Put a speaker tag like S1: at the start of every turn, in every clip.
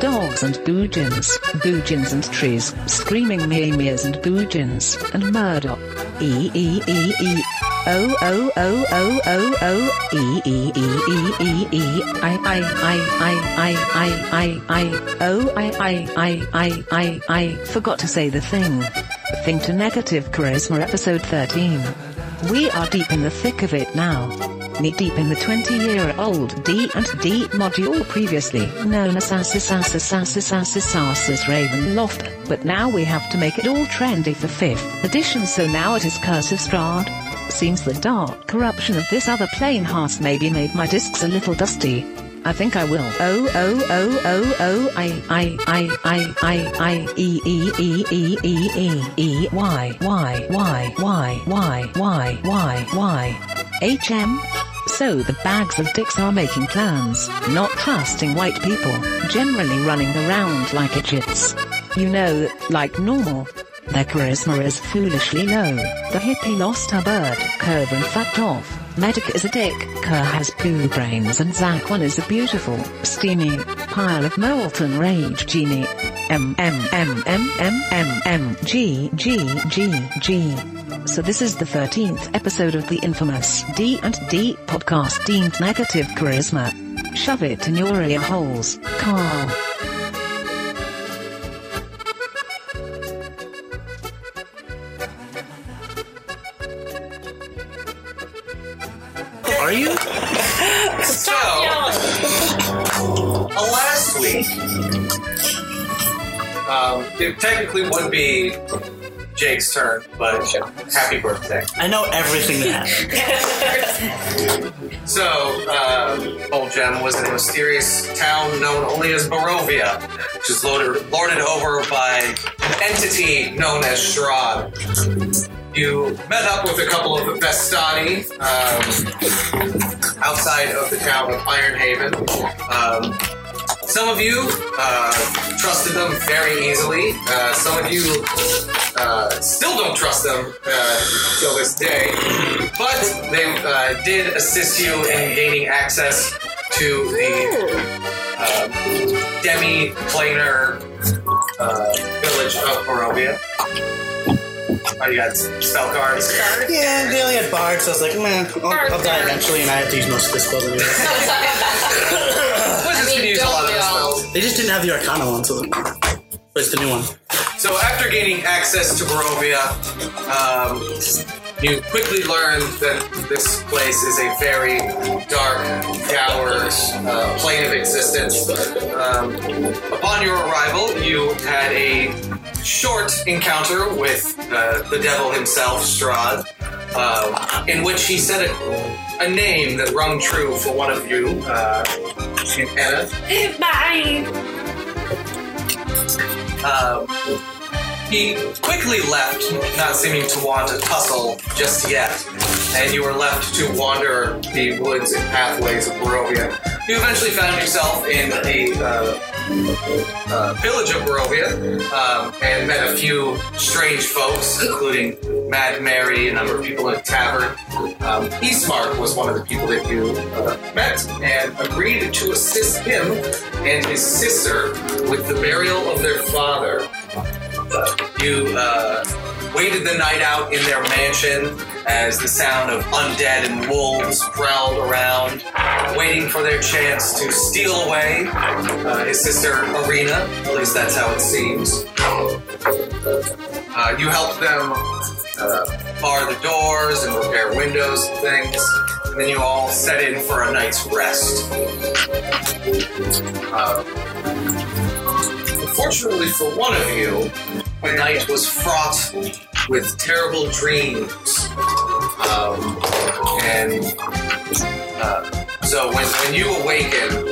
S1: dogs and boojins, boojins and trees, screaming meows and boojins, and murder. E e e e. O o o o o o. E e e e e e. I I I I I I I I. O I I I I I I. Forgot to say the thing. Thing to negative charisma episode 13. We are deep in the thick of it now knee deep in the 20-year-old D and D module previously known as Assis Assis Assis Assis Assis Ravenloft, but now we have to make it all trendy for 5th edition so now it is Cursive Strad. Seems the dark corruption of this other plane has maybe made my discs a little dusty. I think I will. Oh oh oh oh oh I I I I I I e e e e e e e y y y y y y y y HM. So the bags of dicks are making plans, not trusting white people, generally running around like idiots. You know, like normal. Their charisma is foolishly low. The hippie lost her bird, Curve and fucked off. Medic is a dick, Kerr has poo brains and Zach one is a beautiful, steamy, pile of molten rage genie. M M M M M M M G G G G. So this is the 13th episode of the infamous D and D podcast deemed negative charisma. Shove it in your ear holes, Carl.
S2: Are you?
S3: So,
S2: last week, um, it technically would be Jake's turn, but happy birthday.
S4: I know everything that happened.
S2: So, uh, Old Gem was in a mysterious town known only as Barovia, which is loaded, lorded over by an entity known as Sherrod. You met up with a couple of the Vestani um, outside of the town of Ironhaven. Um, some of you uh, trusted them very easily. Uh, some of you uh, still don't trust them uh, till this day, but they uh, did assist you in gaining access to the uh, demi-planar uh, village of Barovia. Oh, you got spell cards.
S4: Yeah, they only had bard, so I was like, man, I'll, I'll die eventually, and I have to use most of the spells anyway.
S2: Wizards
S3: mean,
S2: can use a
S3: don't
S2: lot of
S3: they
S2: the
S3: all?
S2: spells.
S4: They just didn't have the Arcana one, so but it's the new one.
S2: So after gaining access to Barovia, um, you quickly learn that this place is a very dark, dour uh, plane of existence. Um, upon your arrival, you had a short encounter with uh, the devil himself, Strahd, uh, in which he said a, a name that rung true for one of you, uh, Anna.
S5: Mine.
S2: Um, he quickly left, not seeming to want a tussle just yet, and you were left to wander the woods and pathways of Barovia. You eventually found yourself in the uh, uh, village of Barovia um, and met a few strange folks, including Mad Mary, a number of people in a tavern. Um, Eastmark was one of the people that you uh, met and agreed to assist him and his sister with the burial of their father. You uh, waited the night out in their mansion as the sound of undead and wolves prowled around, waiting for their chance to steal away uh, his sister Arena. At least that's how it seems. Uh, you helped them uh, bar the doors and repair windows and things, and then you all set in for a night's rest. Uh, Fortunately for one of you, the night was fraught with terrible dreams. Um, and uh, so when, when you awaken,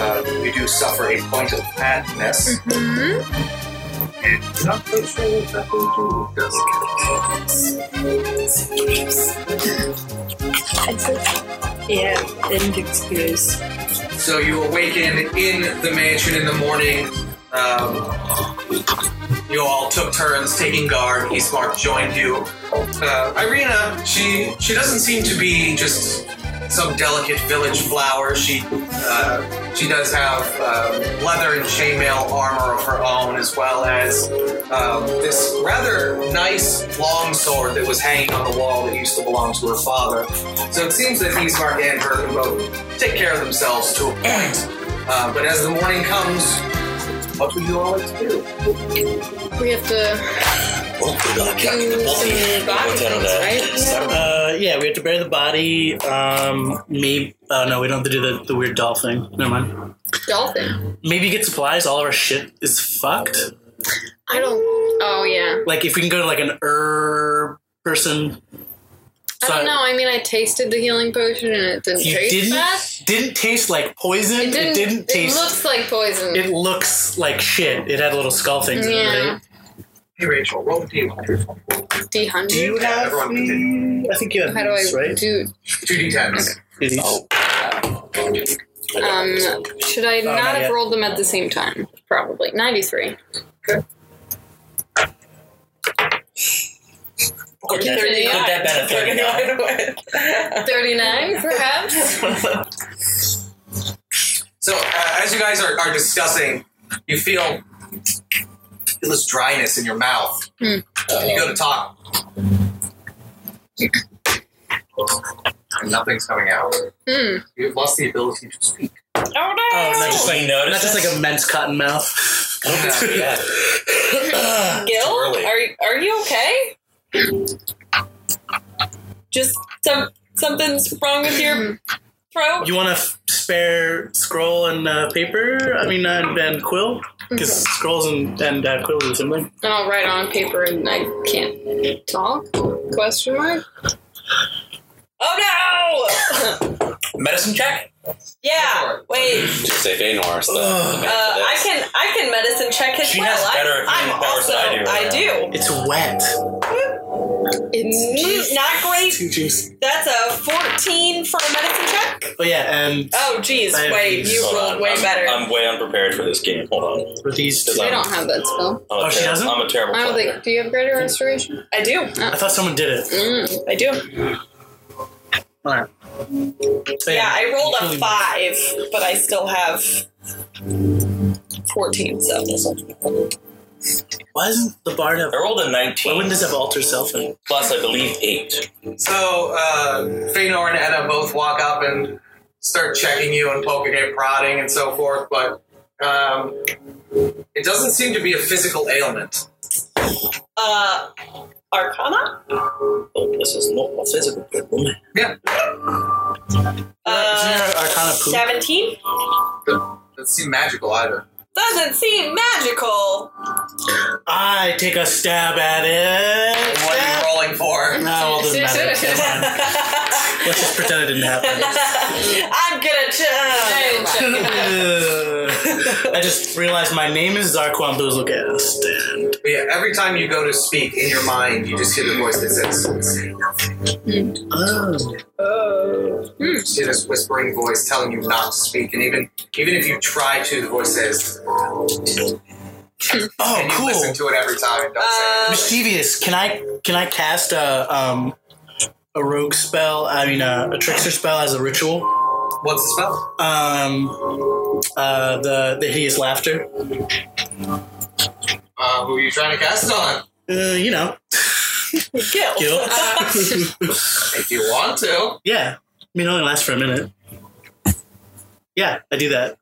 S2: uh, you do suffer a point of madness. And not quite sure what that will do.
S5: Yeah, end excuse.
S2: So you awaken in the mansion in the morning. Um, you all took turns taking guard. Eastmark joined you. Uh, Irina, she she doesn't seem to be just some delicate village flower. She uh, she does have um, leather and chainmail armor of her own, as well as um, this rather nice long sword that was hanging on the wall that used to belong to her father. So it seems that Ismark and her can both take care of themselves to a point. Uh, but as the morning comes, what will you all like to do?
S3: We have to
S6: Well, we're gonna
S3: do
S6: cut the
S3: some body
S6: What's that on
S3: things,
S6: that?
S3: right?
S6: Start with-
S4: Uh, yeah, we have to bury the body. Um, maybe. Oh no, we don't have to do the, the weird doll thing. Never mind.
S3: Dolphin.
S4: Maybe get supplies. All of our shit is fucked.
S3: I don't. Oh yeah.
S4: Like if we can go to like an herb person.
S3: I
S4: So-
S3: don't know. I mean, I tasted the healing potion and it didn't
S4: You
S3: taste
S4: didn't
S3: bad.
S4: didn't taste like poison.
S3: It didn't. It,
S4: taste.
S3: looks like poison.
S4: it looks like shit. It had little skull things. in it,
S3: yeah.
S4: right?
S2: Hey, Rachel, roll the
S3: D hundred.
S4: Do you have?
S2: Everyone
S4: the- I think you have.
S3: How do I
S4: these, right?
S3: do?
S2: 2d10s.
S4: These.
S6: Oh.
S3: Um, should I
S4: Oh, not
S3: not have
S4: yet.
S3: rolled them at the same time? Probably ninety-three.
S6: Could that, could that been a thirty nine?
S3: Thirty-nine, perhaps.
S2: So, uh, as you guys are, are discussing, you feel feel this dryness in your mouth. You go to talk. And nothing's coming out.
S3: Hmm.
S2: You've lost the ability to speak.
S3: Oh no!
S4: Oh, not
S6: Just
S4: just
S6: so
S4: like
S6: you notice.
S4: not just like a men's cotton mouth.
S2: Yeah.
S5: Gil,
S6: early.
S5: are are you okay? Just some something's wrong with your throat.
S4: You want a f- spare scroll and uh, paper? I mean, uh, and, and quill? Because scrolls and, and uh, quill are the same thing.
S3: I'll write on paper and I can't talk. Question mark.
S5: oh no!
S6: medicine check.
S5: yeah. Wait.
S6: Just say Feynor. So
S4: Ugh.
S5: Uh, I can I can medicine check his
S6: She
S5: well.
S6: has better
S5: I,
S6: healing
S5: am also I do.
S6: powers than I do.
S4: It's wet.
S3: It's
S5: Mm, Not great.
S4: Two juice.
S5: That's a 14 for a medicine check.
S4: Oh, yeah, and
S5: Oh geez,
S4: I have
S5: wait,
S4: these.
S5: you
S6: Hold
S5: rolled
S6: on, Um,
S5: way
S6: I'm,
S5: better.
S6: I'm way unprepared for this game. Hold on.
S4: for these two.
S6: Does
S3: I
S6: I-
S3: don't have that spell.
S6: I'm a
S4: Oh, she
S6: terrible-
S4: doesn't?
S6: I'm a terrible
S3: I don't
S6: player.
S3: think. Do you have greater restoration?
S5: I do.
S4: I thought someone did it.
S3: Mm.
S5: I do.
S4: Alright. So,
S5: Yeah, I rolled
S4: Healing-
S5: a five, but I still have fourteen. So
S4: Why doesn't the bard have.
S6: I rolled a
S4: Why wouldn't
S6: 19
S4: this have alter self? in it?
S6: plus, I believe, 8.
S2: So, uh, Feanor and Edda both walk up and start checking you and poking and prodding and so forth, but um, it doesn't seem to be a physical ailment.
S5: uh, Arcana.
S6: Oh, this is not a physical good woman.
S5: Uh,
S4: Isn't there Arcana poop?
S5: Seventeen
S2: Doesn't seem magical either.
S5: doesn't seem magical.
S4: I take a stab at it.
S2: What are you rolling for?
S4: No, well, it doesn't matter. Never mind.
S5: I'm
S4: Let's just pretend it didn't happen.
S5: gonna. Ch-
S3: I
S5: uh,
S3: didn't check it out.
S4: I just realized my name is Zarquan Boozlegast. And
S2: But yeah, every time you go to speak in your mind, you just hear the voice that says,
S4: oh,
S2: you just hear this whispering voice telling you not to speak. And even even if you try to, the voice says,
S4: oh,
S2: and you
S4: cool.
S2: listen to it every time and don't
S5: Uh,
S2: say
S4: Mischievous. Can I can I cast a um a rogue spell? I mean a, a trickster spell as a ritual.
S2: anything. What's the spell?
S4: Um, uh, the the hideous laughter.
S2: Uh, who are you trying to cast it on?
S4: Uh, you know,
S5: Gil.
S4: Gil.
S2: If you want to.
S4: yeah. I mean, it only lasts for a minute. Yeah, I do that.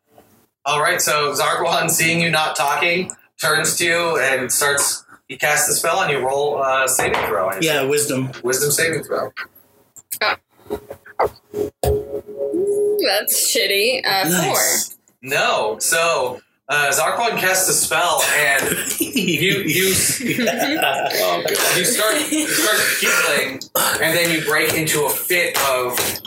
S2: All right, so Zargwan, seeing you not talking, turns to you and starts. He casts the spell on you. Roll uh, saving throw. and it's
S4: Yeah, wisdom.
S2: a Wisdom saving throw.
S3: That's shitty. Uh,
S4: Nice.
S2: No. So uh, Zargwan casts the spell, and you you
S6: Oh, God.
S2: you start you start giggling, and then you break into a fit of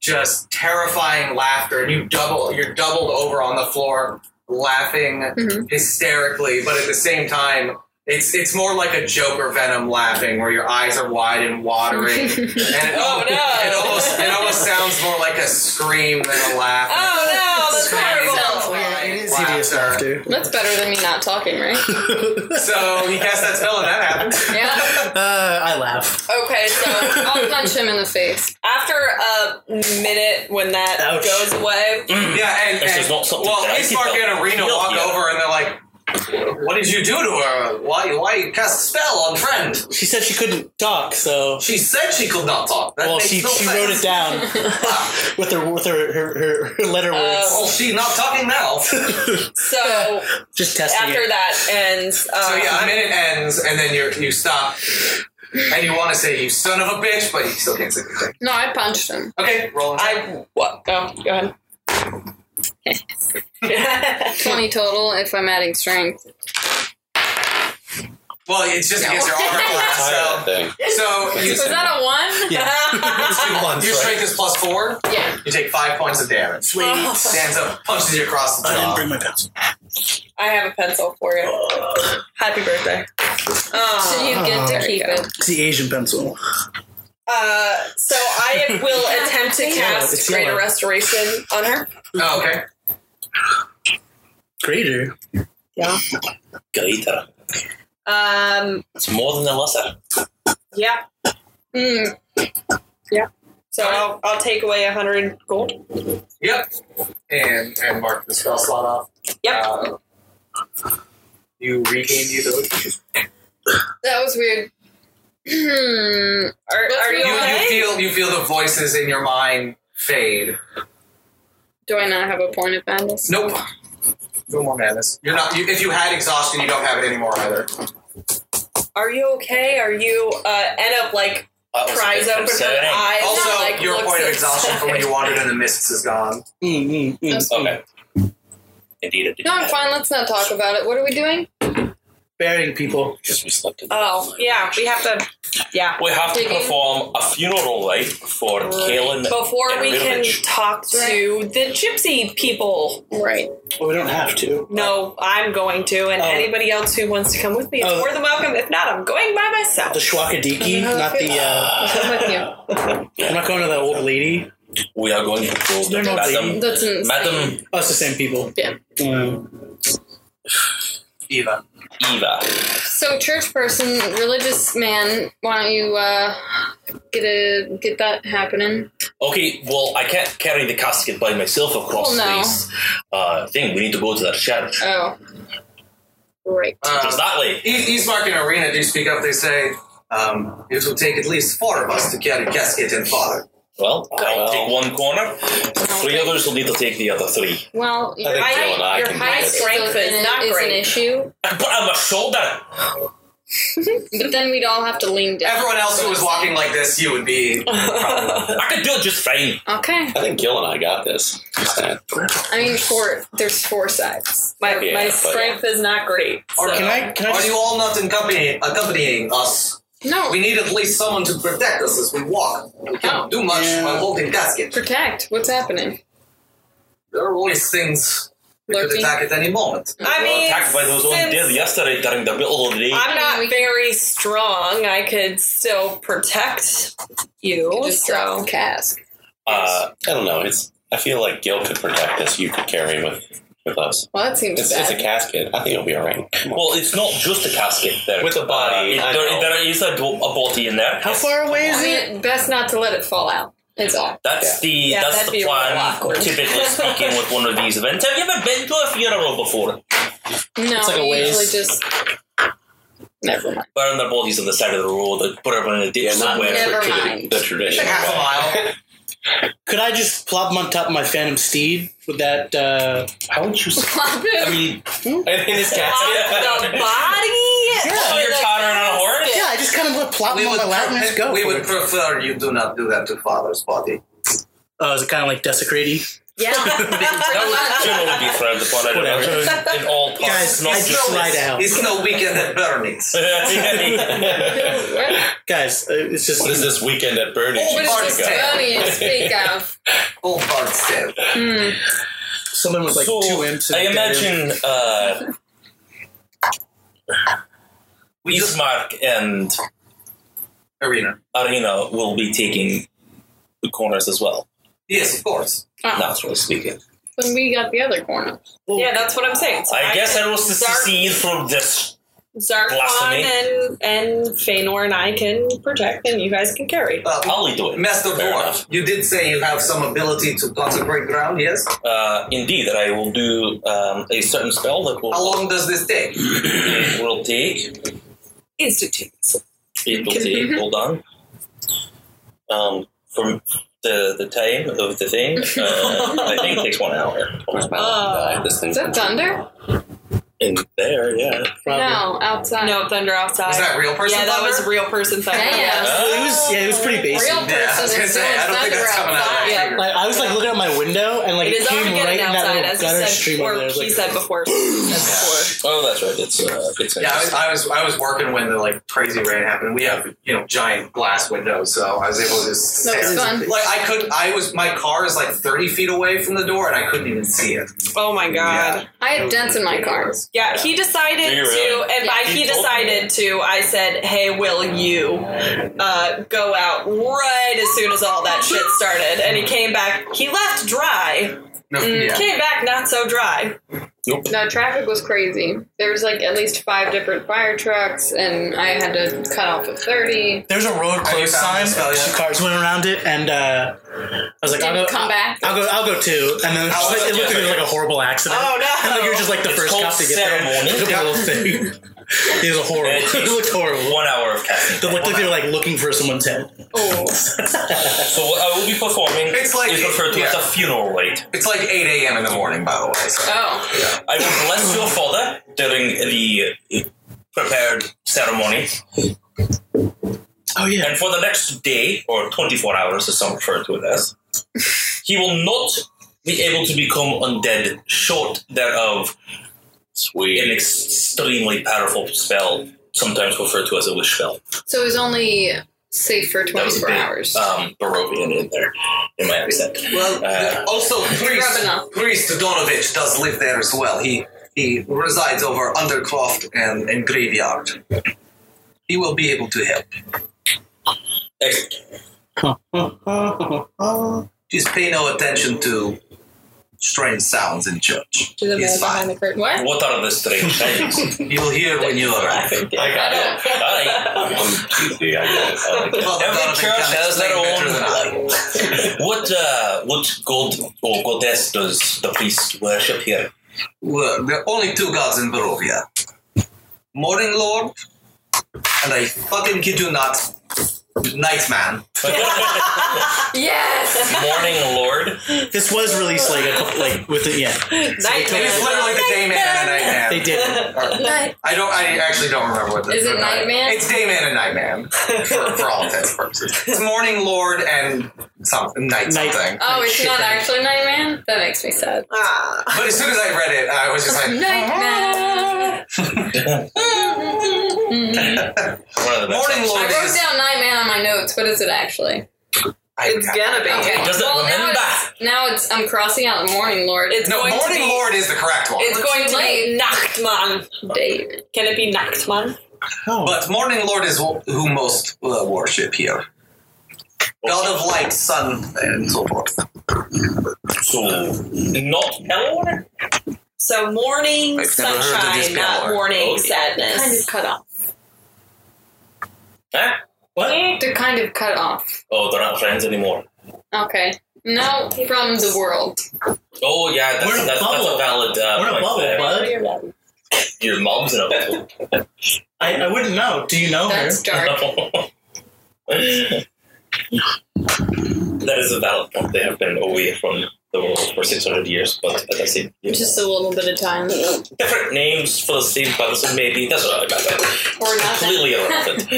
S2: just terrifying laughter, and you double you're doubled over on the floor, laughing hysterically, but at the same time. It's, it's more like a Joker Venom laughing, where your eyes are wide and watering, and it,
S5: Oh, no.
S2: it almost it almost sounds more like a scream than a laugh.
S5: Oh no, that's
S2: Screaming
S5: horrible.
S2: sounds weird. crying
S4: It is
S2: laughter.
S4: hideous laughter.
S5: That's better than me not talking, right?
S2: So he cast that spell and that happened.
S5: Yeah.
S4: Uh, I laugh.
S5: Okay, so
S3: I'll punch him in the face.
S5: after a minute when that
S4: Ouch. Mm.
S5: goes away,
S2: Yeah, and,
S6: This
S2: and
S6: is not something
S2: well,
S6: that I
S2: Ace
S6: can
S2: Mark
S6: help.
S2: and Arena
S6: You'll
S2: walk
S6: heal.
S2: over and they're like, "What did you do to her? Why? Why you cast a spell on friend?
S4: She said she couldn't talk, so
S2: She said she could not talk. That
S4: well,
S2: makes
S4: she,
S2: no
S4: she
S2: sense.
S4: wrote it down with her with her her, her, her letter
S2: Well, she not talking now. so
S4: words.
S5: so
S4: Just testing
S5: after
S4: it.
S5: that ends. Um,
S2: yeah, a minute ends and then you you stop and you want to say you son of a bitch, but you still can't say anything.
S3: No, I punched him.
S2: Okay, roll. an attack.
S5: I what? Go go ahead.
S3: 20 total if I'm adding strength.
S2: well, it's just against your armor
S4: Oh.
S2: class,
S6: Thing.
S2: so so you,
S3: Was that a one?
S4: Yeah.
S2: your strength is plus four.
S3: Yeah.
S2: You take five points of damage.
S4: Sweet.
S2: Stands up, punches you across the
S4: I didn't
S2: jaw.
S4: bring my pencil.
S5: I have a pencil for you. Happy birthday.
S3: So
S5: Oh.
S3: you get
S4: There
S3: to
S4: we
S3: keep
S5: go.
S3: it.
S4: It's the Asian pencil.
S5: Uh, so I will attempt to
S4: It's yellow,
S5: cast
S4: it's
S5: Greater
S4: yellow.
S5: Restoration on her.
S2: Oh, okay.
S4: Greater.
S6: Garita.
S5: Um,
S6: It's more than a lesser.
S5: yeah. Hmm.
S3: Mm,
S5: So I'll, I'll take away a hundred gold.
S2: Yep. And and mark the spell slot off.
S5: Yep.
S2: Uh, you regain the ability.
S3: that was weird. Hmm.
S5: Are,
S3: Let's
S5: are
S3: be
S5: you
S2: You, you
S5: okay?
S2: feel you feel the voices in your mind fade.
S3: Do I not have a point of madness?
S2: Nope. No more madness. You're not. You, if you had exhaustion, you don't have it anymore either.
S5: Are you okay? Are you uh, end up like
S2: Oh,
S6: That was a
S5: prize
S6: bit
S5: open for her
S6: concerning.
S5: eyes?
S2: also,
S5: like,
S2: your
S5: looks
S2: point of exhaustion
S5: inside?
S2: from when you wandered in the mists is gone.
S4: Mm, mm, mm.
S6: Okay. Indeed, it did.
S3: No, I'm
S6: that.
S3: fine. Let's not talk about it. What are we doing?
S4: Burying people.
S6: Because we slept in.
S5: Oh yeah, we have to. Yeah.
S6: we have to
S3: Digging.
S6: perform a funeral rite for Kalen.
S5: Before we can
S6: Emirovich.
S5: talk to the gypsy people.
S3: Right.
S4: Well, we don't have to.
S5: No, I'm going to, and
S4: Oh.
S5: anybody else who wants to come with me is
S4: Oh.
S5: more than welcome. If not, I'm going by myself.
S4: The Shwakadiki, not the. Uh,
S3: I'm with you.
S4: I'm not going to the old lady.
S6: We are going to close the
S4: They're not
S6: madam.
S4: digging.
S3: That's insane.
S6: Madam
S4: Oh, it's the same people.
S3: Yeah.
S4: Mm.
S2: Eva.
S6: Eva.
S3: So, church person, religious man, why don't you uh, get a get that happening?
S6: Okay, well, I can't carry the casket by myself across
S3: Well, no.
S6: this uh, thing. We need to go to the church.
S3: Oh, right.
S6: Just
S2: Uh,
S6: that way.
S2: E- Eastmark and Arena do speak up. They say um, it will take at least four of us to carry casket and father.
S6: Well, I'll
S4: Well.
S6: take one corner. Three others will need to take the other three.
S3: Well, your
S6: think Jill and I
S3: height, your
S6: can do
S3: height
S6: this.
S5: Strength is
S3: an,
S5: not
S3: is an
S5: great.
S3: issue,
S6: But I'm a shoulder.
S3: but then we'd all have to lean down.
S2: Everyone else who was walking like this, you would be.
S6: I can do it just fine.
S3: Okay.
S7: I think Gil and I got this. Stan.
S3: I mean, four. There's four sides.
S5: My,
S6: Yeah,
S5: my
S6: but-
S5: strength is not great.
S4: Or
S5: so-
S4: can I? Can I?
S2: Are
S4: Just,
S2: you all not accompany- accompanying us?
S3: No,
S2: We need at least someone to protect us as we walk. We can't do much
S4: Oh, Yeah.
S2: while holding casket.
S3: protect. What's happening?
S2: There are always things that could
S3: Lurking.
S2: attack at any moment.
S5: I
S6: We were
S5: mean,
S6: attacked by those own
S5: since
S6: dead yesterday during the middle of the day.
S5: I'm
S3: I mean,
S5: not
S3: we-
S5: very strong. I could still protect you.
S3: Just drop
S5: So
S3: the cask.
S6: Uh,
S7: I don't know. It's. I feel like Gil could protect us. You could carry with with us.
S3: Well, that seems
S7: It's,
S3: bad.
S7: it's a casket. I think it'll be all right. Come on.
S6: well, it's not just a casket there.
S7: With a body,
S6: Uh,
S7: I
S6: it- there,
S7: know.
S6: there is a, do- a body in there.
S4: how far away
S3: I
S4: is it?
S3: mean, best not to let it fall out. It's all.
S6: That's the that's
S5: that'd
S6: the
S5: be real
S6: plan.
S5: awkward.
S6: Typically speaking, with one of these events, have you ever been to a funeral before?
S3: No,
S4: like a
S3: we
S4: ways.
S3: usually just. Never mind.
S6: Burn their bodies on the side of the road and put everyone in a ditch
S7: Yeah, not
S6: somewhere.
S3: Never
S7: the, tradi-
S3: mind.
S7: the traditional
S2: Half a
S7: way.
S2: mile.
S4: Could I just plop him on top of my Phantom Steed with that? Uh,
S6: How would you? I mean,
S7: And in his
S5: on
S7: casket.
S5: the body.
S6: so you're tottering on a horse.
S4: yeah, I just kind of like plop
S2: We
S4: him on
S2: would,
S4: my lap and just go.
S2: prefer, we
S4: for
S2: would
S4: it.
S2: prefer you do not do that to father's body.
S4: Oh, is it kind of like desecrating?
S6: That would generally be frowned upon. I
S4: Whatever.
S6: don't know. In all parts,
S4: Guys,
S6: not
S4: I
S6: just.
S4: just lie down.
S2: It's no weekend at Bernie's.
S4: Guys, uh, it's just
S7: What is this weekend at Bernie's?
S2: Oh,
S3: What is this
S2: Party guy.
S3: Bernie you speak of?
S2: All parts said.
S4: someone with like
S6: so
S4: two imps. and
S6: I
S4: a dead imp.
S6: imagine uh,
S2: We just
S6: Ismark and
S2: arena.
S6: Arena will be taking the corners as well,
S2: Yes, of course.
S3: Oh.
S6: naturally speaking.
S3: when we got the other corner.
S5: Yeah, that's what I'm saying. So
S6: I guess I
S5: can
S6: was to
S5: Zark-
S6: secede from this.
S5: Zarkon
S6: Blasphemy.
S5: and and Feanor and I can protect, and you guys can carry.
S2: Uh,
S6: I'll do it.
S2: Master
S6: Fair
S2: Dwarf,
S6: enough.
S2: you did say you have some ability to consecrate ground, yes?
S6: Uh, indeed, I will do um, a certain spell that will
S2: How long does this take?
S6: it will take.
S8: Institutes.
S6: It will take. Hold on. Um, from the the time of the thing, uh, I think it takes one hour.
S7: Where's my
S5: Oh.
S7: uh, this thing
S3: Is that thunder?
S7: in there? Yeah.
S4: Probably.
S3: No, outside.
S5: No thunder outside.
S2: Is that real person
S5: yeah, that
S2: thunder?
S5: was real person thunder.
S3: Yeah, yeah.
S5: yes.
S4: Well, it was yeah, it was pretty basic.
S3: Real
S2: Yeah, I
S3: person
S2: was gonna
S3: is
S2: say,
S3: doing
S2: I don't think
S3: thunder
S2: that's coming out of
S3: outside.
S2: that
S5: Yeah.
S2: figure.
S4: Like I was like looking out my window and like
S5: It
S4: it,
S5: is
S4: came right
S5: Armageddon
S4: in that
S5: outside,
S4: little
S5: as
S4: gutter
S5: you
S4: stream
S5: said,
S4: over
S5: or
S4: there. I was
S5: he
S4: like,
S5: said before. As before.
S6: Oh, that's right. It's uh, it's
S2: Yeah, I was, I was I was working when the like crazy rain happened. We have you know giant glass windows, so I was able to just
S3: That was
S2: stare.
S3: fun.
S2: Like I could, I was my car is like thirty feet away from the door, and I couldn't even see it.
S5: Oh my god.
S3: I have dents in my car.
S5: Yeah, he decided
S6: Do you
S5: to,
S6: really?
S5: and by
S6: Yeah.
S5: he
S6: He told
S5: decided
S6: me.
S5: to, I said, "Hey, will you uh, go out right as soon as all that shit started?" And he came back. He left dry.
S2: No,
S5: Mm,
S2: yeah.
S5: Came back not so dry.
S3: No, traffic was crazy. There was like at least five different fire trucks, and I had to cut off at thirty.
S4: There's a road
S2: you
S4: closed
S2: found
S4: sign.
S2: this spell yet?
S4: Two cars went around it, and uh, I was like, I'll go,
S3: Didn't come back.
S4: I'll go, I'll go too. And then it, was just like, it looked like it was like a horrible accident.
S5: Oh, no.
S4: And like, you were just like the
S6: It's
S4: first
S6: called
S4: cop to get there.
S6: ceremony.
S4: Look at the little thing. It was horrible.
S6: And it
S4: It
S6: takes
S4: looked horrible.
S6: One hour of casting.
S4: It looked like they were like looking for someone's head.
S3: Oh,
S6: So what I will be performing
S2: It's like-
S6: is referred to
S2: yeah.
S6: as a funeral rite.
S2: It's like eight a.m. in the morning, by the way. So.
S3: oh,
S6: I will bless your father during the prepared ceremony,
S4: Oh yeah.
S6: and for the next day or 24 hours, as some refer to it as, he will not be able to become undead short thereof. An
S7: Sweet.
S6: extremely powerful spell, sometimes referred to as a wish spell.
S3: so it was only safe for
S6: That was
S3: twenty-four
S6: a big
S3: hours.
S7: uh,
S6: um, Barovian in there, in my accent.
S2: Well,
S6: Uh,
S2: also priest
S3: Rubbing off.
S2: priest Donovich does live there as well. He he resides over Undercroft and, and Graveyard. He will be able to help.
S6: Ex-
S2: Just pay no attention to strange sounds in church.
S3: to the
S2: He's
S3: man behind
S2: fine.
S3: the curtain. What?
S6: What are the strange things?
S2: You'll hear when you
S6: I
S2: arrive.
S6: think I got it. All right.
S7: I'm cheesy. I get it. I like it.
S2: Well,
S6: Every
S2: Donovan
S6: church
S2: can
S6: has their
S2: explain
S6: own-
S2: better than I.
S6: What uh, what god or goddess does the priest worship here?
S2: Well, there are only two gods in Barovia. Morning Lord, and I fucking kid you not, Nightman.
S3: Yes.
S6: Morning Lord.
S4: This was released like a couple, like with the yeah.
S2: It is literally the Dayman and the Nightman.
S4: They did.
S2: Or-
S3: Night-
S2: I don't. I actually don't remember what the
S3: Is it
S2: the
S3: Nightman?
S2: It's Dayman and Nightman for, for all intents and purposes. It's Morning Lord and something Night
S4: Night.
S2: something.
S3: Oh, it's
S4: Shit,
S3: not
S4: man.
S3: actually Nightman. That makes me sad.
S5: Ah,
S2: But as soon as I read it, I was just like,
S3: Nightman.
S6: One of the best.
S2: Morning
S3: I
S2: Lord
S3: wrote
S2: is.
S3: down Nightman on my notes. What is it actually?
S5: It's gonna be.
S3: Okay.
S6: Doesn't
S3: well, now
S6: remember.
S3: it's, now it's I'm crossing out Morning Lord.
S5: It's
S2: No,
S5: going to
S2: Morning
S5: be.
S2: Lord is the correct one.
S5: It's going to
S3: late.
S5: be Nachtmann.
S3: Dave.
S5: Can it be Nachtmann?
S4: Oh.
S2: But Morning Lord is wh- who most uh, worship here. God of light, sun, and so forth.
S6: So not Elor.
S5: So morning
S2: I've never heard of this
S5: sunshine, not
S2: before.
S5: morning
S6: Oh.
S3: Kind
S5: sadness.
S3: of cut off.
S6: Huh? What?
S3: They're kind of cut off.
S6: Oh, they're not friends anymore.
S3: Okay. No, from the world.
S6: Oh yeah, that's,
S4: We're in a
S6: that's, that's
S4: bubble.
S6: a valid. Uh,
S4: We're in a
S6: point
S4: bubble,
S6: there.
S4: bud.
S6: Your mom's in a bubble.
S4: I, I wouldn't know. Do you know her?
S3: That's dark.
S6: that is a valid point. They have been away from the world for six hundred years, but that's it.
S3: Just a little bit of time.
S6: different names for the same person, maybe. Doesn't really matter.
S3: Or nothing.
S6: Completely irrelevant.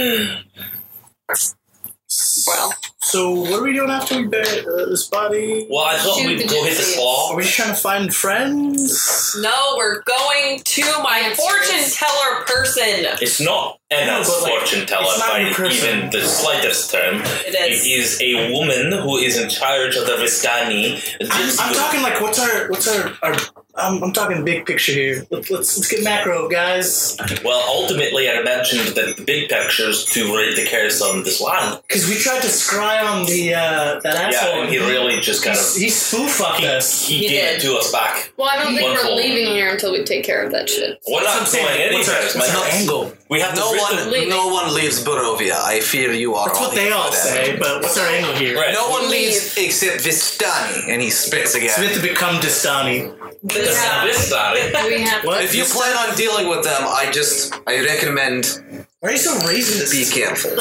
S3: Well,
S4: So what are we doing after we bury uh, this body?
S6: well, I thought
S3: Shoot the
S6: we'd go hit the
S3: gypsies.
S4: Are
S6: claw.
S4: we just trying to find friends?
S5: No, we're going to my
S3: Answers.
S5: fortune teller person.
S6: It's not an
S4: No, but, like,
S6: fortune teller
S4: it's not
S6: by
S4: your person.
S6: even the slightest term.
S5: It is.
S6: It is a woman who is in charge of the Viscani.
S4: I'm, I'm talking like what's our what's our, our I'm, I'm talking big picture here. Let's, let's let's get macro, guys,
S6: Well, ultimately, I mentioned that the big picture's to raid the curse on this land.
S4: because we tried to scry on the uh, that
S6: Yeah,
S4: asshole.
S6: and he really just kind
S4: He's-
S6: of
S4: he spoof fucked us.
S6: he,
S5: He
S6: gave
S5: did.
S6: it to us back.
S3: Well, I don't think
S6: Wonderful.
S3: we're leaving here until we take care of that shit.
S6: We're not
S4: That's what I'm
S6: going
S4: saying.
S6: anywhere.
S4: What's our-
S6: it's
S4: what's
S6: my
S4: our
S6: house.
S4: angle?
S6: We have
S2: No
S6: to rid
S2: one,
S6: the-
S3: Leaving.
S2: no one leaves Barovia. I fear you are.
S4: That's what
S2: all
S4: they
S2: here
S4: all
S2: for that.
S4: say. But what's our angle here?
S6: Right.
S2: No one
S3: Leave.
S2: leaves except Vistani, and he spits again.
S4: So we have to become Distani.
S5: This
S3: Yeah.
S6: This side.
S3: We have.
S4: What?
S2: If you plan on dealing with them, I just I recommend
S4: Why are you so racist?
S2: be careful.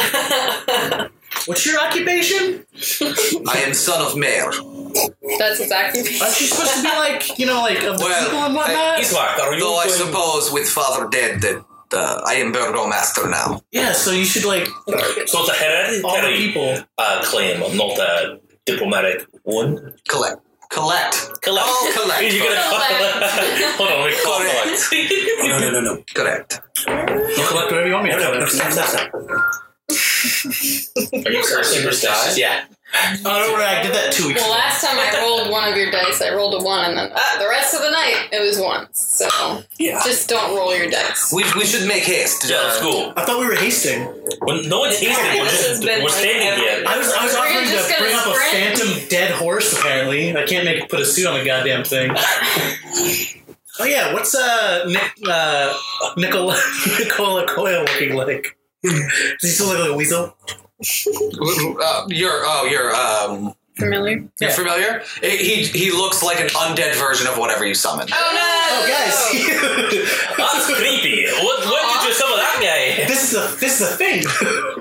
S4: What's your occupation?
S2: I am son of Mare.
S3: That's exactly.
S4: Aren't you supposed to be like you know like of the
S2: Well,
S4: people and
S2: I-
S4: whatnot?
S6: Ismark, are you
S2: Though I
S6: going-
S2: suppose with father dead that uh, I am burgomaster now.
S4: yeah, so you should like
S6: So it's a
S4: all the
S6: hereditary
S4: people.
S6: uh, claim, not a diplomatic one.
S2: Collect. Collect.
S6: Collect.
S2: All collect.
S6: You're gonna
S3: Collect.
S6: hold on. We call
S2: Correct.
S6: collect.
S7: No, no, no, no.
S2: Correct.
S4: You collect whatever you want me to.
S7: No, no, no,
S4: collect.
S7: stop, stop, stop.
S6: Are you superstitious?
S7: Yeah.
S4: Oh, don't worry, I did that two weeks
S3: Well,
S4: ago.
S3: last time I rolled one of your dice, I rolled a one, and then uh, the rest of the night it was ones. So just don't roll your dice.
S2: We, we should make haste.
S6: Yeah, let's go.
S4: I thought we were hasting.
S6: When- no one's tasting. We're
S5: This has
S6: just
S5: been
S6: we're
S5: like
S6: standing
S5: every-
S6: here.
S4: I was I was
S3: We're
S4: offering
S3: just
S4: to
S3: gonna
S4: bring up a
S3: sprint.
S4: phantom dead horse. Apparently, I can't make put a suit on the goddamn thing. oh yeah, what's uh Nick uh Nicola Nicola Coyle looking like? Does he still look like a weasel?
S2: Uh, you're oh you're um
S3: Familiar?
S2: you're
S4: Yeah.
S2: familiar. He he looks like an undead version of whatever you summoned.
S4: Oh
S3: Oh
S4: guys,
S6: That's creepy. What? Where did you summon that guy?
S4: this is a this is a thing.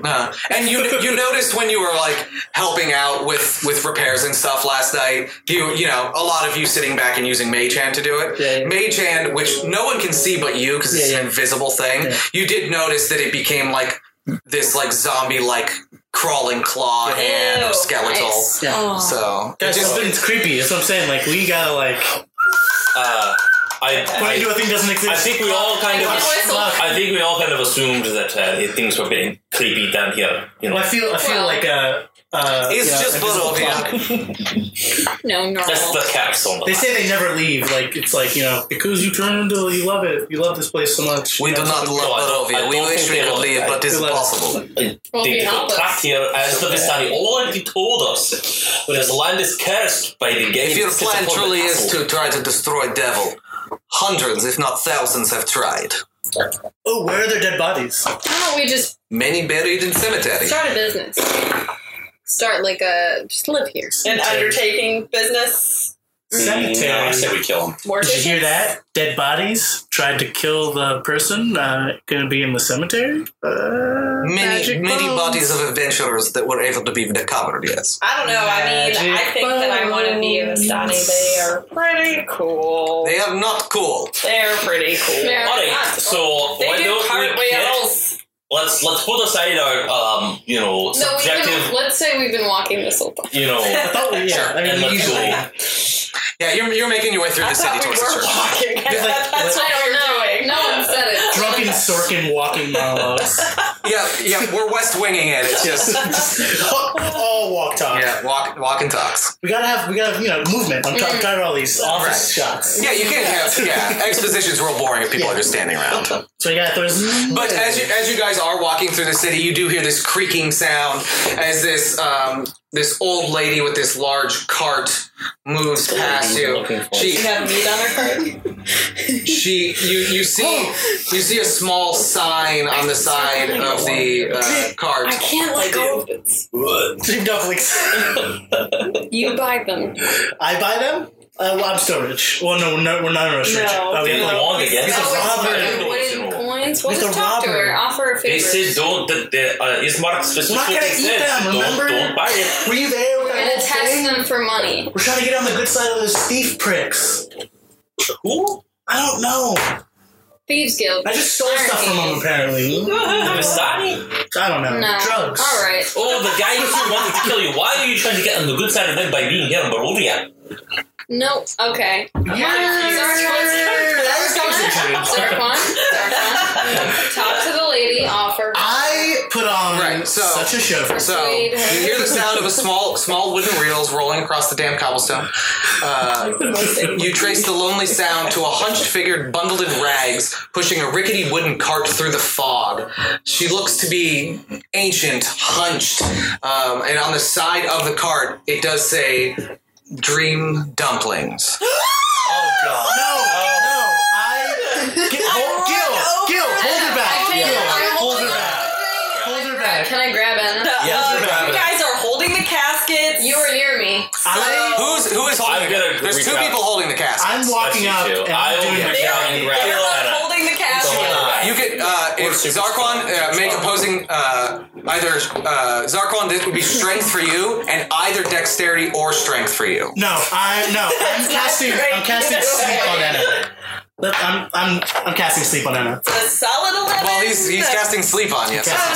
S2: Uh, and you you noticed when you were like helping out with with repairs and stuff last night, you you know a lot of you sitting back and using Mage Hand to do it.
S4: Yeah, yeah.
S2: Mage Hand, which no one can see but you because it's
S4: Yeah,
S2: an
S4: yeah.
S2: invisible thing.
S4: Yeah.
S2: You did notice that it became like this like zombie like crawling claw hand or
S5: Ew,
S2: skeletal.
S3: nice.
S5: Oh.
S4: Yeah.
S2: So it
S4: That's
S2: just-
S4: just it's creepy. That's what I'm saying. Like we gotta like
S6: Uh, I,
S4: when you do a
S6: I,
S4: thing that doesn't exist.
S6: I think we all kind
S3: One
S6: of.
S3: whistle.
S6: I think we all kind of assumed that uh, things were getting creepy down here. You
S4: Well,
S6: know,
S4: I feel I feel
S3: Well-
S4: like uh, uh
S2: It's
S4: yeah,
S2: just
S4: invisible
S2: Barovia.
S4: clock.
S3: No,
S6: that's
S3: normal.
S6: the caps on the.
S4: They say they never leave. Like it's like you know because you turn into you love it. You love this place so much.
S2: we
S4: you
S2: do
S4: know?
S2: not
S6: No, I
S2: love
S6: don't- I
S2: Barovia. We
S6: don't
S2: wish
S6: think
S2: we
S6: they
S2: could
S6: love
S2: leave,
S6: it.
S2: but it's
S4: They love it.
S2: impossible.
S6: I
S3: Well,
S6: think
S3: we
S6: they
S3: help
S6: got
S3: us.
S6: trapped here as the Vistani. All he told us was this land is cursed by the game.
S2: If your plan truly is to try to destroy Devil, hundreds, if not thousands, have tried.
S4: Oh, where are their dead bodies?
S3: Why don't we just
S2: Many buried in cemetery.
S3: start a business? Start like a just live here.
S5: An undertaking business.
S4: Cemetery.
S7: No, Mm, I say we kill him.
S4: Did you
S5: Mortician.
S4: hear that? Dead bodies tried to kill the person. Uh, gonna be in the cemetery. Uh,
S2: Many,
S4: magic
S2: many
S4: bones.
S2: bodies of adventurers that were able to be recovered, yes.
S5: I don't know. I mean, I
S4: Magic
S5: think that I want to be a Vistani. They are pretty cool.
S2: They are not cool.
S5: They're pretty cool.
S3: They're
S6: Alright,
S3: not.
S6: so
S5: They
S6: why
S5: do
S6: don't we get,
S5: cartwheels.
S6: let's let's put aside our um you know
S3: No, we've
S6: subjective
S3: been, let's say we've been walking this whole time.
S6: you know
S4: I thought we, yeah. I mean,
S6: and
S4: we
S6: let's
S4: usually.
S6: go.
S2: Yeah, you're, you're making your way through the city towards the church.
S5: walking. I
S4: Yeah.
S5: thought that's what we were doing.
S3: No one said it.
S4: Drunken Sorkin walking monologues.
S2: Yeah, yeah, we're west winging it. It's just
S4: All walk talk.
S2: yeah, walk, walk and talks.
S4: We gotta have we gotta have, you know movement. I'm, try- I'm tired of all these office shots.
S2: Yeah, you can't have yeah. Exposition's real boring if people are just standing around.
S4: So yeah, there's.
S2: But as you as you guys are walking through the city, you do hear this creaking sound as this um, this old lady with this large cart moves past you. She
S5: You have meat on her cart?
S2: she you you see you see a small sign on the side of the uh, cart.
S5: can't let go of this.
S4: Dream Netflix.
S3: You buy them.
S4: I buy them. Uh, well, I'm still rich. Well, no, we're not, we're not rich. rich.
S5: No.
S4: Oh,
S6: They
S4: yeah.
S6: don't want again.
S4: He's a
S3: Always
S4: robber.
S3: fucking winning coins. We'll
S4: He's
S3: just
S4: a
S3: talk to
S4: robber.
S3: her. Offer a favor.
S6: They said don't that the uh Ismark specifically
S4: gonna eat
S6: said
S4: them,
S6: don't
S4: remember?
S6: don't buy it.
S4: Were you there? when
S3: and
S4: I was
S3: attach
S4: saying?
S3: them for money.
S4: We're trying to get on the good side of those thief pricks.
S6: Who?
S4: I don't know.
S3: Thieves Guild.
S4: I just stole stuff from them, apparently.
S6: The
S4: I
S6: Vistani?
S4: don't know.
S3: No.
S4: Drugs.
S3: All right.
S6: Oh the guy who wanted to kill you. Why are you trying to get on the good side of them by being here in Barovia?
S3: Nope. Okay. Zarquan. Zarquan. Talk to the lady. Offer.
S4: I put on
S2: Right, so-
S4: such a show. For
S2: So you hear the sound of a small, small wooden reels rolling across the damn cobblestone. Uh, you trace the lonely sound to a hunched figure bundled in rags, pushing a rickety wooden cart through the fog. She looks to be ancient, hunched, um, and on the side of the cart it does say "Dream Dumplings."
S4: Oh god. No, no. I Gil,
S5: run
S4: Gil, Gil, hold her back.
S3: I- I-
S4: Gil,
S3: I'm
S4: hold her
S3: holding
S4: back. Hold her back.
S3: Can I grab Anna?
S5: Uh,
S4: Yeah, we're
S5: you
S4: grabbing it.
S5: guys are holding the caskets.
S3: You were near me.
S4: I,
S2: Who's who is holding?
S6: I'm gonna
S2: it? There's two
S6: recap.
S2: people holding the cask.
S4: I'm walking up
S6: That's you two.
S4: and
S6: I
S4: I'm
S6: will
S4: doing
S6: reach
S4: it.
S6: out and grab
S5: They're both
S6: Anna.
S5: holding the caskets.
S6: Hold on.
S2: You could uh, if
S6: super
S2: Zarkon
S6: strong.
S2: uh, make opposing uh, either uh, Zarkon this would be strength for you and either dexterity or strength for you.
S4: No, I no. I'm casting. I'm
S5: great.
S4: casting
S5: That's
S4: sleep
S5: great.
S4: on Anna. Look, I'm I'm I'm casting sleep on Anna.
S5: A solid eleven.
S2: Well, he's he's casting sleep on you. so-
S5: Oh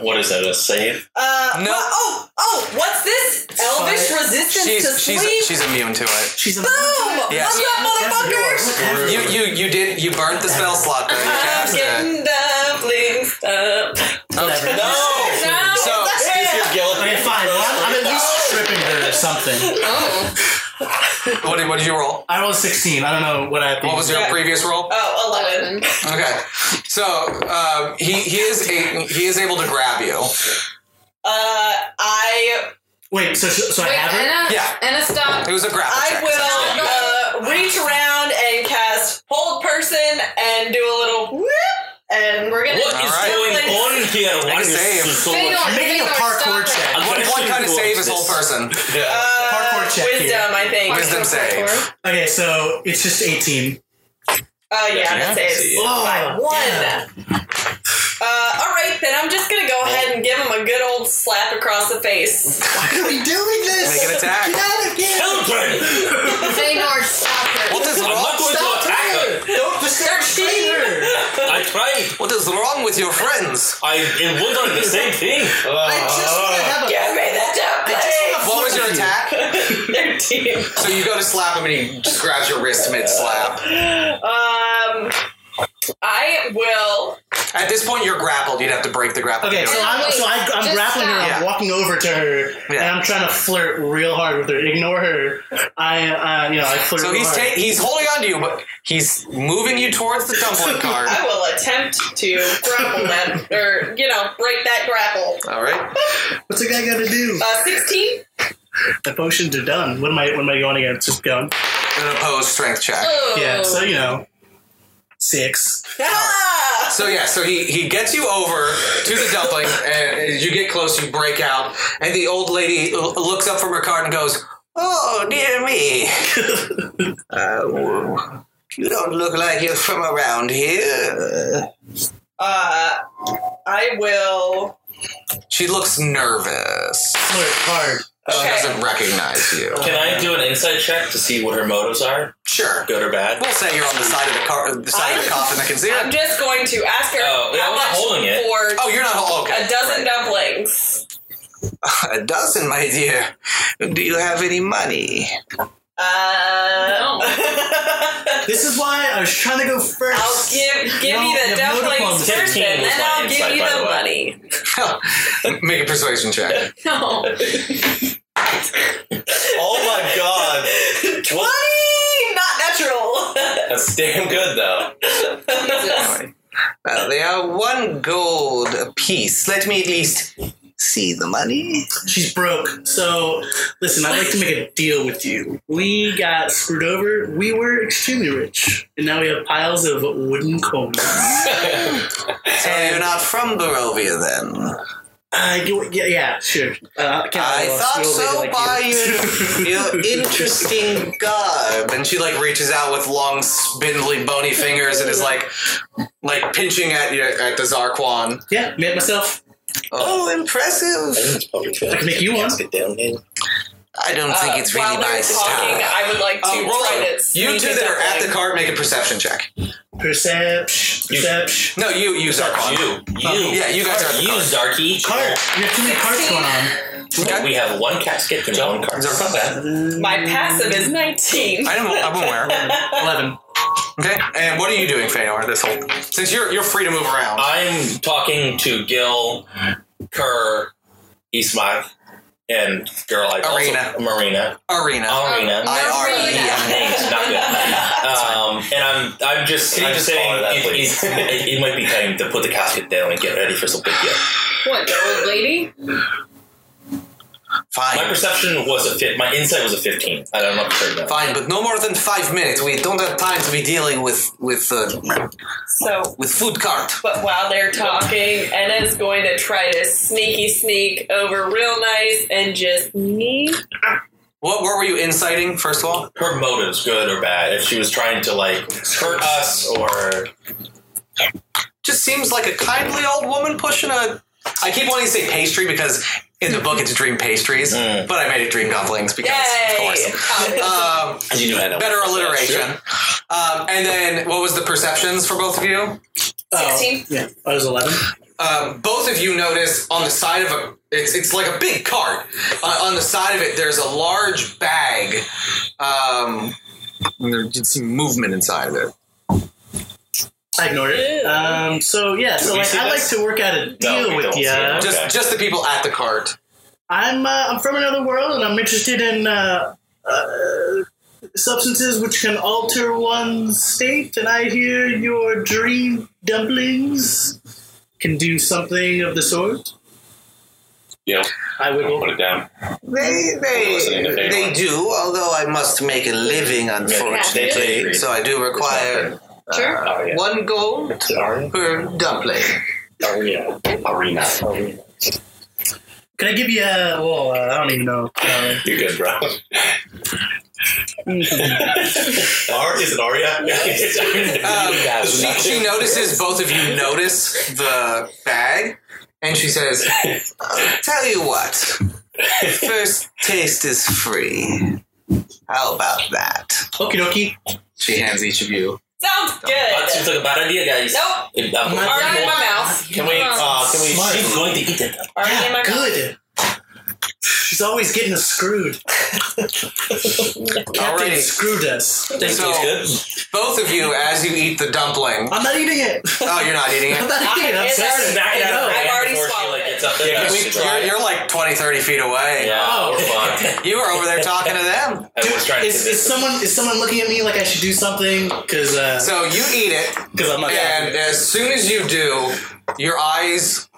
S5: no.
S7: What is that? A save?
S5: Uh,
S2: No.
S5: well, oh, oh, what's this? Elvish
S4: fine.
S5: resistance to
S2: She's
S5: sleep.
S2: she's she's immune to it.
S4: She's a
S5: Boom!
S2: Yeah.
S5: What's up, motherfuckers?
S2: You you you did you burnt the spell slot during your
S5: I'm
S2: cast. uh,
S5: getting dumplings up.
S4: Whatever. Oh,
S5: No.
S2: So
S4: Okay, fine. Well, I'm, I'm at least stripping her or something.
S3: Oh.
S2: what did, what did you roll?
S4: I rolled 16. I don't know what I.
S2: What was your
S5: Yeah.
S2: previous roll?
S5: Oh, 11.
S3: Eleven.
S2: Okay, so um, he he is a, he is able to grab you.
S5: Uh, I
S4: Wait. So so I
S3: Wait,
S4: have her.
S3: Anna.
S2: Yeah.
S3: Anna, stop.
S2: It was a grapple check. essentially.
S5: I will uh, reach around and cast hold person and do a little whoop, and we're gonna.
S6: What is
S2: Alright.
S6: going on here?
S2: a
S6: Why is
S2: save.
S6: this so
S3: Fail.
S6: much?
S4: I'm making a
S3: Fail or
S4: parkour
S3: stop
S4: check.
S3: it.
S2: What,
S6: gonna
S2: what kind of
S6: influence
S2: save is
S6: this.
S2: whole person?
S5: Uh,
S4: Parkour check
S5: Wisdom,
S4: here.
S5: I think.
S2: Wisdom
S3: Parkour,
S2: save.
S3: parkour.
S4: Okay, so it's just 18.
S5: Uh, yeah, that saves.
S4: Oh,
S5: by one.
S4: yeah.
S5: Uh, all right, then I'm just gonna go ahead and give him a good old slap across the face.
S4: Why are we doing this?
S2: Make an attack.
S4: Get out of here!
S6: Children!
S3: Feynor, stop
S2: What is
S3: it.
S6: I'm not
S2: wrong?
S6: going
S4: Stop
S6: to attack
S4: her! Don't disturb her!
S6: her. I tried.
S2: What is wrong with your friends?
S6: I am wondering the same thing.
S9: Oh,
S4: I just
S2: Uh,
S4: want to have a.
S5: Give me the dumplings.
S2: What was your attack?
S5: Thirteen.
S2: So you go to slap him and he just grabs your wrist mid slap.
S5: Um, I will.
S2: At this point, you're grappled. You'd have to break the grapple.
S4: Okay, so I'm, so I, I'm
S3: Just
S4: grappling her.
S3: stop.
S4: I'm walking over to her, and
S2: Yeah.
S4: I'm trying to flirt real hard with her. Ignore her. I, uh, you know, I flirt.
S2: So
S4: real
S2: he's
S4: hard.
S2: ta- he's holding on to you, but he's moving you towards the dumpling card.
S5: I will attempt to grapple that, or you know, break that grapple.
S2: All right.
S4: What's a guy got to do?
S5: Uh, sixteen.
S4: The potions are done. What am I? What am I going against? Just going.
S2: An opposed strength check.
S3: Oh.
S4: Yeah. So you know, six.
S5: Ah!
S2: So yeah, so he, he gets you over to the dumpling, and as you get close, you break out, and the old lady l- looks up from her card and goes, "Oh dear me, uh, w- you don't look like you're from around here."
S5: Uh, I will.
S2: She looks nervous.
S4: Flirt hard.
S2: She
S5: Okay.
S2: doesn't recognize you.
S6: Can I do an insight check to see what her motives are?
S2: Sure.
S6: Good or bad?
S2: We'll say you're on the side of the car, the side of the coffin that can see
S5: I'm
S2: it.
S5: just going to ask her
S6: Oh, yeah,
S5: how
S6: I'm not
S5: much
S6: holding it.
S5: for
S2: Oh, you're not. Oh, okay.
S5: a
S2: Right.
S5: dozen dumplings.
S2: A dozen, my dear. Do you have any money?
S5: Uh,
S3: No.
S4: This is why I was trying to go first.
S5: I'll give give
S4: No,
S5: me
S4: you
S5: the
S4: have no
S5: dumplings
S4: diplomacy.
S5: first, and
S6: 15 was
S5: then
S6: my
S5: I'll give
S6: insight,
S5: you
S6: by
S5: the
S6: the
S5: money.
S6: way.
S2: Make a persuasion check.
S3: No.
S6: Oh my god.
S5: Twenty, not natural.
S6: That's damn good though.
S3: Jesus.
S2: Uh, they are one gold apiece. Let me at least see the money.
S4: She's broke. So, listen, I'd like to make a deal with you. We got screwed over. We were extremely rich. And now we have piles of wooden coins.
S2: So you're not from Barovia then?
S4: Uh, you- yeah, yeah, sure. Uh, can
S2: I
S4: uh,
S2: thought
S4: screw over
S2: so
S4: like
S2: by
S4: you.
S2: your, your interesting garb. And she like reaches out with long, spindly, bony fingers and is like, like pinching at your, at the Zarquan.
S4: Yeah, made myself.
S2: Oh, impressive!
S4: I can make you one.
S2: I don't think it's really
S5: Uh, While they're
S2: my
S5: talking,
S2: style.
S5: I would like to
S2: Uh,
S5: try
S2: roll
S5: to
S2: you
S5: sneak
S2: two
S5: a
S2: that are at the
S5: dumpling.
S2: cart make a perception check.
S4: Perception. Perception.
S2: No, you, you Zarquan.
S6: You. You.
S2: Oh, Yeah, you guys are the
S6: You,
S2: card.
S6: Zarky.
S4: Cart. We have too many carts going on.
S7: We have one casket and one card.
S2: Is that bad?
S5: My passive is 19.
S2: I don't. I'm aware.
S4: Eleven.
S2: Okay. And what are you doing, Feanor? This whole since you're you're free to move around.
S7: I'm talking to Gil, Kerr, Ismail, and girl. I also-
S2: Arena.
S7: Marina.
S2: Arena.
S7: Arena.
S2: I R E
S7: Yeah,
S2: N.
S7: names, not good. Um, and I'm, I'm just,
S9: Can you
S7: I'm
S9: just call
S7: saying
S9: her that,
S7: it,
S9: please?
S7: it, it, it might be time to put the casket down and get ready for something. Yeah.
S3: What, the old lady?
S7: My
S2: Fine.
S7: perception was a fit. My insight was a 15. I don't know if you heard that.
S2: Fine, but no more than five minutes. We don't have time to be dealing with with uh,
S5: So,
S2: with food cart.
S5: but while they're talking, Enna's going to try to sneaky sneak over real nice and just sneak.
S2: What what were you inciting? First of all,
S7: Her motives, good or bad, if she was trying to like hurt us or
S2: just seems like a kindly old woman pushing a. I keep wanting to say pastry because in the book it's dream pastries,
S7: Mm.
S2: but I made it dream dumplings because of
S5: Yay!
S2: course.
S5: Uh,
S2: Um,
S9: As you knew, Anna.
S2: better alliteration. Um, and then what was the perceptions for both of you?
S5: 16.
S4: Oh, Yeah, I was eleven.
S2: Um, both of you notice on the side of a it's it's like a big cart. Uh, on the side of it, there's a large bag. Um, and there's some movement inside of it.
S4: I ignored it.
S5: Ew.
S4: Um, so yeah, so
S7: We
S4: like
S7: see
S4: I like
S7: this?
S4: to work out a
S7: No,
S4: deal
S7: we
S4: with
S7: don't
S4: you.
S7: see it.
S2: Just
S7: Okay.
S2: just the people at the cart.
S4: I'm uh, I'm from another world, and I'm interested in uh, uh, substances which can alter one's state. And I hear your dream dumplings can do something of the sort.
S9: Yeah,
S4: I
S9: we'll
S4: wiggle.
S9: put it down.
S2: They they
S9: Listening to Feyenoord.
S2: they do, although I must make a living, unfortunately.
S7: Yeah.
S2: so I do require
S3: Sure.
S2: uh,
S7: oh, yeah.
S2: one gold
S7: Arena.
S2: per dumpling.
S7: Arena.
S9: Arena.
S4: Can I give you a? Well, uh, I don't even know. Uh,
S9: You're good, bro.
S7: Ar- is it Aria?
S2: Um,
S7: Yes.
S2: she, she notices both of you notice the bag, and she says, "I'll "Tell you what, first taste is free. How about that?"
S4: Okie dokie.
S2: She hands each of you.
S5: Sounds
S7: That
S5: good.
S7: seems like a bad idea, guys.
S5: Nope.
S7: It- I'm-
S5: Already in my mouth.
S7: Can we? Uh, can we?
S4: Smart.
S7: She's going to eat it.
S5: Already in
S4: Yeah,
S5: my mouth.
S4: good. She's always getting us screwed. Captain
S2: Alrighty.
S4: screwed us. Thank
S2: So-
S4: you.
S2: Both of you, as you eat the dumpling.
S4: I'm not eating it.
S2: Oh, you're not eating
S4: I'm
S2: it.
S4: not eating it. I'm
S5: It's
S4: sorry.
S5: snack
S4: I
S5: it
S4: know.
S5: up. I've already
S7: Before she,
S5: swallowed
S7: like,
S5: it.
S7: gets up in
S2: Yeah,
S7: there,
S2: we-
S7: she's
S2: you're,
S7: like,
S2: you're like 20, 30 feet away.
S7: Yeah,
S4: Oh.
S7: we're fine.
S2: You were over there talking to them.
S7: I was trying to
S4: is, is
S7: convince them.
S4: someone is someone looking at me like I should do something? Because because
S2: So you eat it,
S4: I'm not.
S2: and as soon as you do, your eyes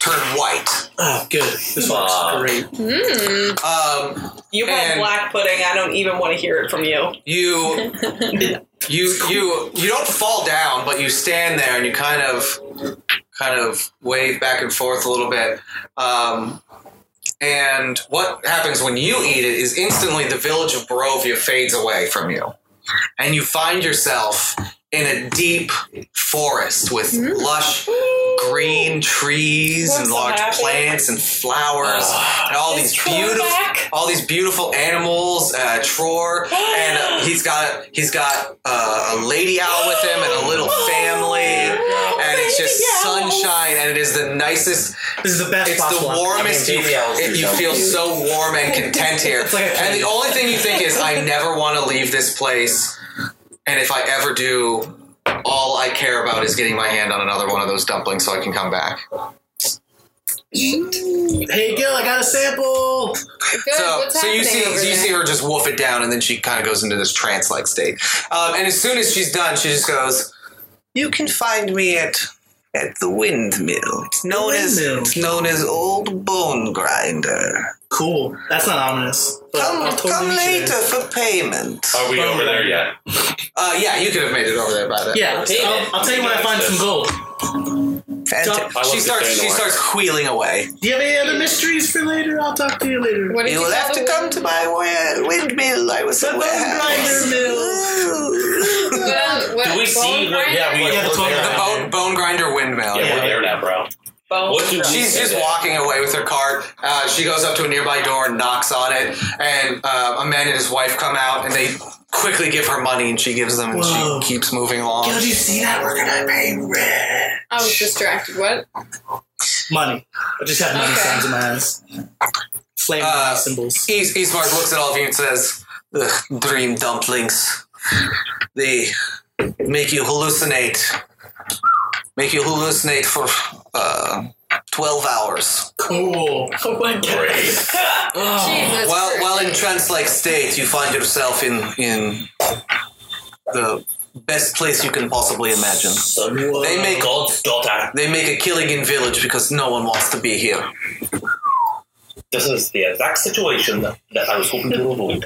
S2: turn white.
S4: oh, good. This works
S7: Aw.
S4: great.
S3: Mm.
S2: Um,
S5: You have
S2: And-
S5: black pudding. I don't even want to hear it from you.
S2: you you you you don't fall down but you stand there and you kind of kind of wave back and forth a little bit um, and what happens when you eat it is instantly the village of barovia fades away from you and you find yourself in a deep forest with lush green trees
S5: I'm
S2: and
S5: so
S2: large
S5: happy.
S2: plants and flowers and all
S5: Is
S2: these
S5: Troy
S2: beautiful
S5: back?
S2: all these beautiful animals, uh, Tror, and uh, he's got he's got uh, a lady owl with him and a little family, and
S5: Oh,
S2: it's just sunshine, and it is the nicest,
S4: This is the best
S2: it's
S4: possible.
S2: the
S4: outcome.
S2: warmest.
S7: I mean,
S2: You,
S7: baby owls
S2: it-
S7: do
S2: you
S7: something.
S2: feel so warm and content here,
S4: like a
S2: and the only thing you think is, I never want to leave this place, and if I ever do. All I care about is getting my hand on another one of those dumplings so I can come back.
S4: Hey Gil, I got a sample.
S3: Good.
S2: So,
S3: What's
S2: so you
S3: happening
S2: see,
S3: over
S2: so you
S3: there?
S2: see her just wolf it down, and then she kind of goes into this trance-like state. Um, and as soon as she's done, she just goes, "You can find me at at the windmill. It's known
S4: windmill.
S2: as it's known as Old Bone Grinder.
S4: Cool. That's not ominous. But
S2: Come,
S4: I'll totally
S2: come
S4: eat it.
S2: later for payment.
S9: Are we over there yet?
S2: Uh, yeah, you could have made it over there by then.
S4: Yeah,
S7: Hey,
S4: I'll,
S7: man.
S4: I'll tell you when I find some gold.
S2: Fanta-
S9: I love
S2: she
S9: to
S2: starts
S9: stay in the
S2: she
S9: wine.
S2: starts wheeling away.
S4: Do you have any other mysteries for later? I'll talk to you later.
S3: What did
S2: You will
S3: tell
S2: have
S3: the
S2: to come
S3: wind-
S2: to my wa- windmill. I was
S4: The
S2: a
S4: bone grinder
S2: warehouse.
S4: mill.
S2: Ooh.
S3: What, what,
S7: Do we
S3: bone
S7: see? What,
S3: grinder?
S7: yeah, we like,
S4: Yeah, the
S7: we're
S4: phone-
S7: there.
S2: The bone, bone grinder windmill.
S9: Yeah,
S2: yeah.
S9: we're there now, bro.
S5: Bones.
S7: What do we
S2: She's
S7: say
S2: just
S7: there?
S2: walking away with her cart. Uh, she goes up to a nearby door and knocks on it, and uh, a man and his wife come out, and they quickly give her money, and she gives them, and
S4: Whoa.
S2: she keeps moving along.
S4: Gil, do you see that? We're gonna pay rent.
S3: I was distracted. What?
S4: Money. I just have money
S3: Okay.
S4: signs in my eyes. flame
S2: Uh,
S4: symbols.
S2: East, Eastmark looks at all of you and says, "Ugh, "Dream dumplings. They make you hallucinate. Make you hallucinate for uh, twelve hours.
S4: Cool. Oh my god.
S7: Oh.
S3: Jesus
S2: while
S3: Christ.
S2: while in trance-like state, you find yourself in in the best place you can possibly imagine. They make
S7: God's daughter.
S2: they make a killing in village because no one wants to be here.
S7: This is the exact situation that, that I was hoping to avoid.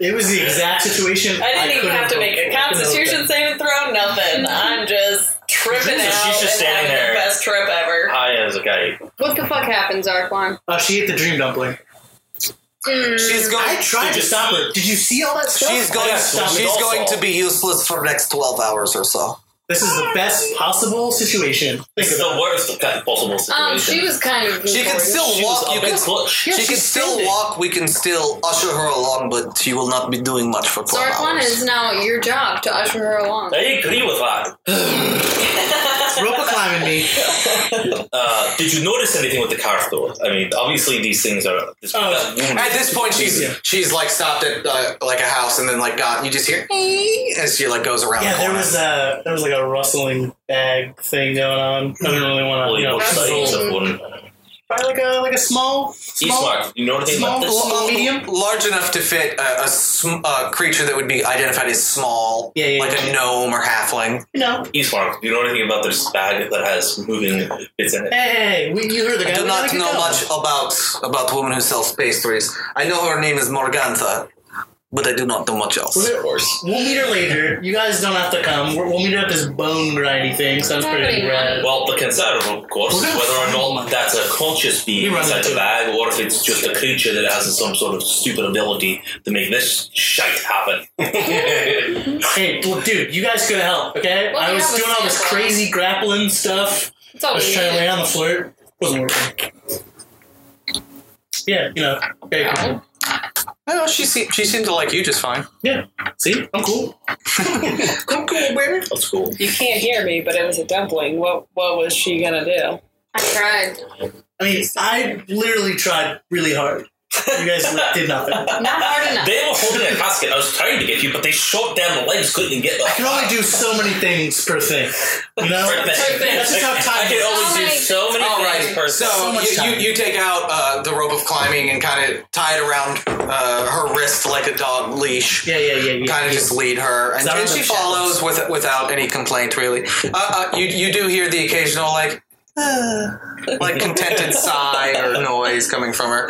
S4: It was the exact situation.
S5: I didn't even
S4: couldn't
S5: have to
S4: have-
S5: make a
S4: couldn't have
S5: constitution
S4: done.
S5: saving throw, nothing. I'm just tripping
S7: Jesus,
S5: out.
S7: she's just
S5: and having
S7: standing there.
S5: The best trip ever.
S7: I as a guy.
S3: What the fuck happened, Zarquan?
S4: Uh, she ate the dream dumpling.
S2: She's going.
S4: I tried to stop her. Did you see all that stuff?
S2: She's going.
S4: I stopped it
S2: She's
S4: all.
S2: going to be useless for the next twelve hours or so.
S4: This is the best possible situation.
S7: This is the worst possible situation.
S3: Um, she was kind of.
S2: She can still
S7: She was
S2: walk.
S7: a
S2: You
S7: bit
S2: can.
S7: clutch.
S2: she can still walk. We can still usher her along, but she will not be doing much for twelve
S3: Zarquan
S2: hours.
S3: is now your job to usher her along.
S7: I agree with that.
S4: Rope climbing me.
S7: Uh, did you notice anything with the car though? I mean, obviously these things are. This,
S4: Oh.
S7: that woman-
S2: At this point, she's
S4: Yeah.
S2: she's like stopped at uh, like a house, and then like got you just hear "Ee," as she like goes around.
S4: Yeah,
S2: the
S4: there
S2: corner.
S4: was a there was like a rustling bag thing going on. I didn't really want to.
S7: Well,
S4: You
S7: you
S4: know,
S7: look like
S4: rustle.
S7: it's a woman.
S4: Probably like a like a small small.
S7: Eastmark, you know anything about
S4: small-
S7: this?
S2: L-
S4: medium?
S2: uh, large enough to fit a, a sm- a creature that would be identified as small,
S4: Yeah, yeah,
S2: like
S4: yeah.
S2: a gnome or halfling.
S4: You know,
S7: Eastmark, you know anything about this bag that has moving bits in it?
S4: hey, we, you heard the guy.
S2: I do
S4: We
S2: not
S4: gotta get
S2: know
S4: going.
S2: much about about the woman who sells pastries. I know her name is Morgantha, but I do not know much else.
S4: We'll, we'll meet her later. You guys don't have to come. We're, we'll meet her at this bone grindy thing. Sounds pretty rad.
S7: Well, the concern, of course,
S4: We're
S7: is
S4: gonna
S7: whether or
S4: find
S7: not
S4: one.
S7: that's a conscious being
S4: We run
S7: inside
S4: into
S7: the
S4: it.
S7: bag, or if it's just a creature that has some sort of stupid ability to make this shite happen.
S4: Hey, look, dude, you guys could help. Okay,
S3: Well,
S4: I
S3: we
S4: was
S3: have a
S4: doing all this
S3: sample.
S4: crazy grappling stuff.
S3: It's all
S4: I
S3: we
S4: was trying to
S3: need.
S4: lay on the flirt. Wasn't working. Yeah, you know, very cool.
S2: I know she se- she seemed to like you just fine.
S4: Yeah, see, I'm cool.
S2: Cool, cool, baby.
S7: That's cool.
S10: You can't hear me, but it was a dumpling. What what was she gonna do?
S3: I tried.
S4: I mean, I literally tried really hard. You guys did nothing. I
S3: Not hard enough.
S7: They were holding a casket. I was trying to get you, but they shot down the legs, couldn't get the.
S4: can only do so many things per thing. You know, That's just how time
S7: I can
S4: is.
S7: only do so many
S2: All right.
S7: things per
S2: So,
S4: So much
S2: you,
S4: time.
S2: you, you take out uh, the rope of climbing and kind of tie it around uh, her wrist like a dog leash.
S4: yeah, yeah, yeah, yeah.
S2: Kind of just lead her, and,
S4: Sound
S2: and
S4: of
S2: she
S4: shadows.
S2: follows with without any complaint, really. Uh, uh, you you do hear the occasional like, like contented sigh or noise coming from her.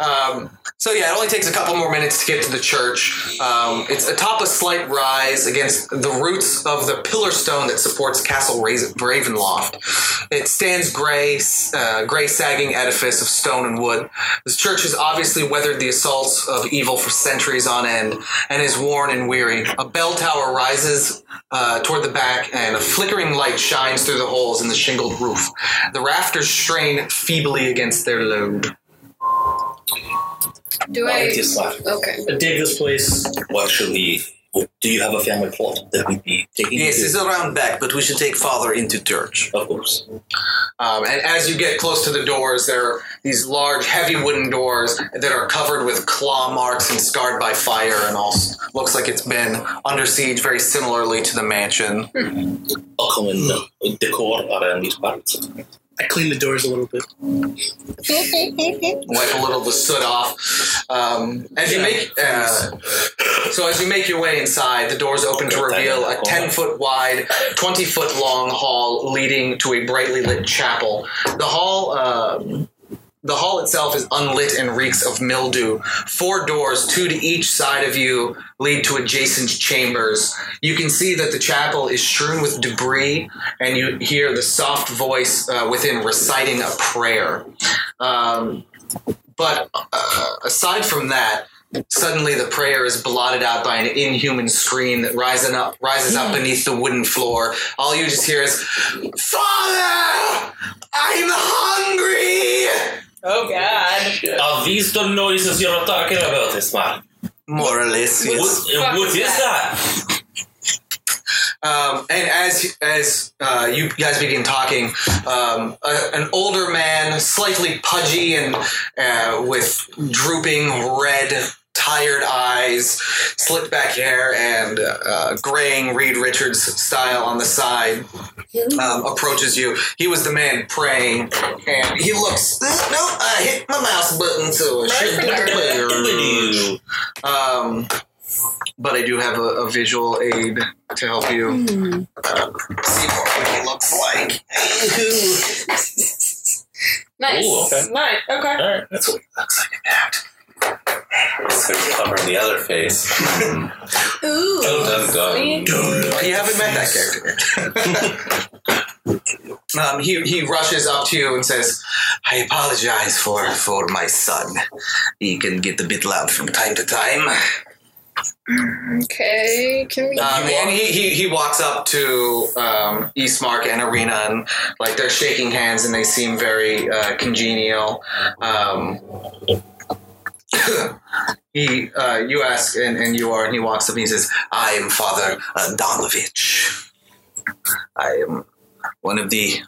S2: Um, so yeah, it only takes a couple more minutes to get to the church. Um, it's atop a slight rise against the roots of the pillar stone that supports Castle Raz- Ravenloft. It stands gray, uh, gray sagging edifice of stone and wood. This church has obviously weathered the assaults of evil for centuries on end and is worn and weary. A bell tower rises uh, toward the back, and a flickering light shines through the holes in the shingled roof. The rafters strain feebly against their load.
S3: Do
S7: I
S3: I?
S7: just laughed.
S3: Okay.
S4: I dig this place.
S7: Well, actually, do you have a family plot that we'd be taking?
S2: Yes,
S7: to?
S2: it's around back, but we should take father into church.
S7: of course.
S2: Um, and as you get close to the doors, there are these large, heavy wooden doors that are covered with claw marks and scarred by fire, and all looks like it's been under siege, very similarly to the mansion.
S7: A common
S4: Hmm.
S7: decor around these parts.
S4: I clean the doors a little bit.
S2: wipe a little of the soot off. Um, as you
S4: Yeah.
S2: make uh, so, as you make your way inside, the doors open to reveal a ten foot wide, twenty foot long hall leading to a brightly lit chapel. The hall. Um, the hall itself is unlit and reeks of mildew. Four doors, two to each side of you, lead to adjacent chambers. You can see that the chapel is strewn with debris, and you hear the soft voice uh, within reciting a prayer. Um, but uh, aside from that, suddenly the prayer is blotted out by an inhuman scream that rises up, rises up beneath the wooden floor. All you just hear is, "Father, I'm hungry."
S5: Oh God.
S7: Are these the noises you're talking about, Ismail?
S2: More or less, yes.
S7: What,
S5: fuck
S7: what
S5: is
S7: is that?
S2: Um, and as as uh, you guys begin talking, um, a, an older man, slightly pudgy and uh, with drooping red, tired eyes, slicked back hair, and uh, graying Reed Richards style on the side, um, approaches you. He was the man praying, and he looks. "Mm, No, I hit my mouse button, so I should
S7: Mm.
S2: be clear. Um, but I do have a, a visual aid to help you uh, see more what he looks like.
S3: Nice.
S9: Ooh, okay.
S3: Nice. Okay.
S9: All right, that's what it looks like in that. So we're covering the other face. Dun,
S3: Ooh.
S9: dun, dun.
S3: Sweet.
S2: Well, you haven't met that character yet. um, he, he rushes up to you and says, I apologize for, for my son. He can get a bit loud from time to time.
S3: Okay. Can we?
S2: Um, and he, he, he walks up to um, Eastmark and Arena, and like they're shaking hands and they seem very uh, congenial. Um, he uh, You ask, and, and you are, and he walks up and he says, I am Father uh, Donovich. I am one of the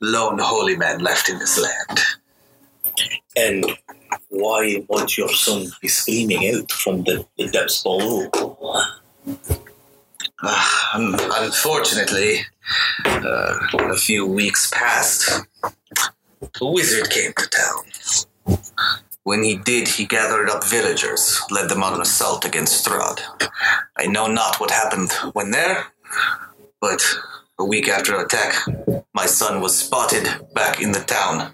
S2: lone holy men left in this land.
S7: And why won't your son be screaming out from the, the depths below?
S2: Um, unfortunately, uh, a few weeks passed. A wizard came to town. When he did, he gathered up villagers, led them on an assault against Strahd. I know not what happened when there, but a week after attack, my son was spotted back in the town.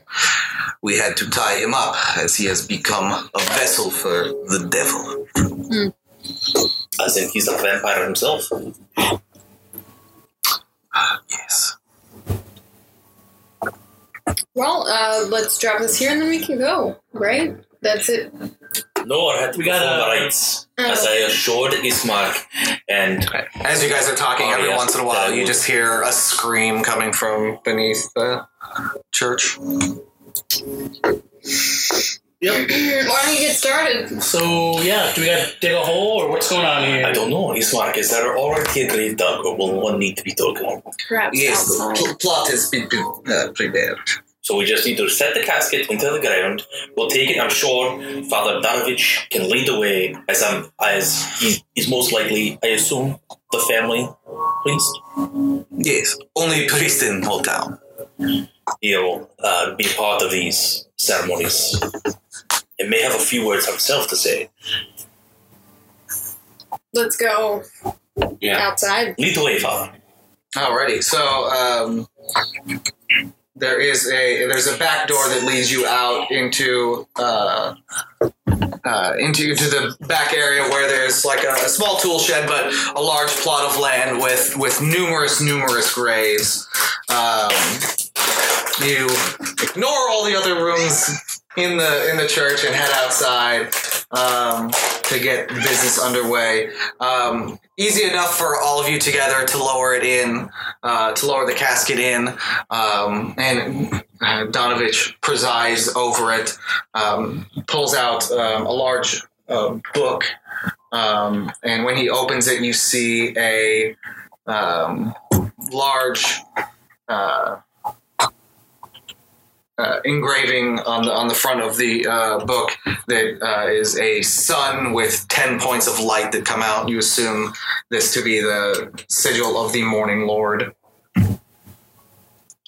S2: We had to tie him up, as he has become a vessel for the devil.
S7: As in, he's a vampire himself.
S2: Yes.
S3: Well, uh, let's drop this here and then we can go. Right? That's it.
S7: No, I had to
S4: We
S7: we perform
S4: gotta-
S7: the rites, as I assured Ismark. And
S2: As you guys are talking,
S7: Oh,
S2: every
S7: yeah.
S2: once in a while,
S7: Yeah,
S2: you
S7: we-
S2: just hear a scream coming from beneath the church.
S4: Yep.
S3: Why don't you get started?
S4: So yeah, do we gotta dig a hole or what's going on
S7: I
S4: here?
S7: don't know, Ismark, is there already a grave dug or will one need to be dug?
S3: Perhaps
S2: Yes, the
S3: outside.
S2: pl- plot has been pre- uh, prepared.
S7: So we just need to set the casket into the ground. We'll take it. I'm sure Father Danovich can lead the way, as I'm as he's, he's most likely, I assume, the family priest.
S2: Yes, only priest in whole town.
S7: He'll uh, be part of these ceremonies. He may have a few words himself to say.
S3: Let's go
S9: Yeah.
S3: outside.
S7: Lead the way, Father.
S2: Alrighty, so um, there is a there's a back door that leads you out into uh, uh, into into the back area where there's like a, a small tool shed, but a large plot of land with with numerous numerous graves. Um, you ignore all the other rooms in the in the church and head outside um, to get business underway. Um, easy enough for all of you together to lower it in, uh, to lower the casket in, um, and uh, Donovich presides over it. Um, pulls out um, a large uh, book, um, and when he opens it, you see a um, large. Uh, uh, engraving on the on the front of the uh, book that uh, is a sun with ten points of light that come out. You assume this to be the sigil of the Morning Lord.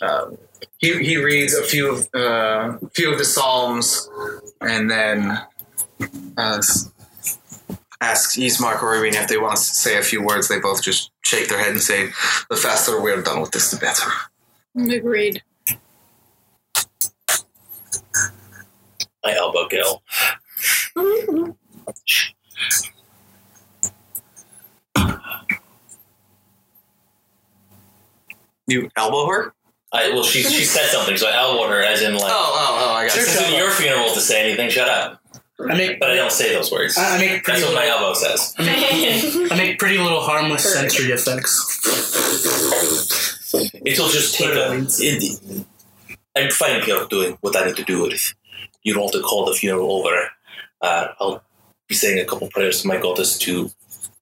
S2: Um, he he reads a few of uh, few of the psalms, and then uh, s- asks Eastmark or Irene if they want to say a few words. They both just shake their head and say, "The faster we're done with this, the better."
S3: Agreed.
S7: I elbow Gil.
S2: You elbow her.
S7: I, well, she she said something, so I elbowed her, as in like,
S2: Oh oh oh! I got
S7: "This isn't your funeral to say anything. Shut up."
S4: I make
S7: But I don't say those words.
S4: I I make pretty
S7: That's what my
S4: little,
S7: elbow says.
S4: I make pretty little harmless sensory effects.
S7: It'll just take a. It, I'm fine here doing what I need to do with. You don't have to call the funeral over. Uh, I'll be saying a couple prayers to my goddess to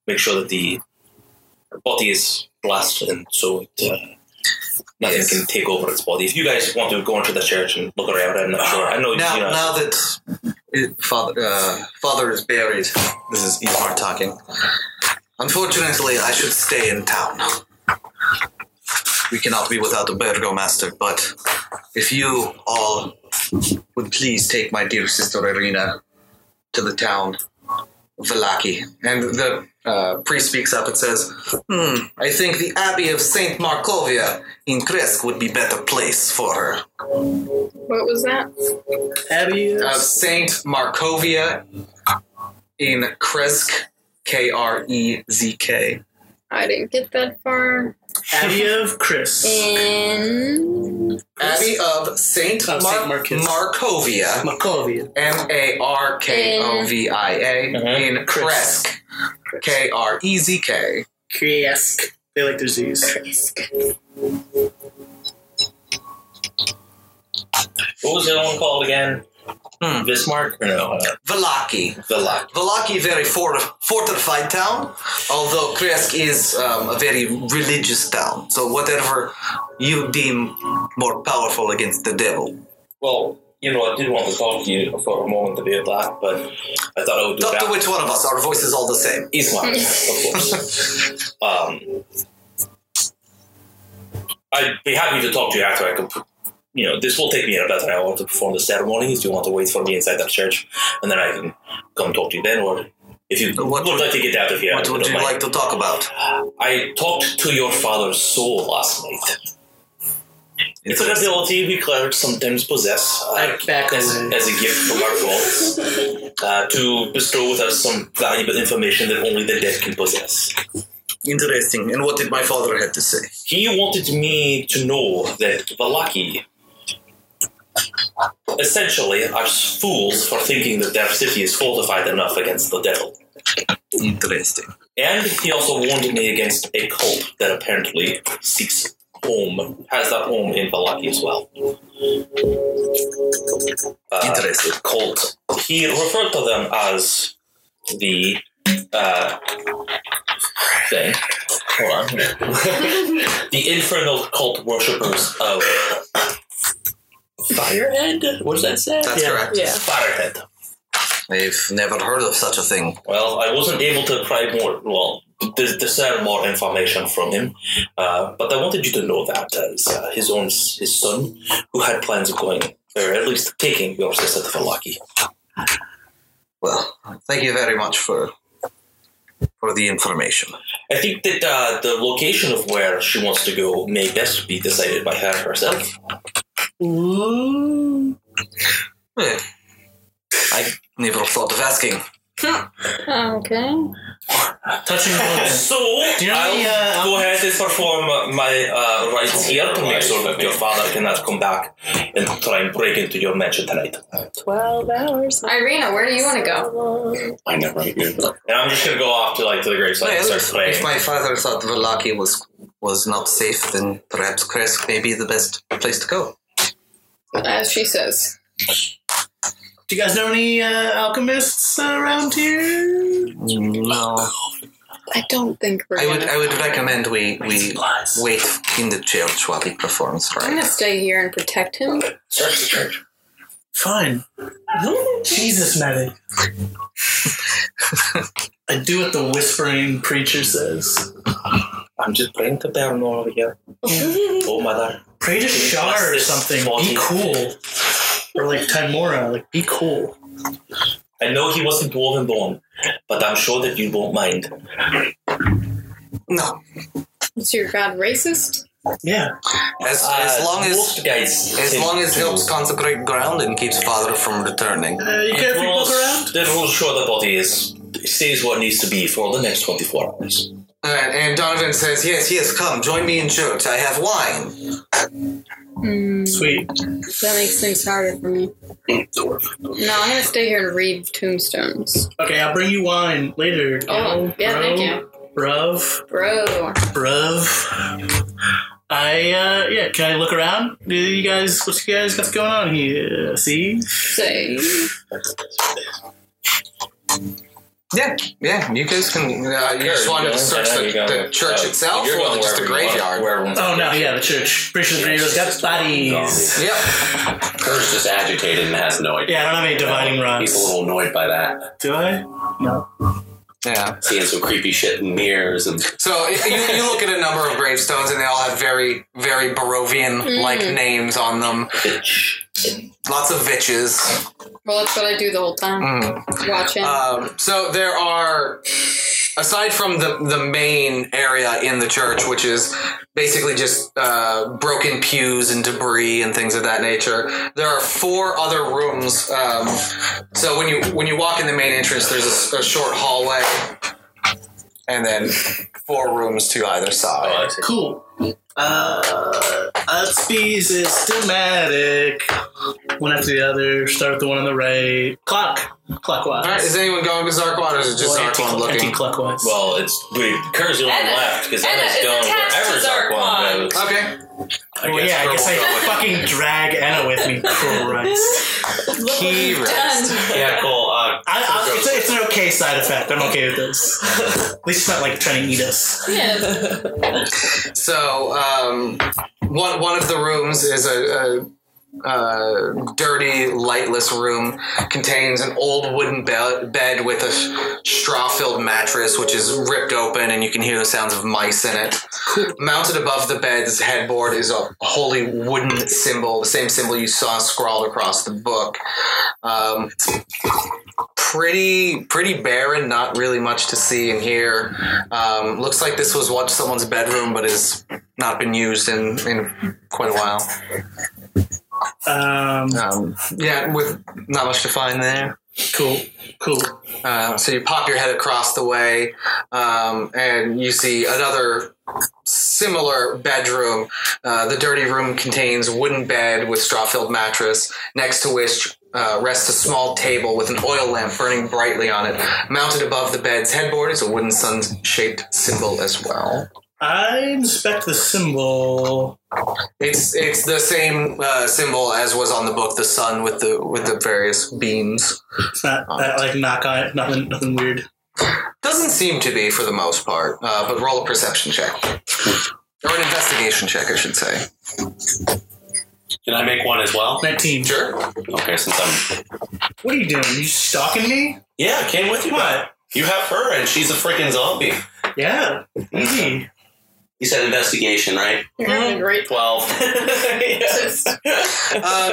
S7: make sure that the body is blast, and so it, uh, nothing
S2: Yes.
S7: can take over its body. If you guys want to go into the church and look around, I'm not sure. I know
S2: Now,
S7: you know.
S2: now that it- father uh, father is buried, this is Ismar talking. Unfortunately, I should stay in town. We cannot be without a burgomaster, but if you all would please take my dear sister Irina to the town of Velaki. And the uh, priest speaks up and says, Hmm, I think the Abbey of St. Markovia in Kresk would be better place for her.
S3: What was that?
S4: Abby,
S2: of Saint Markovia in Kresk, K R E Z K.
S3: I didn't get that far.
S4: Abby of Chris.
S3: In
S2: Abbey of Oh, Saint
S4: Of
S2: Mar-
S4: Saint Marcus.
S2: Markovia,
S4: Makovia.
S2: M A R K O V I A,
S7: Mhm.
S2: in Kresk, K R E Z K.
S4: Kresk. They like their Z's.
S7: What was the other one called again?
S2: Hmm.
S7: Bismarck? Or no, uh,
S2: Velaki.
S7: Vilak.
S2: Velaki, very fort- fortified town, although Kresk is um, a very religious town. So, whatever you deem more powerful against the devil.
S7: Well, you know, I did want to talk to you for a moment about that, but I thought I would do
S2: Talk to
S7: that.
S2: which one of us, our voice is all the same.
S7: Islam, of course. um, I'd be happy to talk to you after I could. You know, this will take me about an hour to perform the ceremony. If you want to wait for me inside that church, and then I can come talk to you then, or if you
S2: What
S7: would
S2: would-
S7: like to get out of here,
S2: What
S7: I
S2: would
S7: don't
S2: you
S7: mind.
S2: like to talk about?
S7: I talked to your father's soul last night. It's an ability we clerics sometimes possess uh,
S4: I back
S7: as,
S4: away.
S7: as a gift from our gods uh, to bestow with us some valuable information that only the dead can possess.
S2: Interesting. And what did my father have to say?
S7: He wanted me to know that Valaki essentially are fools for thinking that their city is fortified enough against the devil.
S2: Interesting.
S7: And he also warned me against a cult that apparently seeks home, has that home in Valaki as well. Uh,
S2: Interesting.
S7: cult. He referred to them as the uh, thing. Hold on. the infernal cult worshippers of Firehead. What does that say?
S2: That's
S4: Yeah.
S2: correct.
S10: Yeah.
S7: Firehead.
S2: I've never heard of such a thing.
S7: Well, I wasn't able to pry more, well, dis- discern more information from him, uh, but I wanted you to know that as uh, his own his son, who had plans of going, or at least taking your sister to Valaki.
S2: Well, thank you very much for for the information.
S7: I think that uh, the location of where she wants to go may best be decided by her herself.
S2: Eh, I never thought of asking.
S3: okay.
S4: Touching the lips.
S7: So
S4: Do you know
S7: I'll
S4: the, uh,
S7: go ahead and perform uh, my uh, rites here to make sure that your father cannot come back and try and break into your mansion tonight.
S10: Twelve hours.
S3: Irina, where do you want to go?
S9: I know, right?
S7: And I'm just gonna go off to like to the gravesite and start
S2: if,
S7: praying.
S2: my father thought Velaki was was not safe, then perhaps Kresk may be the best place to go.
S3: As she says.
S4: Do you guys know any uh, alchemists around here?
S2: No,
S3: I don't think we're
S2: I would
S3: gonna-
S2: I would recommend we we wait in the church while he performs.
S3: I'm gonna
S2: Right?
S3: stay here and protect him.
S7: Search the church.
S4: Fine. Jesus, medic. I do what the whispering preacher says.
S7: I'm just praying to Baron over here. oh mother.
S4: Pray to Shar or something. Be cool. Or like Timora, like be cool.
S7: I know he wasn't dwarven born, but I'm sure that you won't mind.
S2: No,
S3: Is your god racist?
S4: Yeah.
S2: as
S7: Uh,
S2: as long as
S7: most guys
S2: As
S7: tend
S2: long as it
S7: to-
S2: helps consecrate ground and keeps father from returning.
S4: Uh, you got a few
S7: Rules-
S4: people around?
S7: The rules show the body is stays what it needs to be for the next 24 hours.
S2: Alright, and Donovan says, Yes, yes, come, join me in church. I have wine.
S4: Sweet.
S3: That makes things harder for me. No, I'm gonna stay here and read tombstones.
S4: Okay, I'll bring you wine later.
S3: Oh, yeah, thank you.
S4: Bruv,
S3: Bro.
S4: bruv. I uh yeah, can I look around? Do you guys what you guys got going on here? See?
S3: Say.
S2: Yeah, yeah. You guys can. Uh, you just wanted to search the, the church itself, or just the graveyard?
S7: Where
S4: Oh no, yeah, the church. Pretty sure the graveyard's got bodies.
S2: Yep.
S9: Kurt's just agitated and has no idea.
S4: Yeah, I don't have any divining rods.
S9: He's a little annoyed by that.
S4: Do I?
S2: Yeah.
S9: Seeing some creepy shit in mirrors and
S2: So y- you, you look at a number of gravestones, and they all have very, very Barovian like names on them.
S7: bitch.
S2: Lots of vitches.
S3: Well, that's what I do the whole time.
S2: Mm.
S3: Watching.
S2: Um, so there are, aside from the the main area in the church, which is basically just uh, broken pews and debris and things of that nature, there are four other rooms. Um, so when you when you walk in the main entrance, there's a s- a, short hallway, and then four rooms to either
S7: Oh,
S2: side.
S4: Cool. Uh, let's be systematic. One after the other. Start with the one on the right. Clock. Clockwise.
S2: All right, is anyone going with Zarquad, or is it just
S4: Or
S2: Zarquad
S4: anti-
S2: looking?
S4: Anti-clockwise.
S7: Well, it's wait, Kerr's the only one
S5: Anna-
S7: left because
S5: Anna
S7: Anna's
S5: is
S7: going
S5: attached to
S7: wherever Zarquan
S5: Zarquan.
S7: goes.
S2: Okay.
S7: I
S4: Well, yeah, I guess I
S7: Kerr will go.
S4: fucking drag Anna with me. Christ.
S2: Key rest.
S7: Yeah, cool. Uh,
S4: I, I, it's, a, it's an okay side effect. I'm okay with this. At least it's not like trying to eat us.
S3: yeah.
S2: So um, one one of the rooms is a, a, a dirty, lightless room. Contains an old wooden be- bed with a sh- straw-filled mattress, which is ripped open, and you can hear the sounds of mice in it. Mounted above the bed's headboard is a holy wooden symbol, the same symbol you saw scrawled across the book. Um, pretty pretty barren, not really much to see and hear. Um, looks like this was once someone's bedroom, but has not been used in, in quite a while.
S4: Um,
S2: Um, yeah, with not much to find there.
S4: cool. Cool.
S2: Uh, so you pop your head across the way, um, and you see another similar bedroom. Uh, the dirty room contains wooden bed with straw-filled mattress, next to which uh, rests a small table with an oil lamp burning brightly on it. Mounted above the bed's headboard is a wooden sun-shaped symbol as well.
S4: I inspect the symbol.
S2: It's it's the same uh, symbol as was on the book, the sun with the with the various beams.
S4: It's not that like knock on it. Nothing. Nothing weird.
S2: Doesn't seem to be for the most part, uh, but roll a perception check or an investigation check, I should say.
S9: Can I make one as well?
S4: Nineteen.
S2: Sure.
S9: Okay, since I'm
S4: What are you doing? You stalking me?
S9: Yeah, I came with you. What? You have her and she's a freaking zombie.
S4: Yeah. Easy.
S9: You said investigation, right?
S3: You're having a great
S9: Twelve.
S2: Uh,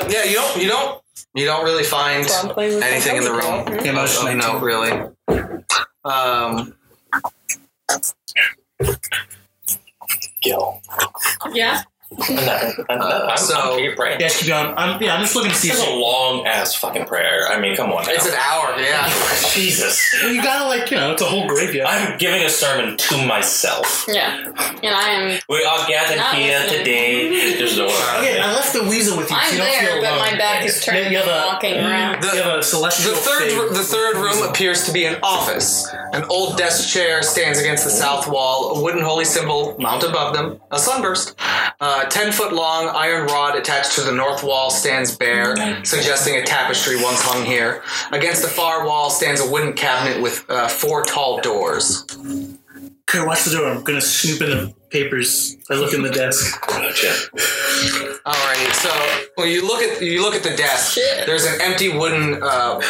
S2: yeah, you don't you don't you don't really find anything in the room.
S4: Yeah, most
S2: Oh, no, really. Um,
S7: Gil.
S3: Yeah.
S7: I'm not. I'm, not, I'm,
S2: so-
S7: I'm here praying.
S4: Yeah, keep going. I'm, yeah, I'm just looking to see.
S7: It's a
S4: If
S7: long ass fucking prayer. I mean, come on.
S2: it's an hour. Yeah.
S7: Jesus.
S4: you, you gotta like, you know, it's a whole graveyard.
S7: I'm giving a sermon to myself.
S3: Yeah. And I am.
S7: We are gathered
S3: Not
S7: here
S3: listening.
S7: today. There's no one.
S4: Okay, I left the weasel with you. so
S3: I'm
S4: you don't
S3: there,
S4: feel
S3: but
S4: alone.
S3: my back is turned.
S4: You have a- Mm.
S3: walking around.
S4: You have a celestial
S2: The third,
S4: fig.
S2: the third room appears to be an office. An old desk chair stands against the south wall, a wooden holy symbol mounted above them, a sunburst. A 10 foot long iron rod attached to the north wall stands bare, suggesting a tapestry once hung here. Against the far wall stands a wooden cabinet with uh, four tall doors.
S4: Okay, watch the door. I'm gonna snoop in the papers. I look in the desk.
S2: Alrighty, so when you look at you look at the desk, there's an empty wooden uh,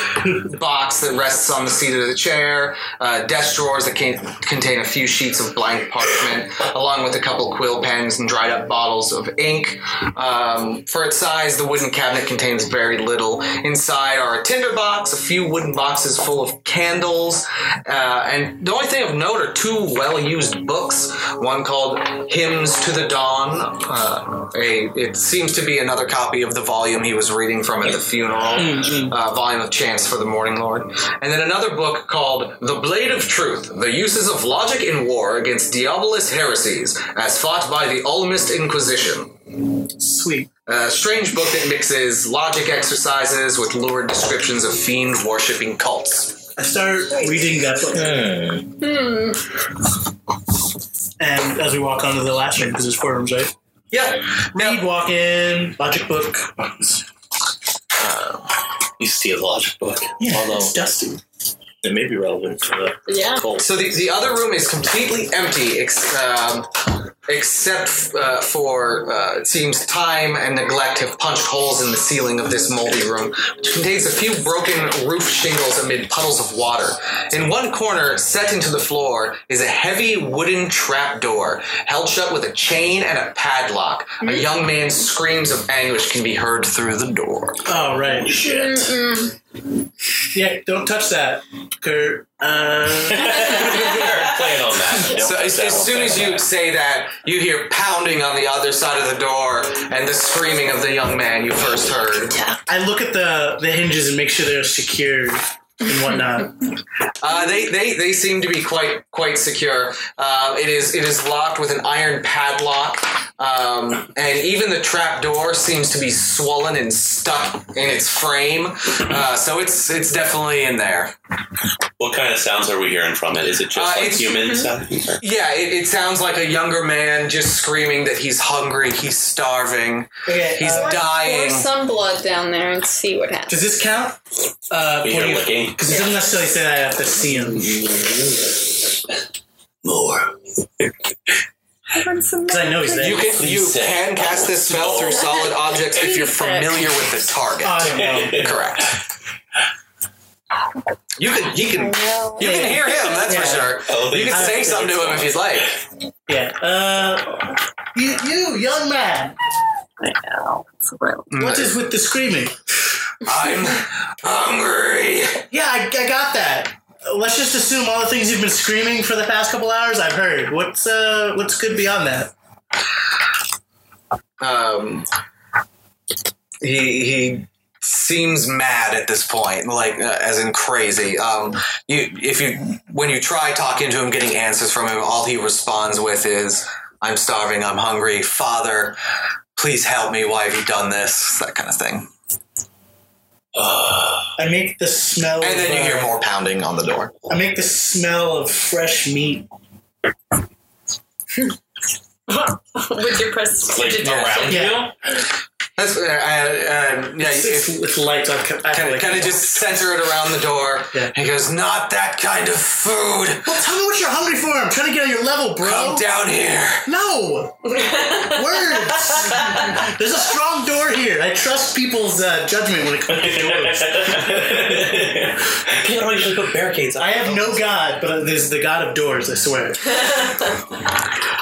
S2: box that rests on the seat of the chair. Uh, desk drawers that can, contain a few sheets of blank parchment, along with a couple quill pens and dried up bottles of ink. Um, for its size, the wooden cabinet contains very little. Inside are a tinder box, a few wooden boxes full of candles, uh, and the only thing of note are two well-used books. One called "Hymns to the Dawn." Uh, a it seems to be another copy of the volume he was reading from at the funeral, uh, volume of Chants for the Morning Lord, and then another book called "The Blade of Truth: The Uses of Logic in War Against Diabolist Heresies, as Fought by the Ulmist Inquisition."
S4: Sweet.
S2: A strange book that mixes logic exercises with lurid descriptions of fiend worshipping cults.
S4: I start reading that book,
S7: Hmm.
S3: Hmm.
S4: and as we walk onto the last room, because there's four rooms, right?
S2: Yeah.
S4: Read, walk in, logic book.
S7: You steal the logic book.
S4: Yeah,
S7: Although
S4: it's dusty.
S7: It may be relevant for the
S3: Yeah.
S7: cult.
S2: So the, the other room is completely empty, ex- um, except uh, for uh, it seems time and neglect have punched holes in the ceiling of this moldy room, which contains a few broken roof shingles amid puddles of water. In one corner, set into the floor, is a heavy wooden trap door held shut with a chain and a padlock. A young man's screams of anguish can be heard through the door.
S4: Oh, right.
S7: Shit.
S4: Yeah, don't touch that. Kurt. Uh,
S7: Plan on that. Don't
S2: So
S7: touch
S2: as,
S7: that
S2: as
S7: one.
S2: soon as you say that, you hear pounding on the other side of the door and the screaming of the young man you first heard.
S4: I look at the, the hinges and make sure they're secured and whatnot.
S2: Uh, they, they they seem to be quite quite secure. Uh, it is it is locked with an iron padlock, um, and even the trap door seems to be swollen and stuck in its frame. Uh, so it's it's definitely in there.
S9: What kind of sounds are we hearing from it? Is it
S2: Uh,
S9: just like
S2: it's-
S7: Mm-hmm.
S9: human sounds? or-
S2: Yeah, it, it sounds like a younger man just screaming that he's hungry, he's starving,
S4: Okay.
S2: he's
S4: uh,
S2: dying.
S3: Pour some blood down there and see what happens.
S4: does this count? Uh,
S9: We hear licking.
S4: Because it doesn't necessarily say that I have to see him.
S9: More.
S4: Because I know he's there.
S2: You can
S9: Please
S2: you
S9: say.
S2: can cast this spell through solid objects if you're familiar with the target.
S4: Oh, I know.
S2: Correct. You can you can you can hear him. That's for
S4: Yeah.
S2: sure.
S9: Oh,
S2: You
S9: they-
S2: can say something to him if you'd like.
S4: Yeah. Uh, you, you, young man. What is with the screaming?
S2: I'm hungry.
S4: Yeah, I, I got that. Let's just assume all the things you've been screaming for the past couple hours. I've heard. What's uh, what's good beyond that?
S2: Um, he he seems mad at this point, like uh, as in crazy. Um, you if you when you try talking to him, getting answers from him, all he responds with is, "I'm starving. I'm hungry. Father, please help me. Why have you done this? That kind of thing."
S4: I make the smell.
S2: And then
S4: of,
S2: you hear
S4: uh,
S2: more pounding on the door.
S4: I make the smell of fresh meat.
S5: with your press.
S7: Like around
S4: Yeah.
S2: That's uh, uh, uh, yeah.
S4: It's,
S2: If,
S4: it's light. So I kind
S2: kind of, kind of just center it around the door.
S4: Yeah.
S2: He goes, "Not that kind of food.
S4: Well, tell me what you're hungry for. I'm trying to get on your level, bro.
S2: Come down here."
S4: No! Words! There's a strong door here. I trust people's uh, judgment when it comes to doors.
S7: Can't really put barricades
S4: I have no god, but there's the god of doors, I swear.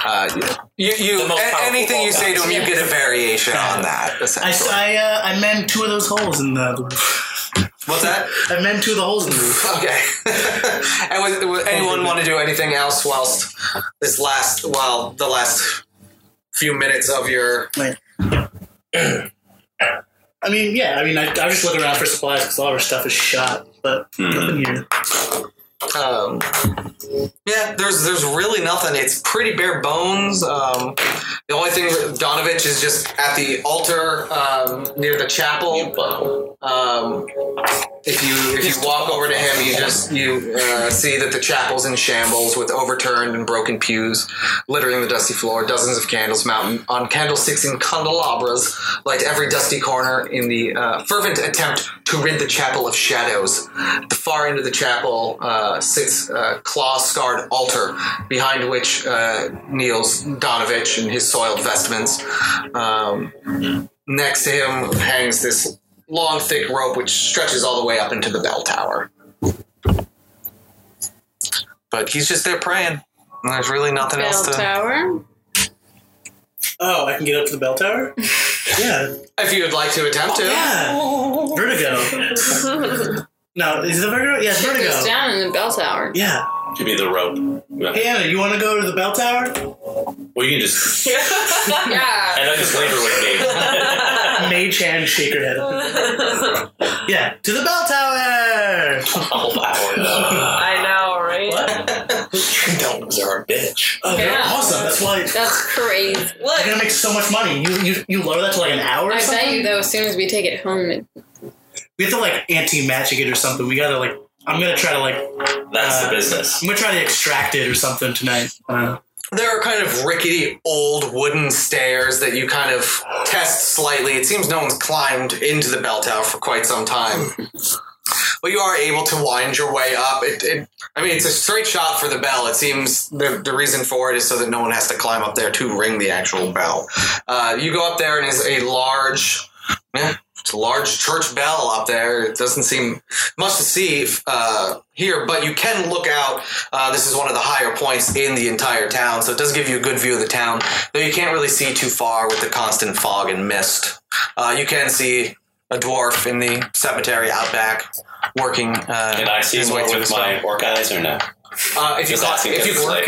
S2: Uh, you, you
S7: The most
S2: a-
S7: powerful
S2: anything you say to him, you get a variation on that.
S4: I,
S2: Essentially,
S4: I, uh, I mend two of those holes in the roof.
S2: what's that?
S4: I mend two of the holes in the roof.
S2: Okay. and was, would anyone want to do anything else whilst this last, while the last few minutes of your?
S4: Like, I mean, yeah, I mean, I, I just look around for supplies because all of our stuff is shot, but nothing here.
S2: Um, yeah, there's there's really nothing. It's pretty bare bones. Um, the only thing Donovich is just at the altar um, near the chapel. Um, if you if you walk over to him, you just you uh, see that the chapel's in shambles with overturned and broken pews, littering the dusty floor. Dozens of candles mounted on candlesticks and candelabras light every dusty corner in the uh, fervent attempt to rid the chapel of shadows. At the far end of the chapel uh, sits a claw-scarred altar, behind which uh, kneels Donovich in his soiled vestments. Um, next to him hangs this long, thick rope which stretches all the way up into the bell tower. But he's just there praying. And there's really nothing
S3: Bell
S2: else to.
S3: tower.
S4: Oh, I can get up to the bell tower? yeah.
S2: If you would like to attempt to.
S4: Yeah. Vertigo. No, is it vertigo? Yeah, it's
S3: It goes
S4: vertigo.
S3: down in the bell tower.
S4: Yeah.
S9: Give me the rope. Yeah.
S4: Hey, Anna, you want to go to the bell tower?
S9: Well, you can just.
S3: Yeah.
S7: And I just labor with me.
S4: Mage hand, shake her head. yeah, to the bell tower.
S7: Oh, wow.
S5: I know, right?
S7: You Don't are a bitch.
S4: Oh, they're
S3: Yeah.
S4: awesome. That's why you're
S3: That's crazy.
S5: Look,
S4: gonna make so much money. You you, you lower that to like an hour. Or
S3: I
S4: something?
S3: bet you though, as soon as we take it home, it,
S4: We have to like anti magic it or something. We gotta like. I'm gonna try to like. I'm
S7: That's
S4: Uh,
S7: the business.
S4: gonna try to extract it or something tonight. Uh,
S2: There are kind of rickety old wooden stairs that you kind of test slightly. It seems no one's climbed into the bell tower for quite some time. but you are able to wind your way up. It, it, I mean, it's a straight shot for the bell. It seems the, the reason for it is so that no one has to climb up there to ring the actual bell. Uh, you go up there, and it's a large, yeah, it's a large church bell up there. It doesn't seem much to see uh, here, but you can look out. Uh, this is one of the higher points in the entire town, so it does give you a good view of the town, though you can't really see too far with the constant fog and mist. Uh, you can see a dwarf in the cemetery out back working uh,
S9: Can I see
S2: his way
S9: more
S2: through
S9: with
S2: the
S9: my
S2: snow.
S9: orc eyes or no?
S2: Uh, if you,
S9: Just asking
S2: if you
S9: because it's like-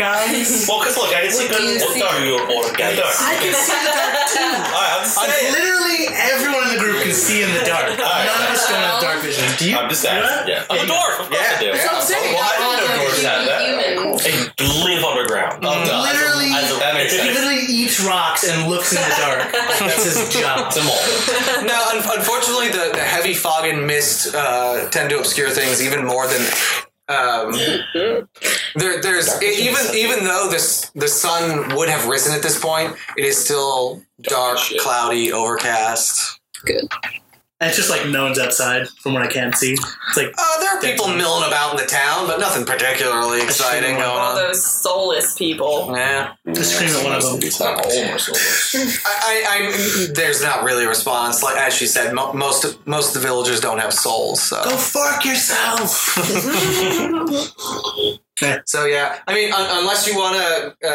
S7: Well, because look, I see
S3: What do you
S7: what
S3: see?
S7: are your orc guys?
S4: I can see the dark too.
S7: Alright, I'm
S4: I'm
S7: saying.
S4: literally everyone in the group can see in the dark. None of us don't have dark vision. Do you?
S9: I'm just asking. Yeah.
S7: I'm a dwarf, of course I do.
S2: Yeah,
S4: I'm saying.
S9: Well, I
S3: All
S9: didn't
S3: the
S9: know dwarves had that.
S3: humans.
S7: I live underground.
S9: Oh, no, I don't-
S4: Literally-
S9: I don't- that makes
S4: He
S9: sense.
S4: literally eats rocks and looks in the dark. That's his job.
S9: Some more.
S2: No, un- unfortunately, the, the heavy fog and mist uh, tend to obscure things even more than. Um, there, there's e- even even though this the sun would have risen at this point, it is still dark,
S9: shit.
S2: cloudy, overcast.
S4: And it's just like no one's outside from what I can see. It's like
S2: Uh, there are people milling about in the town, but nothing particularly exciting going
S5: All
S2: on.
S5: those soulless people.
S2: Yeah,
S4: just scream at one of them.
S9: Mm, It's not almost almost.
S2: I, I, I, there's not really a response. Like as she said, mo- most most of the villagers don't have souls. So.
S4: Go fuck yourself.
S2: So yeah, I mean, un- unless you want to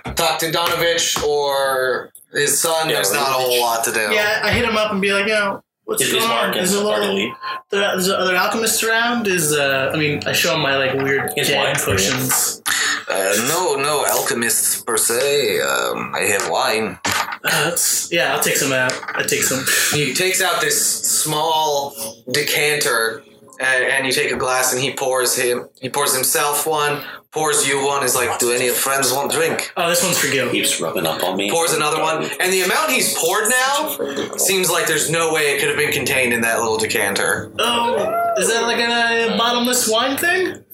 S2: uh, talk to Donovich or his son,
S7: Yeah,
S2: there's not a whole lot to do.
S4: Yeah, I hit him up and be like, you know, what's
S7: Is
S4: going on?
S7: Marcus
S4: Is a
S7: hard to
S4: little
S7: leave?
S4: there, there's other alchemists around? Is uh, I mean, I show him my like weird
S7: Here's
S4: dead
S7: wine for you.
S4: potions.
S2: Uh, no, no alchemists per se. Um, I have wine.
S4: Uh, that's- yeah, I'll take some out. I take some.
S2: He takes out this small decanter, and, and you take a glass, and he pours him. He pours himself one. Pours you one. Is like, do any of friends want drink?
S4: Oh, this one's for Gil.
S9: Keeps rubbing up on me.
S2: Pours another one, and the amount he's poured now seems like there's no way it could have been contained in that little decanter.
S4: Oh, is that like a bottomless wine thing?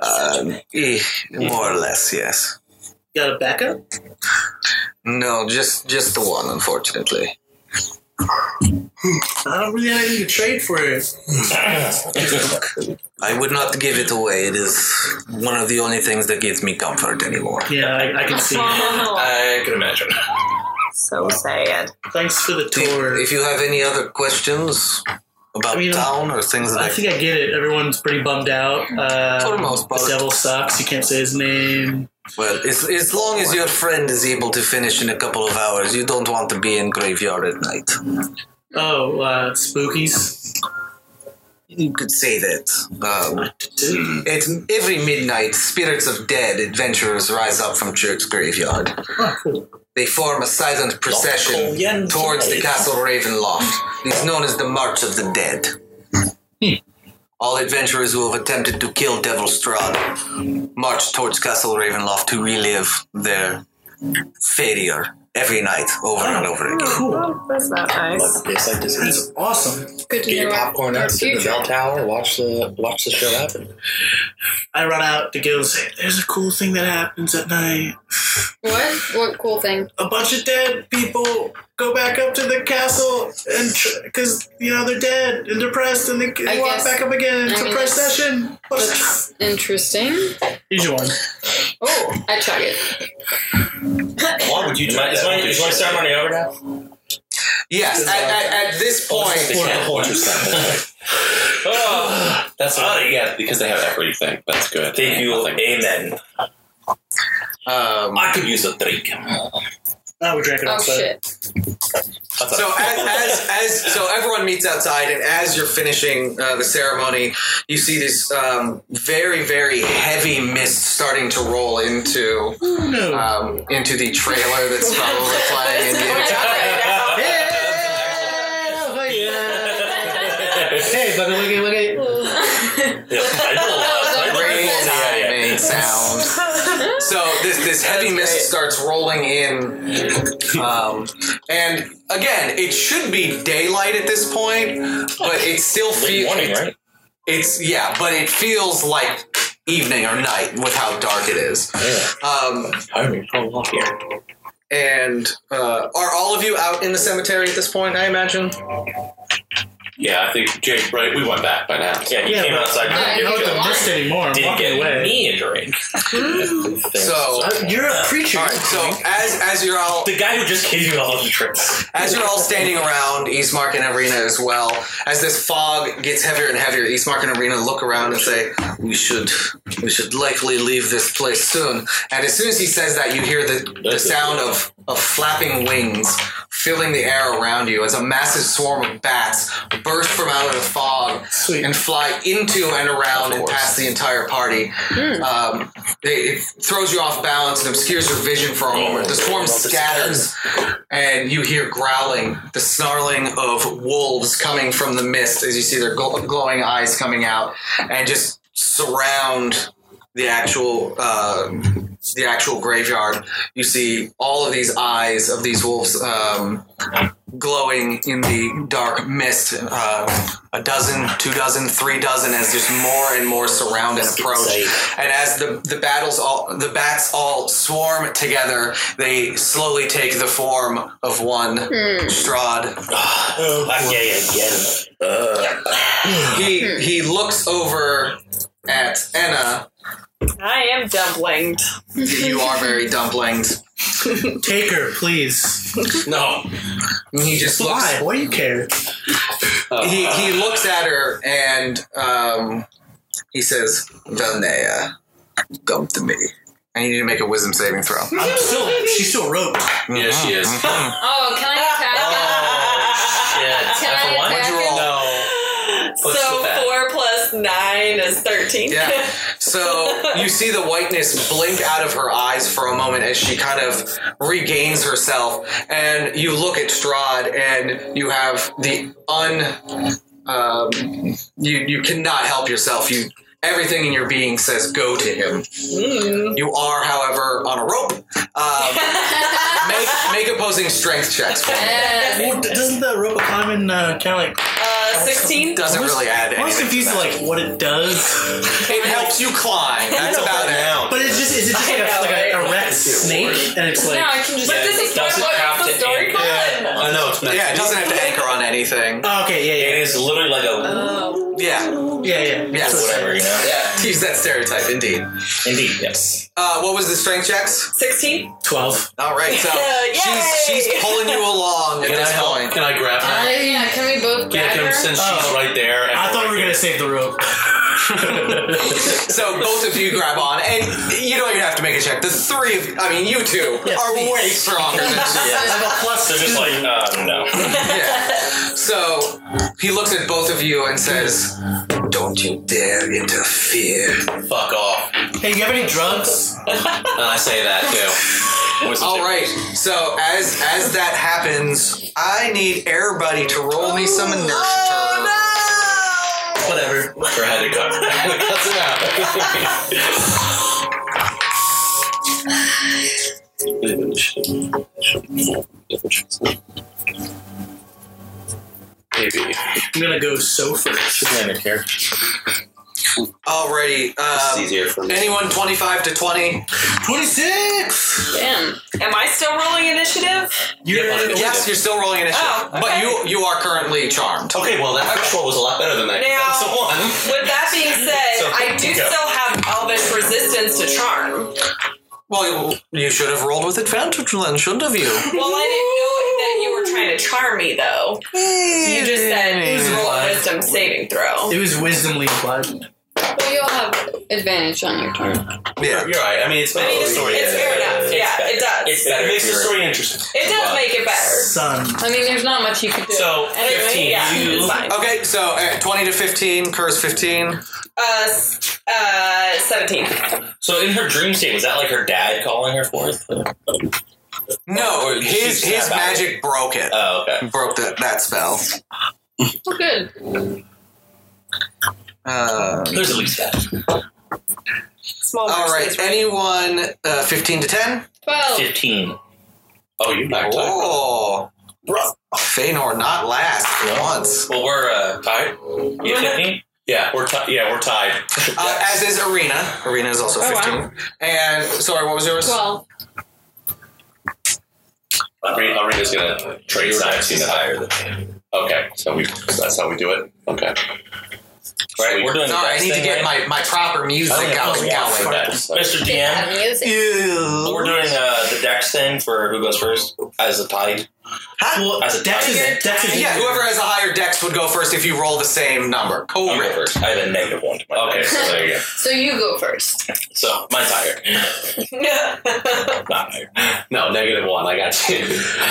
S2: Um, eh, more or less, yes.
S4: Got a backup?
S2: No, just just the one, unfortunately.
S4: I don't really have anything to trade for it.
S2: I would not give it away. It is one of the only things that gives me comfort anymore.
S4: Yeah, I, I can see.
S9: I can imagine.
S5: so sad.
S4: Thanks for the tour.
S2: If you have any other questions about
S4: I mean,
S2: town or things
S4: I
S2: like that,
S4: think I get it. Everyone's pretty bummed out. Uh,
S2: For the most part.
S4: The devil sucks. You can't say his name.
S2: well, as, as long as your friend is able to finish in a couple of hours, you don't want to be in graveyard at night.
S4: Oh, uh, spookies.
S2: You could say that. Um,
S4: Dude,
S2: at every midnight, spirits of dead adventurers rise up from church graveyard.
S4: Oh, cool.
S2: They form a silent
S7: Local
S2: procession
S7: Yen's
S2: towards the
S7: way.
S2: Castle Ravenloft. It is known as the March of the Dead. All adventurers who have attempted to kill Devil Strahd march towards Castle Ravenloft to relive their failure every night, over and over again.
S4: Cool.
S5: That's not nice.
S7: It's like this is
S4: That's awesome.
S3: Good to
S7: Get
S3: know
S7: your
S3: our-
S7: popcorn
S3: our
S7: out, sit in the
S3: future.
S7: bell tower, watch the watch the show happen.
S4: I run out to Gil and say, There's a cool thing that happens at night.
S3: What? What cool thing?
S4: A bunch of dead people go back up to the castle and because, you know, they're dead and depressed and they,
S3: I
S4: they walk
S3: guess-
S4: back up again. It's
S3: I
S4: a
S3: mean,
S4: procession.
S3: That's interesting.
S4: Here's your one.
S3: Oh, I chug it.
S7: Why would you do that? Is my, is my ceremony over now?
S2: Yes, at, at, at this
S9: They
S2: point,
S9: can't hold your sample.
S7: Oh, that's what I
S9: Yeah,
S7: get.
S9: because they have everything. That's good.
S7: Thank you.
S9: Nothing.
S7: Amen.
S2: um,
S7: I could use a drink. That's
S4: Oh, we're drinking
S3: Oh
S4: outside.
S3: shit.
S7: a-
S2: So as, as, as so everyone meets outside, and as you're finishing uh, the ceremony, you see this um, very very heavy mist starting to roll into
S4: Oh, no.
S7: Uh,
S2: um, into the trailer that's probably playing in the
S4: hey, buddy, look at, look at.
S7: Yeah, uh, I know a lot. I know
S2: Rain
S7: a lot. Yeah, yeah.
S2: timing sound. So this this heavy mist starts rolling in, um, and again, it should be daylight at this point, but it still
S7: Late
S2: feels
S7: morning, right?
S2: It's yeah, but it feels like evening or night with how dark it is.
S7: Yeah.
S2: Um,
S7: I'm so lucky.
S2: and uh, are all of you out in the cemetery at this point? I imagine.
S9: Yeah, I think Jake. Right, we went back by now.
S7: Yeah, you
S4: Yeah,
S7: came
S4: but-
S7: outside.
S3: Yeah,
S7: and
S4: I don't
S7: didn't
S4: want
S7: get-
S4: them missed anymore. I'm
S7: didn't
S4: walking
S7: get
S4: away.
S7: me a drink.
S2: So,
S4: Uh, you're a creature.
S2: all right. So as as you're all
S7: The guy who just gave you all of the drinks.
S2: As you're all standing around Eastmark and Arena as well, as this fog gets heavier and heavier, Eastmark and Arena look around and say, "We should, we should likely leave this place soon." And as soon as he says that, you hear the, the sound of of flapping wings filling the air around you as a massive swarm of bats burst from out of the fog
S4: Sweet.
S2: and fly into and around and past the entire party. Um, it, it throws you off balance and obscures your vision for a moment. The swarm scatters, and you hear growling, the snarling of wolves coming from the mist as you see their gl- glowing eyes coming out and just surround the actual. Uh, the actual graveyard. You see all of these eyes of these wolves um, glowing in the dark mist. Uh, a dozen, two dozen, three dozen, as just more and more surround and approach. And as the the battles all the bats all swarm together, they slowly take the form of one Strahd.
S4: Oh,
S7: Ah, yeah, yeah, yeah.
S2: He he looks over at Enna.
S5: I am dumplinged.
S2: You are very dumplings.
S4: Take her, please.
S7: No.
S2: And he just looks.
S4: Why? Why do you care?
S2: he, he looks at her and um, he says, Velnea, come to me. I need you to make a wisdom saving throw.
S4: I'm still. She's still roped.
S9: Yeah, she is.
S3: Oh, can
S5: Ah!
S3: I
S5: Oh.
S3: attack?
S6: Oh,
S7: Shit.
S3: Can I
S7: Everyone?
S3: attack
S2: What'd you roll?
S5: so
S7: that.
S5: four plus nine is thirteen.
S2: Yeah. So you see the whiteness blink out of her eyes for a moment as she kind of regains herself, and you look at Strahd, and you have the un. Um, you you cannot help yourself. You everything in your being says go to him. You are, however, on a rope. Um, make make opposing strength checks. for me.
S3: Yes.
S4: Well, d- doesn't the rope climbing uh, kind of like?
S5: uh, sixteen.
S2: Doesn't really add
S4: I was
S2: anything.
S4: confused like what it does.
S2: It helps you climb. That's about it.
S4: But it's just is it just like, a, like a, a rat snake and it's uh, like
S3: No, I can just.
S5: But this is my
S7: doesn't
S5: book.
S7: have
S5: It's
S7: to
S5: a story
S7: end.
S5: fun.
S9: I know it's meant
S2: Yeah, it
S9: to
S2: doesn't have to anchor on anything.
S4: oh, okay,
S7: It
S4: yeah,
S7: is literally like a
S5: Oh.
S2: Yeah,
S4: yeah, yeah, yeah.
S2: yes.
S7: whatever, you know? Yeah.
S2: To use that stereotype, indeed.
S7: Indeed, yes.
S2: Uh, what was the strength checks?
S5: Sixteen.
S4: Twelve.
S2: All right, so
S5: Yay!
S2: she's she's pulling you along at
S9: Can I
S2: this
S9: help?
S2: point.
S9: Can I grab her?
S3: Uh, yeah, can we both
S9: Yeah,
S3: grab
S9: can,
S3: her?
S9: since
S4: Oh.
S9: she's right there. and-
S4: I thought we were gonna save the rope.
S2: So both of you grab on, and you don't even have to make a check. The three of I mean, you two are way stronger than she is.
S7: They're just like, uh, no.
S2: Yeah. So he looks at both of you and says, Don't you dare interfere.
S9: Fuck off.
S4: Hey, you have any drugs?
S9: And I say that too. What's the
S2: All
S9: difference?
S2: right. So as as that happens, I need everybody to roll me some inertia.
S9: Whatever. Or had to cut. Had to cut it out. Maybe.
S4: I'm gonna go so far.
S9: Shouldn't have here.
S2: Alrighty.
S9: It's
S2: Um,
S9: easier for me.
S2: anyone twenty five to twenty?
S4: Twenty six.
S3: Damn.
S5: Am I still rolling initiative?
S4: You're
S9: Yeah, but-
S2: Yes, you're still rolling initiative,
S5: Oh, okay.
S2: but you you are currently charmed.
S9: Okay, well, that first one was a lot better than that.
S5: Now-
S9: That's the one.
S5: With that being said,
S9: So,
S5: I do
S9: go.
S5: still have elvish resistance to charm.
S2: Well, you, you should have rolled with advantage then, shouldn't have you?
S5: Well, I didn't know that you were trying to charm me though. You just said roll a wisdom saving throw.
S4: It was wisdomly implied.
S3: Well, you'll have advantage on your turn.
S2: Yeah.
S9: You're right. I mean, it's
S5: I mean, it's, it's fair enough. Yeah,
S7: better.
S5: it does.
S7: It's better. It makes the story interesting.
S5: It does make it better.
S4: Son.
S3: I mean, there's not much you could do.
S7: So,
S5: Anyway,
S7: 15.
S5: yeah,
S7: you-
S5: it's fine.
S2: Okay, so uh, twenty to fifteen, Kerr's fifteen.
S5: Uh, s- uh, 17.
S7: So in her dream state, was that like her dad calling her forth?
S2: No,
S7: Oh,
S2: his
S7: she's
S2: his
S7: not bad.
S2: magic broke it.
S7: Oh, okay.
S2: broke that that spell.
S3: Well, Oh, good.
S2: Uh,
S7: There's at least that.
S5: Small
S2: all
S5: versus
S2: right, anyone uh, fifteen to ten?
S3: Twelve.
S7: 15.
S9: Oh, you knocked out.
S2: Oh,
S7: Bro.
S2: Feanor not last for once.
S7: Well, we're uh,
S9: Tied?
S7: you 15?
S9: Yeah, we're tied. Yeah, we're tied.
S2: Uh, as is Arena. Arena is also
S3: Oh, wow.
S2: fifteen. And sorry, what was yours?
S3: Twelve.
S9: Arena- Arena's gonna trade sides. She's higher than me.
S7: Okay, so we that's how we do it. Okay.
S6: Right, we're doing the
S2: Sorry, I
S6: dice
S2: need to
S6: thing,
S2: get
S6: right?
S2: my, my proper music
S6: Oh, yeah.
S2: out
S6: Oh,
S2: and
S6: yeah.
S2: going.
S7: Fuck.
S6: Mr.
S3: Yeah,
S6: DM.
S3: music.
S6: We're doing uh, the Dex thing for who goes first as a tide.
S4: Well,
S6: As a
S4: Dex is
S6: target?
S4: Dex is
S2: Yeah, whoever has a higher dex would go first if you roll the same number.
S6: I'll go
S2: Correct.
S6: first. I have a negative one. to my
S7: Okay,
S6: dex.
S7: so there you go.
S3: So you go first.
S6: so mine's higher. Not higher.
S7: No, negative one. I got you.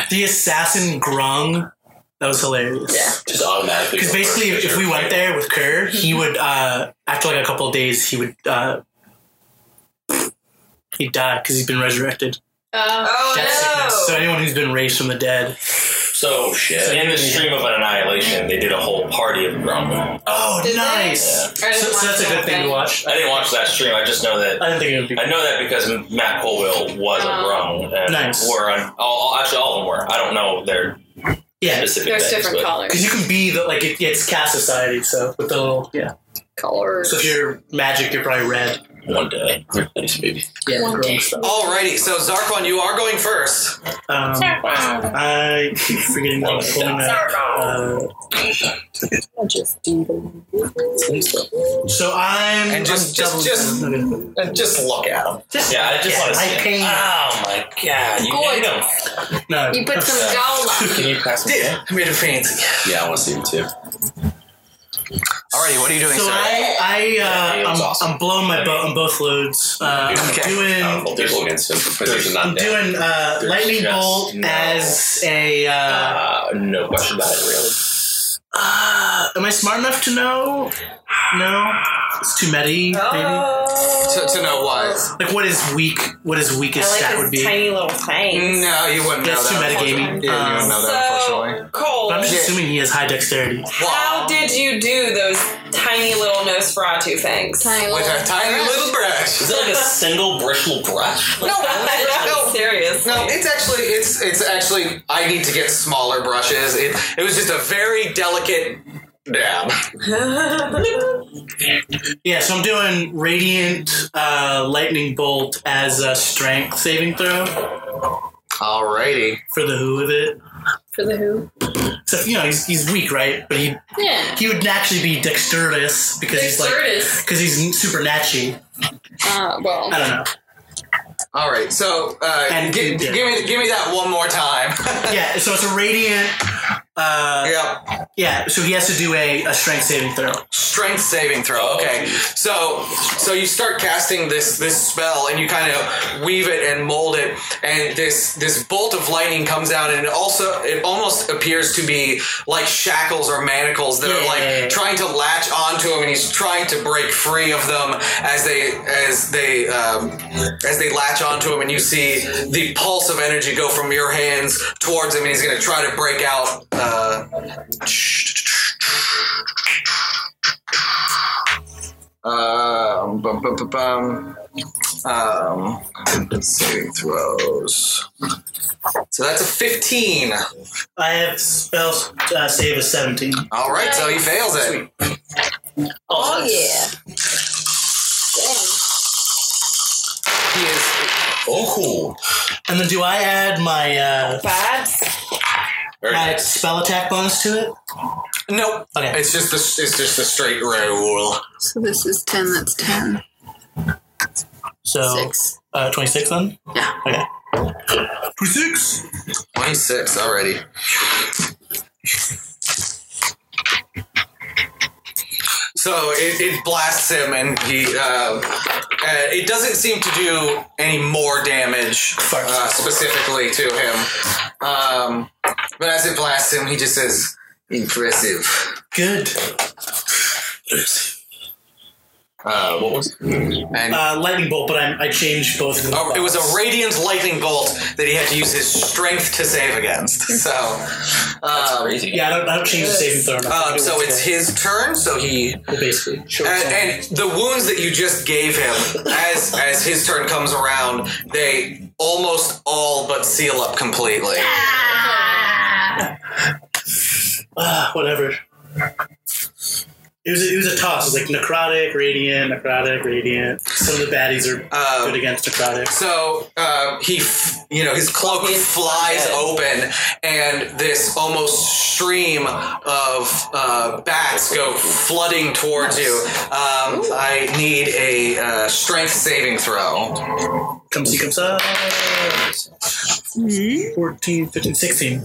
S4: the assassin Grung. That was hilarious.
S3: Yeah.
S7: Just automatically.
S4: Because
S7: go
S4: basically,
S7: first,
S4: if we
S7: sure.
S4: went there with Kerr, he would uh, after like a couple of days, he would uh, he died because he's been resurrected.
S3: Uh,
S5: Oh
S4: Death sickness. So
S5: no!
S4: anyone who's been raised from the dead.
S2: Oh,
S6: So
S4: So
S6: in
S4: you-
S6: the stream of annihilation, they did a whole party of Grumble.
S4: Oh,
S3: Did they?
S4: nice.
S3: I didn't
S4: So, so
S3: watch
S4: that's a
S3: the
S4: good
S3: whole
S4: thing to watch.
S6: I didn't watch that stream. I just know that.
S4: I didn't think it would be.
S6: I know that because Matt Colville was a
S3: Um,
S6: Grung, and
S4: Nice.
S6: were on, all, all- actually all of them were. I don't know their
S4: Yeah,
S6: specific.
S3: There's
S6: names,
S3: different
S6: but-
S4: because
S3: colors.
S4: you can be the like it, it's cast society. So with the little yeah.
S3: Colors.
S4: So if you're magic, you're probably red.
S6: One day,
S7: Nice maybe.
S4: Yeah,
S3: One
S4: grung
S3: day.
S4: stuff.
S2: Alrighty, so Zarkon, you are going first.
S4: Um, I keep forgetting what I'm pulling up. Uh,
S11: I'll just do the.
S4: uh, so I'm
S2: And just-
S4: I'm
S2: just-
S4: double-
S2: just-
S4: okay.
S2: And just look at him.
S6: Yeah, I just
S4: Yeah,
S6: want to
S4: I
S6: see. it.
S4: came-
S6: Oh my god, you
S3: Good.
S6: hate him.
S4: no.
S3: You put some gaula.
S6: Can you pass me?
S2: I made a fancy.
S7: Yeah, I want to see him too.
S2: Alrighty, what are you doing,
S4: So
S2: sir?
S4: I, I,
S6: Yeah, it
S4: uh,
S6: was
S4: I'm,
S6: awesome.
S4: I'm blowing my boat on both loads. Uh, I'm
S2: Okay.
S4: doing,
S7: Powerful people against him because he's
S4: I'm
S7: not dead.
S4: doing uh,
S6: There's
S4: lightning
S6: just
S4: bolt
S6: no-
S4: as a. Uh,
S6: Uh, no question about it, really.
S4: uh, am I smart enough to know? No, it's too meta.
S5: Oh.
S4: Maybe.
S2: To, to know what?
S4: Like what is weak? What his weakest
S5: I
S4: stat
S5: like
S4: would be?
S5: his tiny little fangs.
S2: No, you wouldn't know
S4: That's too
S2: that.
S4: metagaming.
S2: unfortunately. Yeah, you wouldn't know that, unfortunately.
S5: So Cole,
S4: But I'm just
S2: Yeah.
S4: assuming he has high dexterity.
S5: how
S2: Wow.
S5: did you do those tiny little Nosferatu fangs?
S3: Tiny
S2: With
S3: little-
S2: a tiny little brush.
S6: Is it like a single bristle brush?
S5: No, no,
S2: No.
S5: serious.
S2: No, it's actually it's it's actually I need to get smaller brushes. It it was just a very delicate dab.
S4: Yeah, so I'm doing radiant uh, lightning bolt as a strength saving throw
S2: Alrighty.
S4: for the who of it.
S3: For the who?
S4: So you know he's, he's weak, right? But he
S3: Yeah.
S4: he would naturally be dexterous because he's like
S3: Dexterous.
S4: because he's super natchy.
S3: Uh, well,
S4: I don't know.
S2: All right, so uh,
S4: And
S2: gi-
S4: you did.
S2: give me give me that one more time.
S4: Yeah, so it's a radiant. Uh,
S2: yep.
S4: yeah, so he has to do a, a strength saving throw.
S2: Strength saving throw. Okay, so so you start casting this this spell, and you kind of weave it and mold it, and this this bolt of lightning comes out, and it also it almost appears to be like shackles or manacles that are like
S4: Yeah.
S2: trying to latch onto him, and he's trying to break free of them as they as they um, as they latch onto him, and you see the pulse of energy go from your hands towards him, and he's going to try to break out. Uh, um, bum, bum, bum, bum. Um, saving throws. So that's a 15.
S4: I have spell uh, save of 17.
S2: All right, so he fails it.
S3: oh yeah. Dang.
S2: He is.
S6: Oh, cool.
S4: And then do I add my uh,
S5: Babs,
S6: Very
S4: my
S6: nice.
S4: spell attack bonus to it?
S2: Nope.
S4: Okay.
S2: It's just the it's just the straight roll.
S12: So this is 10, that's 10.
S4: So
S12: Six.
S4: uh, 26 then?
S12: Yeah.
S4: Okay. 26?
S2: 26 already. So it, it blasts him, and he. Uh, uh, it doesn't seem to do any more damage uh, specifically to him. Um, but as it blasts him, he just says, "Impressive."
S4: Good.
S2: Uh, what was? And
S4: Uh, lightning bolt, but I, I changed both of them.
S2: Oh, it was a radiant lightning bolt that he had to use his strength to save against. So, um,
S6: Crazy.
S4: Yeah, I don't, I don't change the saving throw. enough. I
S2: um,
S4: do
S2: so
S4: what's
S2: it's
S4: good.
S2: his turn. So he
S4: Well, Basically. Sure.
S2: and, and the wounds that you just gave him, as as his turn comes around, they almost all but seal up completely.
S4: Ah, whatever. It was, it was a toss. It was like necrotic, radiant, necrotic, radiant. Some of the baddies are
S2: Uh,
S4: good against necrotic.
S2: Um, So uh, he, f- you know, his cloak flies open, and this almost stream of uh, bats go flooding towards you. Um, I need a uh, strength saving throw.
S4: Come see, come saw. 14, 15, 16.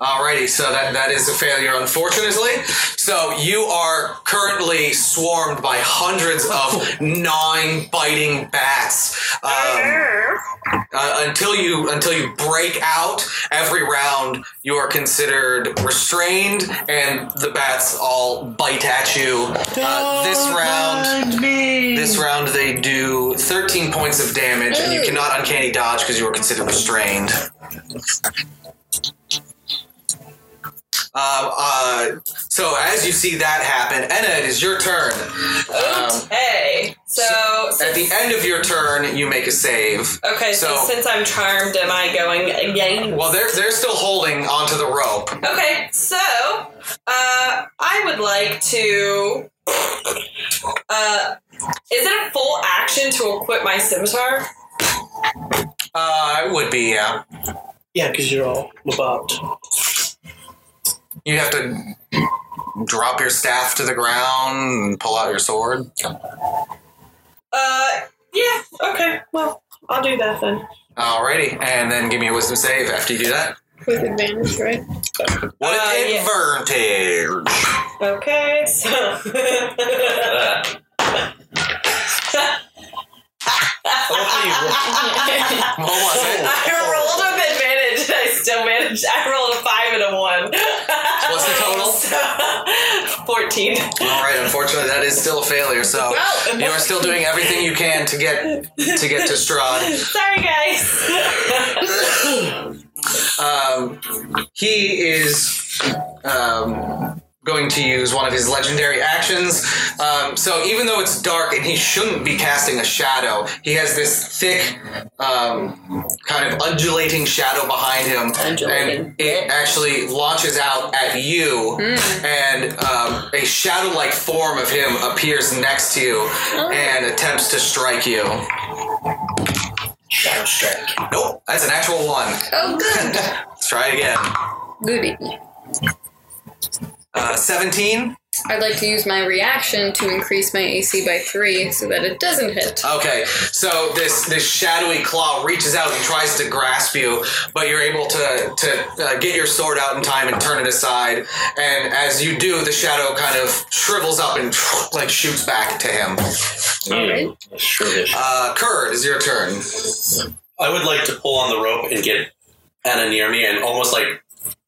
S2: Alrighty, so that, that is a failure, unfortunately. So you are currently swarmed by hundreds of non-biting bats. Um, uh, until you until you break out every round, you are considered restrained, and the bats all bite at you. Uh, this round, this round they do 13 points of damage, and you cannot uncanny dodge because you are considered restrained. Um, uh, so as you see that happen, Enna, it is your turn. Um,
S5: Hey. So,
S2: at the end of your turn, you make a save.
S5: okay, so, since I'm charmed, am I going again?
S2: Well, they're they're still holding onto the rope.
S5: Okay, so uh, I would like to. Uh, is it a full action to equip my scimitar?
S2: Uh, it would be yeah.
S4: Yeah, because you're all about.
S2: You have to drop your staff to the ground and pull out your sword.
S5: Uh, yeah. Okay. Well, I'll do that then.
S2: Alrighty, and then give me a wisdom save after you do that.
S3: With advantage, right?
S2: What advantage?
S5: Okay. So. I rolled with advantage. I still managed. I rolled a five and a one.
S2: What's the total?
S5: Fourteen.
S2: All right. Unfortunately, that is still a failure. So
S5: Well, it
S2: you are
S5: must
S2: still
S5: be.
S2: doing everything you can to get to get to Strahd.
S5: Sorry, guys.
S2: Um, he is um, going to use one of his legendary actions. Um, so even though it's dark and he shouldn't be casting a shadow, he has this thick, um, kind of undulating shadow behind him, and it actually launches out at you, and um, a shadow-like form of him appears next to you and attempts to strike you.
S7: Shadow strike.
S2: Nope, that's an actual one.
S3: Oh, good.
S2: Let's try it again.
S3: Goody.
S2: Uh, 17.
S3: I'd like to use my reaction to increase my AC by three so that it doesn't hit.
S2: Okay, so this this shadowy claw reaches out and tries to grasp you, but you're able to to uh, get your sword out in time and turn it aside. And as you do, the shadow kind of shrivels up and like shoots back to him.
S3: Alright.
S2: Uh, Kurd, is your turn.
S9: I would like to pull on the rope and get Anna near me and almost like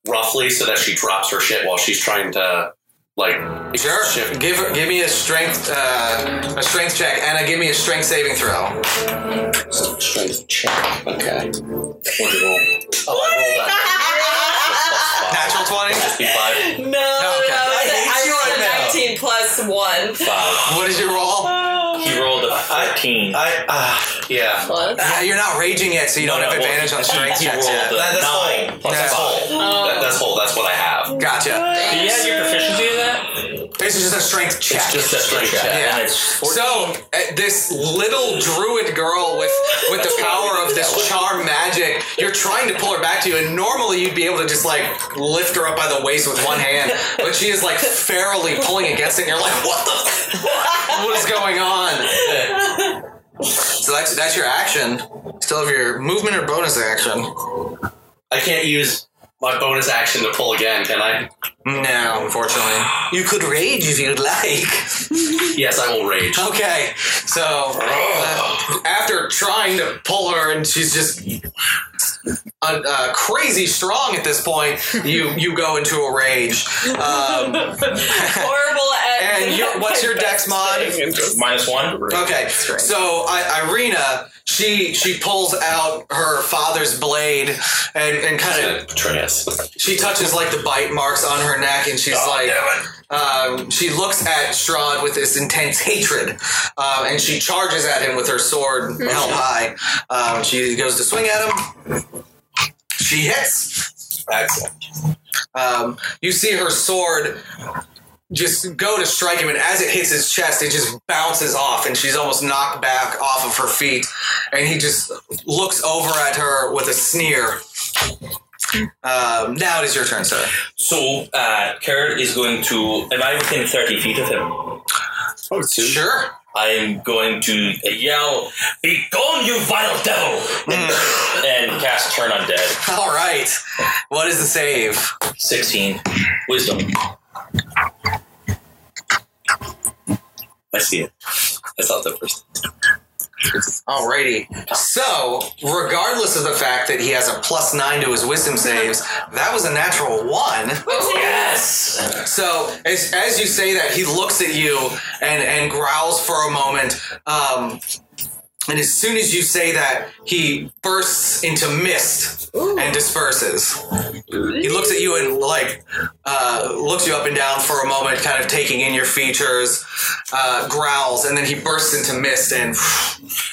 S9: roughly so that she drops her shit while she's trying to like
S2: sure. shift. Give her, give me a strength uh, a strength check, Anna. Give me a strength saving throw.
S9: Strength check. Okay. What did you roll? Oh, I rolled that.
S2: Natural twenty.
S9: Just be five.
S5: No, no, I rolled a 19 plus 1.
S9: Five.
S2: What is your roll?
S7: He rolled a fourteen.
S9: I uh, yeah.
S2: Yeah, you're not raging yet, so you don't have advantage on strength
S7: he
S2: checks
S7: rolled
S2: yet.
S7: a
S9: That- that's
S7: nine
S9: whole.
S7: plus
S2: That's
S7: five.
S9: That, that's whole. That's what I have.
S2: Gotcha.
S7: Do you have your proficiency in that?
S2: This is just a strength check.
S7: It's just a strength check.
S2: Yeah.
S7: And it's
S2: So uh, this little druid girl with with the power of this charm magic, you're trying to pull her back to you, and normally you'd be able to just like lift her up by the waist with one hand, but she is like ferally pulling against it, and you're like, what the? What is going on? So that's that's your action. Still have your movement or bonus action?
S9: I can't use my bonus action to pull again, can I?
S2: No, unfortunately. You could rage if you'd like.
S9: Yes, I will rage.
S2: Okay, so uh, after trying to pull her, and she's just uh, uh, crazy strong at this point, you you go into a rage. Um,
S5: Horrible at.
S2: and your, what's your dex mod?
S7: minus one.
S2: Okay, so I, Irina, she she pulls out her father's blade and, and kind of
S9: Atreus.
S2: she touches like the bite marks on her neck, and she's
S7: Oh,
S2: like, um, she looks at Strahd with this intense hatred, um, and she charges at him with her sword held high. Um, she goes to swing at him. She hits.
S9: Excellent.
S2: Um, you see her sword just go to strike him, and as it hits his chest, it just bounces off, and she's almost knocked back off of her feet. And he just looks over at her with a sneer. Um, now it is your turn, sir.
S7: So, uh, Kerr is going to. Am I within 30 feet of him?
S9: Oh,
S2: sure.
S7: I am going to yell, Be gone, you vile devil!
S9: Hmm.
S7: and cast Turn Undead.
S2: All right. What is the save?
S7: 16. Wisdom.
S9: I see it. I saw it the first.
S2: Alrighty. So, regardless of the fact that he has a plus nine to his wisdom saves, that was a natural one. Yes. So, as, as you say that, he looks at you and and growls for a moment. Um, and as soon as you say that, he bursts into mist and disperses. He looks at you and like uh, looks you up and down for a moment, kind of taking in your features, uh, growls, and then he bursts into mist and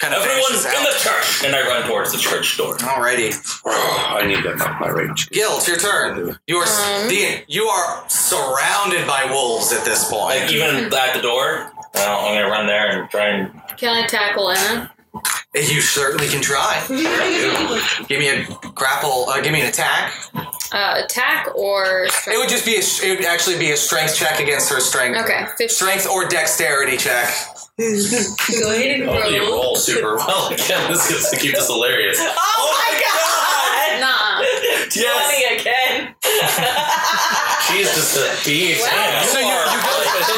S2: kind of
S7: Everyone's
S2: vanishes
S7: in
S2: out.
S7: the church! And I run towards the church door.
S2: Alrighty.
S9: I need to knock my rage.
S2: Gil, it's your turn. You are s the, you are surrounded by wolves at this point.
S7: Like, even at the door, well, I'm gonna run there and try and.
S3: Can I tackle Anna?
S2: You certainly can try. give me a grapple. Uh, give me an attack.
S3: Uh, attack or
S2: It would just be a, sh- it would actually be a strength check against her strength.
S3: Okay,
S2: Strength or dexterity check.
S3: go ahead and
S9: Oh, you
S3: roll.
S9: roll super well again. This is to keep this hilarious.
S5: Oh
S3: Nah.
S9: Yes.
S5: Funny again.
S9: She is just
S7: uh,
S9: a beast.
S2: So you, you go, you, you, go-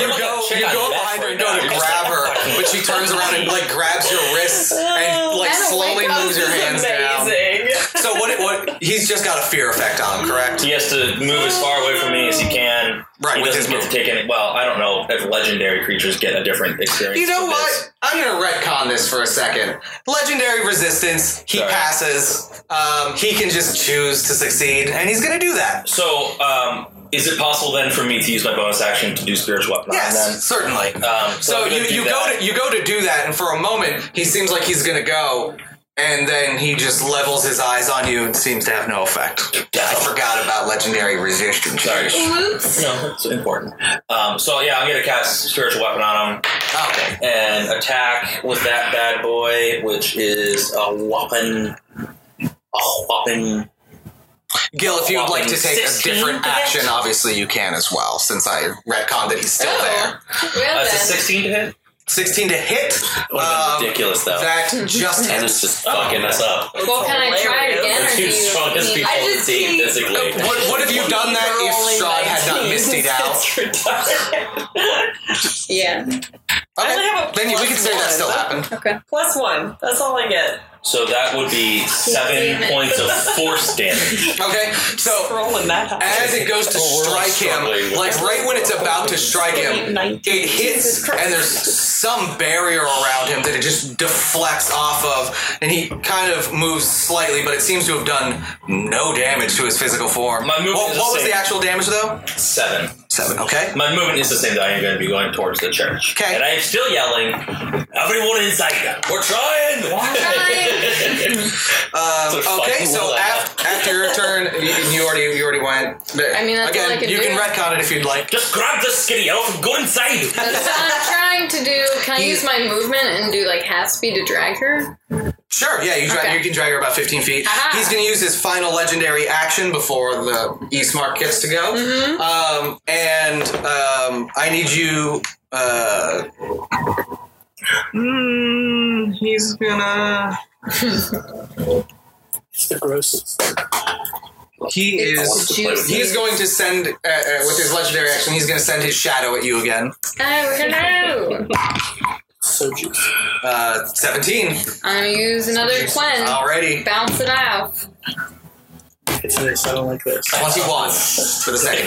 S2: you go,
S7: Check
S2: you
S7: on
S2: go
S7: that
S2: behind her
S7: right
S2: and go
S7: now.
S2: to grab her, but she turns around and like grabs your wrists and like
S5: Anna,
S2: slowly
S5: wake up.
S2: moves your
S5: This is
S2: hands down.
S5: amazing.
S2: So what? What? He's just got a fear effect on him, correct?
S7: He has to move as far away from me as he can.
S2: Right,
S7: He
S2: with
S7: doesn't
S2: his
S7: get to take any. Well, I don't know if legendary creatures get a different experience.
S2: You know
S7: with this.
S2: what? I'm gonna retcon this for a second. Legendary resistance. He
S7: Sorry.
S2: passes. Um, he can just choose to succeed, and he's gonna do that.
S7: So, um, is it possible then for me to use my bonus action to do spiritual weapon?
S2: Yes, certainly.
S7: Then? Um,
S2: So
S7: I'm gonna
S2: you,
S7: do
S2: you
S7: that.
S2: go to you go to do that, and for a moment he seems like he's gonna go, and then he just levels his eyes on you and seems to have no effect. I forgot about legendary resistance.
S7: Sorry.
S5: Oops.
S7: No, it's important. Um, so yeah, I'm gonna cast spiritual weapon on him
S2: Okay.
S7: and attack with that bad boy, which is a whopping, a whopping.
S2: Gil, if you would like to take a
S7: 16
S2: different
S7: to hit?
S2: action, obviously you can as well, since I retconned that he's still
S3: Oh.
S2: there.
S3: Well
S7: That's a
S3: then.
S7: 16 to hit.
S2: 16 to hit.
S9: Would have
S2: Um,
S9: been ridiculous though.
S2: That just
S9: and
S2: hits.
S9: it's just fucking us up.
S3: Well, can I try it again? Or
S9: The
S3: do
S9: two
S3: you
S9: strongest
S3: need-
S9: people
S5: I
S9: on the
S5: just
S9: team
S5: see-
S9: physically.
S2: E, uh, What, what have you done that if Strahd had not mistied out?
S10: That's retarded.
S3: Yeah.
S5: I only
S2: Okay.
S5: have a
S2: Then we can say that
S5: plus
S2: still
S5: one.
S2: happened.
S3: Okay.
S5: Plus one. That's all I get.
S7: So that would be
S3: Damn
S7: seven
S3: it.
S7: points of force damage.
S2: Okay, so
S10: Rolling that high.
S2: as it goes to
S9: Oh, we're like
S2: strike him,
S9: struggling.
S2: like right when it's about to strike him, it hits, and there's some barrier around him that it just deflects off of, and he kind of moves slightly, but it seems to have done no damage to his physical form.
S7: My movement
S2: what
S7: is the
S2: what was
S7: same.
S2: the actual damage though?
S7: Seven.
S2: Seven. Okay.
S7: My movement is the same that I am going to be going towards the church.
S2: Okay.
S7: And I am still yelling, everyone inside, we're trying!
S2: Um,
S9: That's a
S2: okay.
S9: fucking
S2: So
S9: will,
S2: after, after your turn, you, you already you already went. But
S3: I mean, that's all
S2: again,
S3: I can
S2: you
S3: do.
S2: can retcon it if you'd like.
S7: Just grab the skinny elf and go inside!
S3: That's what I'm trying to do. Can I
S2: You-
S3: use my movement and do like half speed to drag her?
S2: Sure, yeah, you, drag,
S3: Okay.
S2: you can drag her about 15 feet.
S3: Aha.
S2: He's going to use his final legendary action before the East Mark gets to go.
S3: Mm-hmm.
S2: Um, and um, I need you. Uh, hmm, he's gonna.
S10: It's the grossest.
S2: He is.
S3: It's juicy.
S2: He is going to send uh, uh, with his legendary action. He's going to send his shadow at you again.
S3: Oh no!
S10: So juicy.
S2: Uh, Seventeen
S3: I'm gonna use another cleanse.
S2: already.
S3: Bounce it off.
S10: It's this. I don't like this.
S2: Twenty-one for the second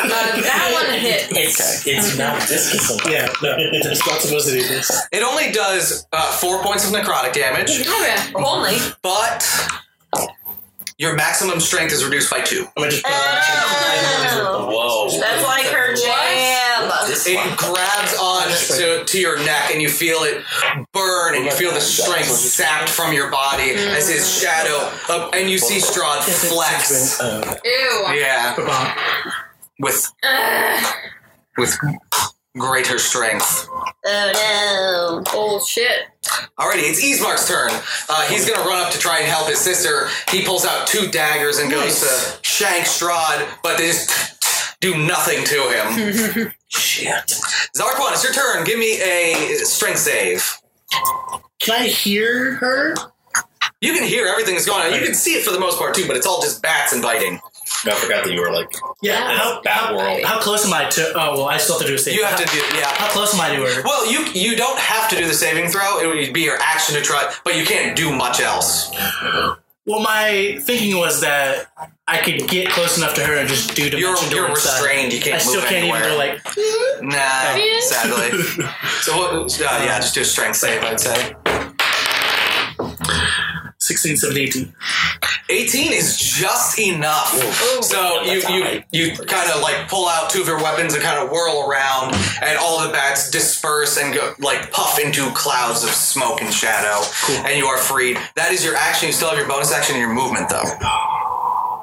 S3: Uh, that one hit.
S7: It's, it's not discipline.
S10: Yeah, no. It's not supposed to do this.
S2: It only does uh, four points of necrotic damage,
S3: Okay.
S5: Only.
S2: but your maximum strength is reduced by two.
S10: I'm gonna just put a watch
S2: Oh.
S9: Whoa.
S5: That's like her jam.
S2: It grabs on to, to your neck and you feel it burn and you feel the strength sapped from your body as his shadow up and you see Strahd flex.
S10: in. Uh,
S3: Ew.
S2: Yeah.
S10: ba-bom.
S2: with with greater strength.
S3: Oh no. Bullshit.
S2: Alrighty, it's Ismark's turn. Uh, he's gonna run up to try and help his sister. He pulls out two daggers and goes to shank Strahd, but they just do nothing to him. Shit. Zarquan, it's your turn. Give me a strength save.
S4: Can I hear her?
S2: You can hear everything that's going on. You can see it for the most part too, but it's all just bats and biting.
S7: No, I forgot that you were like
S4: Yeah. How,
S7: bad world.
S4: how close am I to? Oh well, I still have to do a save.
S2: You have to do yeah.
S4: How close am I to her?
S2: Well, you you don't have to do the saving throw. It would be your action to try, but you can't do much else.
S4: Well, my thinking was that I could get close enough to her and just do dimension
S2: You're,
S4: door
S2: you're
S4: inside.
S2: restrained. You can't.
S4: I still
S2: move
S4: can't
S2: anywhere.
S4: even go like.
S2: Nah, sadly. so what? Uh, yeah, just do a strength save. I'd say.
S4: 16, 17, 18.
S2: 18 is just enough.
S4: Ooh.
S2: So you, you you kind of like pull out two of your weapons and kind of whirl around, and all the bats disperse and go like puff into clouds of smoke and shadow, and you are freed. That is your action. You still have your bonus action and your movement though.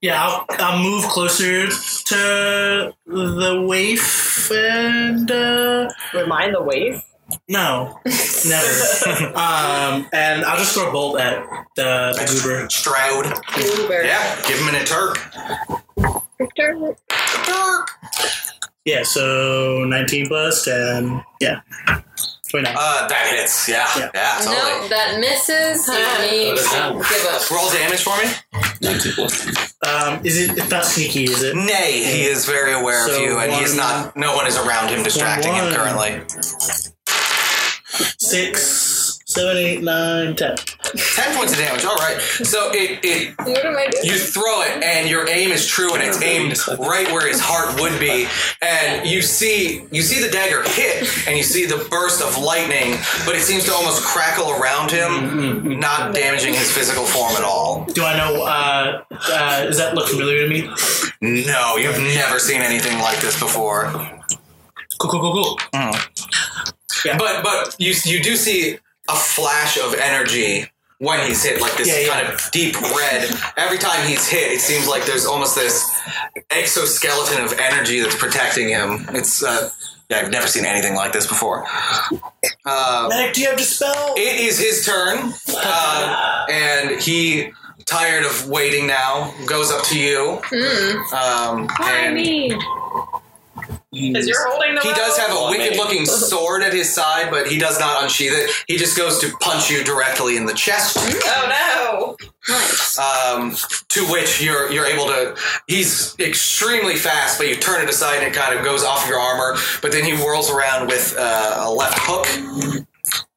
S4: Yeah, I'll, I'll move closer to the waif and uh,
S10: Remind the wave.
S4: no, never. um, and I'll just throw a bolt at the, the goober.
S2: Stroud. Yeah, give him an Turk.
S4: Yeah, so 19 plus 10. Yeah. 29.
S2: Uh, that hits. Yeah, yeah, totally.
S3: Nope, that misses. You need to give up.
S2: Roll damage for me.
S4: Um, is it, it's not sneaky, is it?
S2: Nay, he is very aware
S4: So
S2: of you, and he's
S4: one-
S2: not. No one is around him distracting him
S4: One.
S2: currently.
S4: Six, seven, eight, nine, ten.
S2: Ten points of damage. All right. So it, it
S3: What am I doing?
S2: you throw it, and your aim is true, and it's aimed right where his heart would be. And you see you see the dagger hit, and you see the burst of lightning, but it seems to almost crackle around him, not damaging his physical form at all.
S4: Do I know, uh, uh, does that look familiar to me?
S2: No, you've never seen anything like this before.
S4: Cool, cool, cool, cool. Yeah.
S2: But but you you do see a flash of energy when he's hit, like this
S4: Yeah, yeah.
S2: kind of deep red. Every time he's hit, it seems like there's almost this exoskeleton of energy that's protecting him. It's uh, yeah, I've never seen anything like this before. Uh,
S4: Medic, do you have dispel?
S2: it is his turn, uh, and he. Tired of waiting now, goes up to you. Um, and
S3: me?
S5: Because you're holding the
S2: he does have a
S7: Oh,
S2: wicked
S7: man.
S2: looking sword at his side, but he does not unsheath it. He just goes to punch you directly in the chest,
S5: Oh
S2: um, to which you're you're able to. He's extremely fast, but you turn it aside and it kind of goes off your armor. But then he whirls around with uh, a left hook.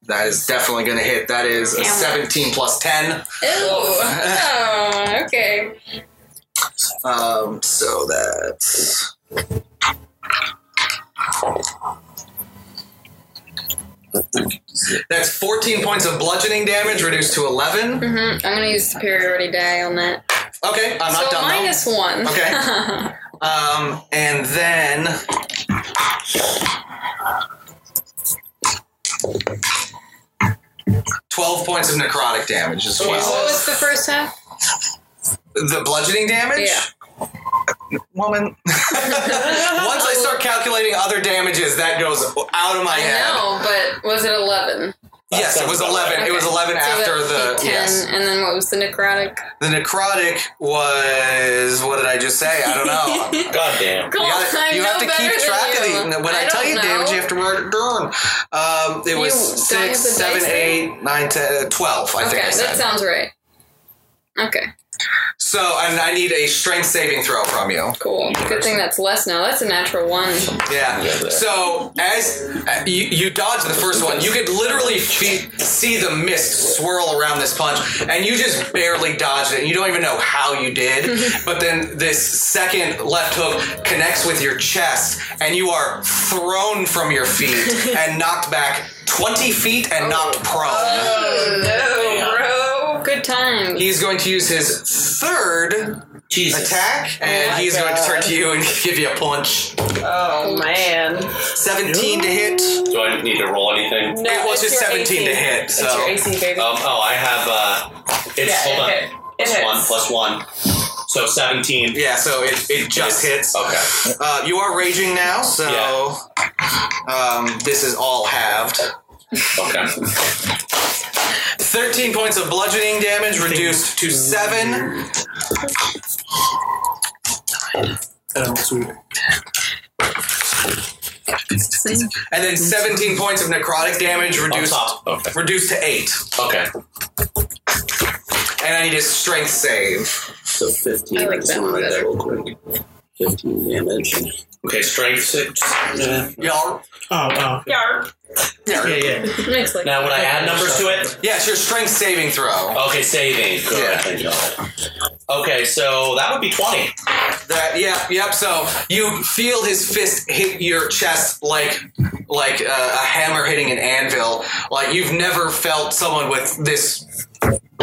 S2: That is definitely going to hit. That is a
S3: Damn it.
S2: 17 plus 10.
S3: Ew. Oh, okay.
S2: Um, so that's. That's 14 points of bludgeoning damage reduced to 11.
S3: hmm I'm gonna use superiority die on that.
S2: Okay, I'm not
S3: so
S2: done. though.
S3: minus one.
S2: Okay. Um, and then. Twelve points of necrotic damage as
S3: what
S2: well.
S3: was the first half?
S2: The bludgeoning damage,
S3: Yeah.
S2: woman. Once I start calculating other damages, that goes out of my head.
S3: I know, but was it eleven?
S2: Yes, it was eleven. It was
S3: Okay.
S2: eleven
S3: So
S2: after
S3: that's
S2: the
S3: eight, ten,
S2: yes.
S3: and then what was the necrotic?
S2: The necrotic was what did I just say? I don't know.
S7: God damn.
S3: Come
S2: You,
S3: on,
S2: gotta-
S3: I'm
S2: you
S3: no
S2: have to
S3: better
S2: keep
S3: than
S2: track of
S3: you.
S2: the. When I,
S3: I
S2: tell
S3: don't
S2: you damage,
S3: know.
S2: you have to write it down. Um, it was
S3: You- don't I have
S2: six,
S3: the
S2: seven,
S3: dice
S2: eight, nine, ten, twelve. I
S3: okay,
S2: think I said.
S3: that sounds right. Okay,
S2: so, and I need a strength saving throw from you.
S3: cool. Good thing that's less now. That's a natural one.
S2: Yeah.
S7: there.
S2: So as uh, you, you dodge the first one, you could literally fe- see the mist swirl around this punch, and you just barely dodged it. You don't even know how you did. but then this second left hook connects with your chest, and you are thrown from your feet and knocked back twenty feet and knocked prone.
S3: Oh.
S5: no! No,
S3: Good time.
S2: He's going to use his third
S4: Jesus.
S2: attack, and
S10: my
S2: he's going to turn
S10: God.
S2: to you and give you a punch.
S5: bro. Oh man.
S2: Seventeen to hit.
S9: Do I need to roll anything?
S5: No,
S2: it was
S5: it's
S2: just
S5: your
S2: 17 to
S5: 18.
S2: hit,
S5: It's
S2: so Oh,
S5: your AC, baby.
S9: Um, oh, I have. Uh, it's
S5: Yeah, it
S9: hold on.
S5: hit. It
S9: Plus
S5: hits.
S9: one plus one. So 17.
S2: Yeah, so it, it just hits.
S9: Okay.
S2: Uh, you are raging now, so um, this is all halved.
S9: Okay.
S2: 13 points of bludgeoning damage reduced to 7. And then 17 points of necrotic damage reduced reduced to 8.
S9: Okay.
S2: And I need his strength save.
S13: So 15.
S2: I like that one better.
S13: Real quick. 15 damage.
S9: Okay, strength 6.
S2: Yarp.
S4: Oh, oh.
S5: Yarp.
S2: Yeah,
S4: yeah.
S9: Now, would I add numbers to it?
S2: Yes, your strength saving throw.
S9: Okay, saving. Good. Thank you. Okay, so that would be 20.
S2: That yeah, yep. So you feel his fist hit your chest like like uh, a hammer hitting an anvil. Like you've never felt someone with this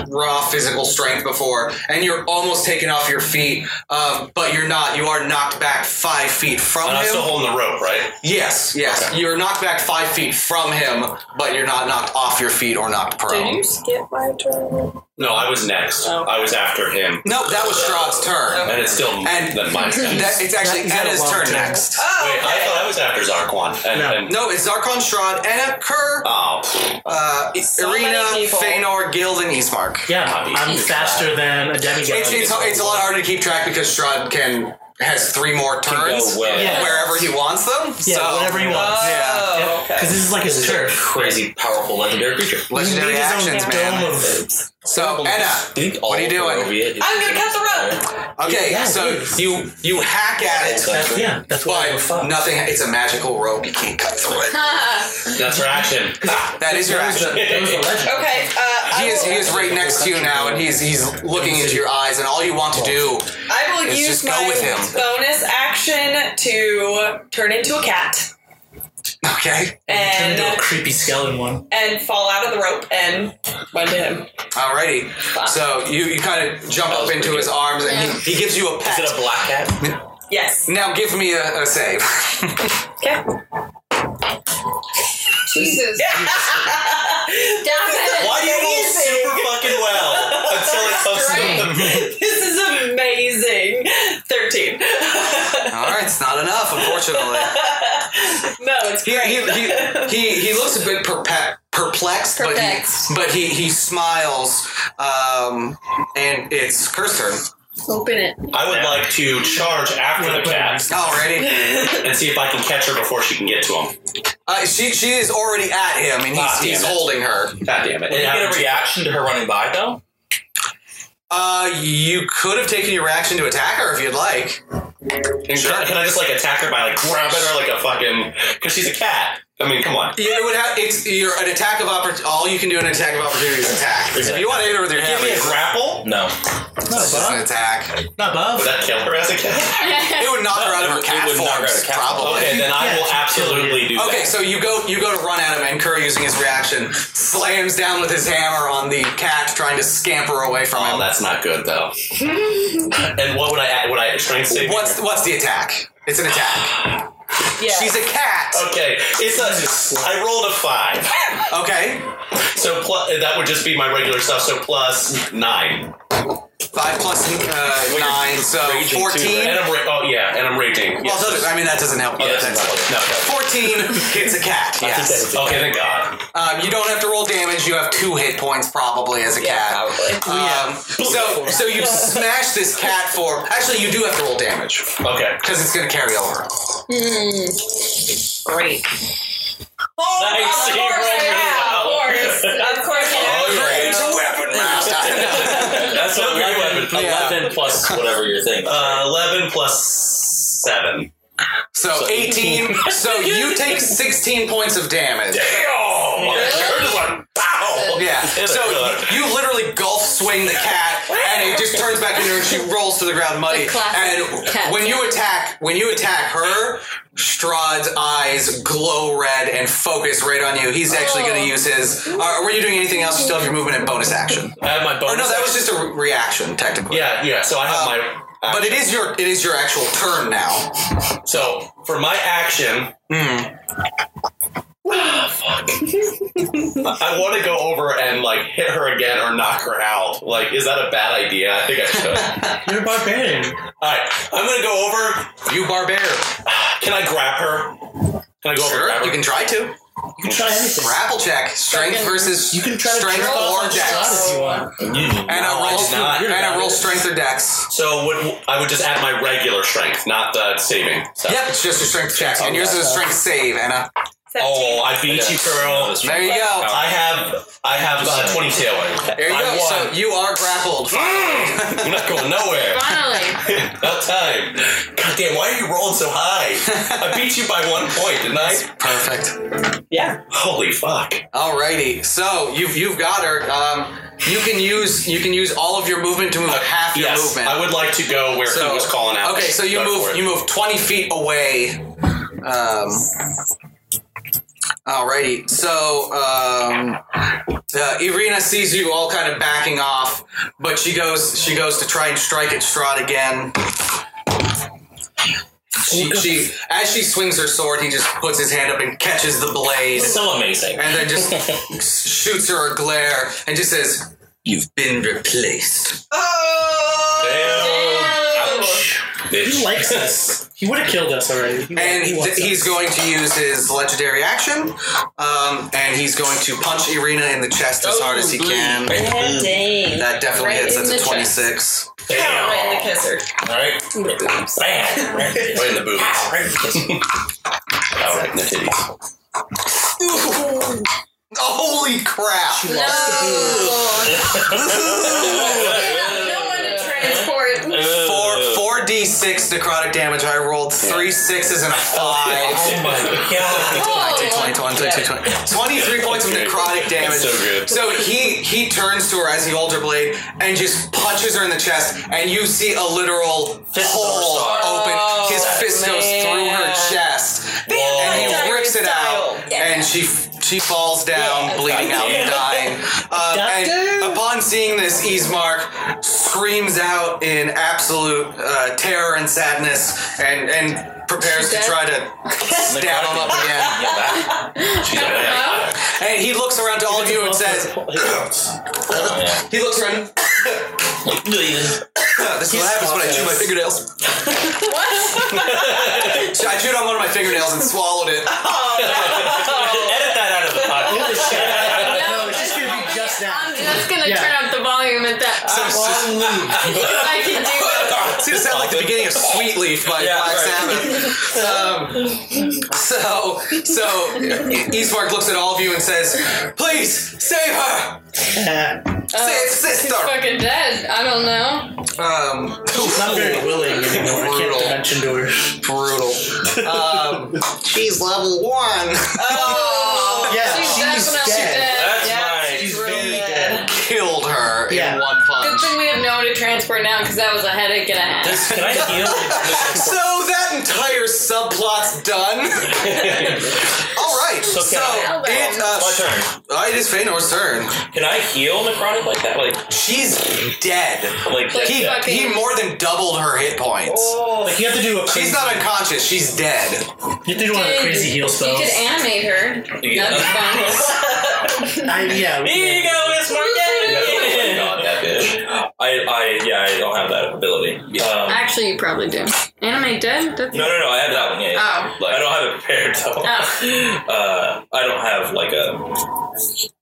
S2: raw physical strength before, and you're almost taken off your feet. Um, but you're not. You are knocked back five feet from
S9: And
S2: him.
S9: I'm still holding the rope, right?
S2: Yes, yes. You're knocked back five feet from him, but you're not knocked off your feet or knocked prone.
S10: Did you skip my turn?
S9: No, I was next. I was after him.
S2: No, that was Strahd's turn.
S9: And it's still
S2: And
S9: then my turn.
S2: that- it's actually
S9: That-
S2: Anna's
S9: that a long
S2: turn
S9: turn?
S2: next.
S9: Wait, I thought I was after Zarquan. And, and-
S2: No, it's Zarkon Strahd, Anna Kerr,
S9: oh,
S2: uh, Irina, Feanor, Guild, and Eastmark.
S4: Yeah, I'm faster than a demigod.
S2: It's, it's, it's a lot harder to keep track because Strahd can has three more turns
S9: where- Yeah.
S2: wherever he wants them.
S4: Yeah,
S2: so.
S4: whatever he wants.
S2: Oh,
S4: Because this is like his turf.
S7: Crazy, powerful, legendary creature.
S2: Legendary
S4: He made his own
S2: actions, man.
S4: dome of-
S2: So Anna, what are you doing?
S5: I'm gonna cut the rope.
S2: Okay,
S4: Yeah,
S2: so you you hack at it.
S4: That's- yeah, that's why we're
S2: but nothing. It's a magical rope. You can't cut through it.
S9: that's her action.
S2: That is your action.
S5: Okay. Uh,
S2: He
S5: I
S2: is
S5: will,
S2: he is right next to you now, and he's he's looking into your eyes, and all you want to do
S5: I will
S2: is
S5: use
S2: just go
S5: my
S2: with him.
S5: bonus action to turn into a cat
S2: Okay.
S4: Turned
S5: and
S4: into a creepy skeleton one.
S5: and fall out of the rope and run to him.
S2: Alrighty. So you, you kind of jump up into his arms, and he, he gives you a pet.
S7: Is it a black cat?
S5: Yes.
S2: Now give me a, a save.
S5: Okay.
S14: Jesus.
S5: Why
S9: do you roll super fucking well until it comes
S5: Right. This is amazing. Thirteen.
S2: Alright, it's not enough, unfortunately.
S5: no, it's
S2: He, he, he, he, he looks a bit perpe- perplexed,
S14: Perplexed.
S2: but he but he, he smiles, um, and it's Kerr's turn.
S3: Open it.
S9: I would like to charge after the cat
S2: Alrighty.
S9: and see if I can catch her before she can get to him.
S2: Uh, she she is already at him, and he's,
S9: Ah, damn
S2: he's
S9: it.
S2: holding her.
S9: God damn it.
S7: Did you get a
S9: happens-
S7: reaction to her running by though?
S2: Uh, you could have taken your action to attack her if you'd like.
S9: Can, can I just like attack her by like grabbing her like a fucking? Because she's a cat. I mean, come on.
S2: Yeah, it would have. It's you're an attack of opportunity. All you can do in an attack of opportunity is attack. If you want to hit her with your hand,
S9: Give me a
S2: it's
S9: grapple.
S7: No.
S4: Not
S2: just an
S4: above.
S2: attack.
S4: Not
S9: Would
S4: above.
S9: that kill her as a cat?
S2: It would knock her out of her
S7: It
S2: cat
S7: would knock her out of
S2: forms,
S7: cat form.
S2: probably.
S9: Okay, then I will absolutely do
S2: Okay, so you go you go to run at him, and Kerr, using his reaction, slams down with his hammer on the cat, trying to scamper away from
S9: Oh,
S2: him.
S9: that's not good though. and what would I add? Would I strength save?
S2: What's what's the attack? It's an attack.
S5: yeah.
S2: She's a cat.
S7: Uh,
S9: Okay, it's a. I rolled a five,
S2: Okay,
S9: so plus, that would just be my regular stuff. So plus nine,
S2: five plus uh, nine, so
S7: raging too, right?
S2: fourteen.
S9: and I'm ra- oh yeah, and I'm raging. Yes.
S2: Also, I mean that doesn't help.
S9: Oh,
S2: other
S9: that's
S2: things.
S9: no, no.
S2: Fourteen hits a cat. Yes.
S9: Okay, thank God.
S2: Um, you don't have to roll damage. You have two hit points probably as a cat.
S5: probably.
S2: Um, so, so you smash this cat for. Actually, you do have to roll damage
S9: Okay.
S2: because it's going to carry over.
S5: Oh, Great. Oh,
S9: Nice,
S5: of
S9: he
S5: course,
S9: ran
S5: yeah, of course,
S9: really
S5: of course. Oh, yeah.
S2: It's a weapon
S7: That's
S9: Not very
S7: eleven.
S9: good.
S2: Yeah.
S7: Eleven plus whatever your thing.
S9: Uh, Eleven plus seven.
S2: So eighteen. So you take sixteen points of damage.
S9: Damn! Pow!
S2: Yeah.
S9: Hit
S2: So
S9: it.
S2: you literally golf swing the cat, and it just turns back into her. and She rolls to the ground, muddy.
S14: The classic
S2: And
S14: cat.
S2: when you attack, when you attack her, Strahd's eyes glow red and focus right on you. He's actually going
S14: Oh.
S2: to use his. Uh, were you doing anything else? You still have your movement and bonus action.
S9: I have my
S2: Or
S9: bonus.
S2: no, that was just a re- reaction technically.
S9: Yeah, yeah. So I have my. action.
S2: But it is your it is your actual turn now.
S9: Hmm. So for my action, I want to go over and like hit her again or knock her out. Like, is that a bad idea? I think I should.
S4: You're a barbarian. All
S9: right, I'm gonna go over.
S2: You barbarian.
S9: Can I grab her? Can I go over?
S2: Sure,
S9: and grab her?
S2: you can try to. You
S4: can try anything.
S2: Grapple check. Strength versus you can try strength or dex.
S4: you want.
S2: And I
S9: I
S2: roll
S9: did Mm-hmm. not.
S2: and I roll strength or dex.
S9: So would, I would just add my regular strength, not the saving. So.
S2: Yep, it's just a strength check. And yours is a strength save, Anna.
S9: Oh, I beat you, girl.
S2: There you go.
S9: I have I have uh, 22.
S2: There you
S9: I
S2: go.
S9: Won.
S2: So you are grappled.
S9: Mm, I'm not going nowhere.
S3: Finally.
S9: About time. God damn, why are you rolling so high? I beat you by one point, didn't I?
S2: Perfect.
S10: Yeah.
S9: Holy fuck.
S2: Alrighty. So you've you've got her. Um, you can use you can use all of your movement to move half your
S9: yes,
S2: movement.
S9: I would like to go where he was calling out.
S2: Okay, so you
S9: Go for
S2: move
S9: it.
S2: you move twenty feet away. Um, alrighty. So um, uh, Irina sees you all kind of backing off, but she goes she goes to try and strike at Strahd again. She, she as she swings her sword, he just puts his hand up and catches the blade.
S7: So amazing.
S2: And then just shoots her a glare and just says, "You've been replaced."
S5: Oh,
S4: He likes us. He would have killed us already. He wa-
S2: And
S4: he wants
S2: th- he's
S4: us.
S2: going to use his legendary action, um, and he's going to punch Irina in the chest as hard as he can.
S5: Yeah, dang.
S2: That definitely
S5: Oh, Right
S2: hits.
S5: in
S2: That's
S5: the
S2: a twenty-six.
S5: Yeah, right in the kisser.
S7: All right. Bam. Right in the boobies. Right in the kisser.
S9: All right, in the titties.
S2: Holy crap! Four four d six necrotic damage. I rolled three sixes and a five.
S7: Oh my god.
S2: 20, 20, 20, 20, 23 points of necrotic damage.
S9: That's so good.
S2: So he he turns to her as he holds her blade and just punches her in the chest, and you see a literal hole open. His fist goes through her chest, and he rips it out, and she she falls down, bleeding out, and dying. Uh, and upon seeing this, Ismark screams out in absolute uh, terror and sadness, and and prepares to try to stab him up again.
S7: She's like, "Yeah."
S2: And he looks around to all of you and says, he looks around. this is what happens when I chew my fingernails. So I chewed on one of my fingernails and swallowed it.
S7: Edit that out of the podcast.
S4: No, it's just gonna be just that.
S3: I'm just gonna
S4: Yeah.
S3: turn up the volume at that. I can do it.
S2: It's gonna sound like the beginning of Sweet Leaf by Black Sabbath. Um, so, so Eastmark looks at all of you and says, "Please save her."
S3: Oh,
S2: sister.
S3: He's fucking dead. I don't know.
S2: Um,
S4: He's not very willing anymore. I can't dimension door.
S2: brutal. Um, she's level one.
S3: Oh,
S4: Yeah,
S3: she's,
S4: she's
S3: definitely
S4: dead.
S7: That's
S3: Yeah,
S7: mine.
S3: she's really dead.
S2: Killed her
S4: Yeah.
S2: in one
S3: Good
S2: punch.
S3: thing we have no one to transfer now because that was a headache and a half.
S7: This, can I heal?
S2: So that entire subplot's done. All right. So,
S7: So can I-
S2: it,
S7: My
S2: uh,
S7: turn.
S2: uh, it is Fëanor's turn.
S7: Can I heal necrotic like that? Like,
S2: She's dead.
S7: like that?
S2: He,
S7: that-
S2: he more than doubled her hit points.
S4: Like you have to do a crazy,
S2: She's not unconscious. She's dead.
S4: you have to do one of the crazy heal
S3: You
S4: spells.
S3: could animate her.
S7: Yeah.
S3: That'd be fun.
S4: I, yeah, we
S7: Here you
S4: can.
S7: go, Miss Morgan. Not that bitch. I, I, yeah, I don't have that ability. Um,
S3: Actually, you probably do. Animate dead? That's
S7: no, no, no, I have that one. Yeah, yeah.
S3: Oh.
S7: Like, I don't have it prepared though. Uh, I don't have like a.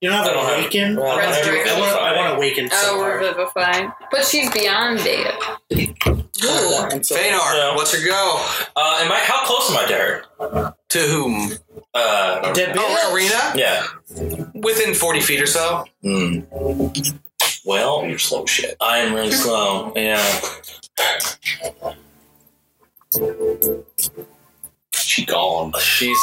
S4: You don't
S7: I
S4: have
S7: don't have-
S4: awaken.
S7: Well,
S4: I,
S3: Resurrect.
S4: do- I want. I want to awaken.
S3: Oh,
S4: so hard.
S3: revivify. But she's beyond dead.
S2: Fëanor,
S7: No.
S2: what's your go?
S7: Uh, am I? How close am I to her?
S2: To whom?
S7: Uh,
S4: Dead bitch.
S2: Oh, Arena?
S7: yeah.
S2: Within 40 feet or so.
S7: Hmm. Well, you're slow shit. I am really slow. Yeah.
S9: She gone.
S7: She's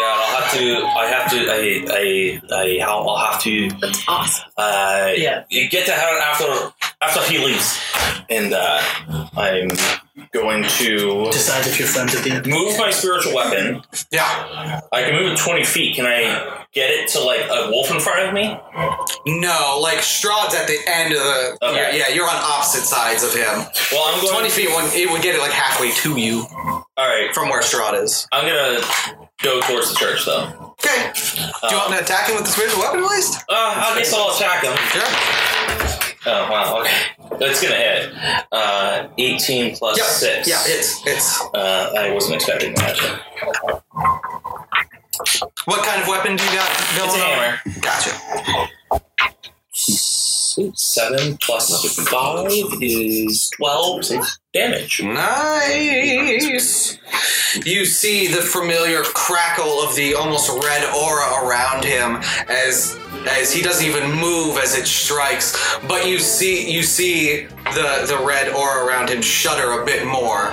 S7: yeah. I'll have to. I have to. I. I. I. I'll, I'll have to. That's awesome. Uh,
S4: Yeah.
S7: You get to her after after he leaves, and uh, I'm going to
S4: Decides if you're friends at the end.
S7: move my spiritual weapon.
S2: Yeah.
S7: I can move it twenty feet. Can I get it to like a wolf in front of me?
S2: No, like Strahd's at the end of the.
S7: Okay.
S2: Yeah, you're on opposite sides of him.
S7: Well, I'm going.
S2: 20 feet, one, it would get it like halfway to you.
S7: All right.
S2: From where Strahd is.
S7: I'm gonna go towards the church though.
S2: Okay. Do you want to attack him with the spiritual weapon at least?
S7: Uh, I guess I'll attack him.
S2: Sure.
S7: Oh wow. Okay. That's gonna hit. Uh, 18 plus
S2: Yep.
S7: six.
S2: Yeah, it's it's.
S7: Uh, I wasn't expecting that.
S2: What kind of weapon do you got? It's a hammer. Gotcha.
S7: Seven plus five is twelve damage.
S2: Nice. You see the familiar crackle of the almost red aura around him as as he doesn't even move as it strikes, but you see you see the the red aura around him shudder a bit more.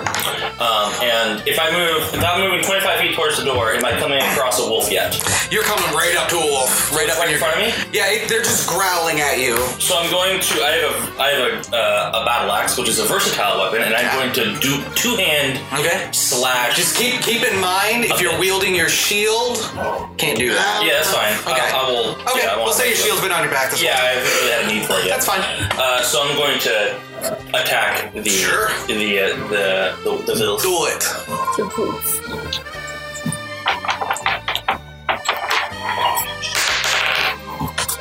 S7: Um, and if I move, if I'm moving 25 feet towards the door, am I coming across a wolf yet?
S2: You're coming right up to a wolf, right up
S7: right in front of me.
S2: Yeah, it, they're just growling at you.
S7: So I'm going to. I have a. I have a, uh, a battle axe, which is a versatile weapon, and I'm going to do two hand.
S2: Okay.
S7: Slash.
S2: Just keep keep in mind if you're wielding your shield, can't do that.
S7: Yeah, that's fine.
S2: uh, Okay.
S7: I, I will.
S2: Okay,
S7: Yeah, I won't
S2: we'll say your
S7: do that.
S2: shield's been on your back this
S7: Yeah, I haven't really had a need for it yet.
S2: That's fine.
S7: Uh, so I'm going to attack the the, uh, the the the middle.
S2: Do it.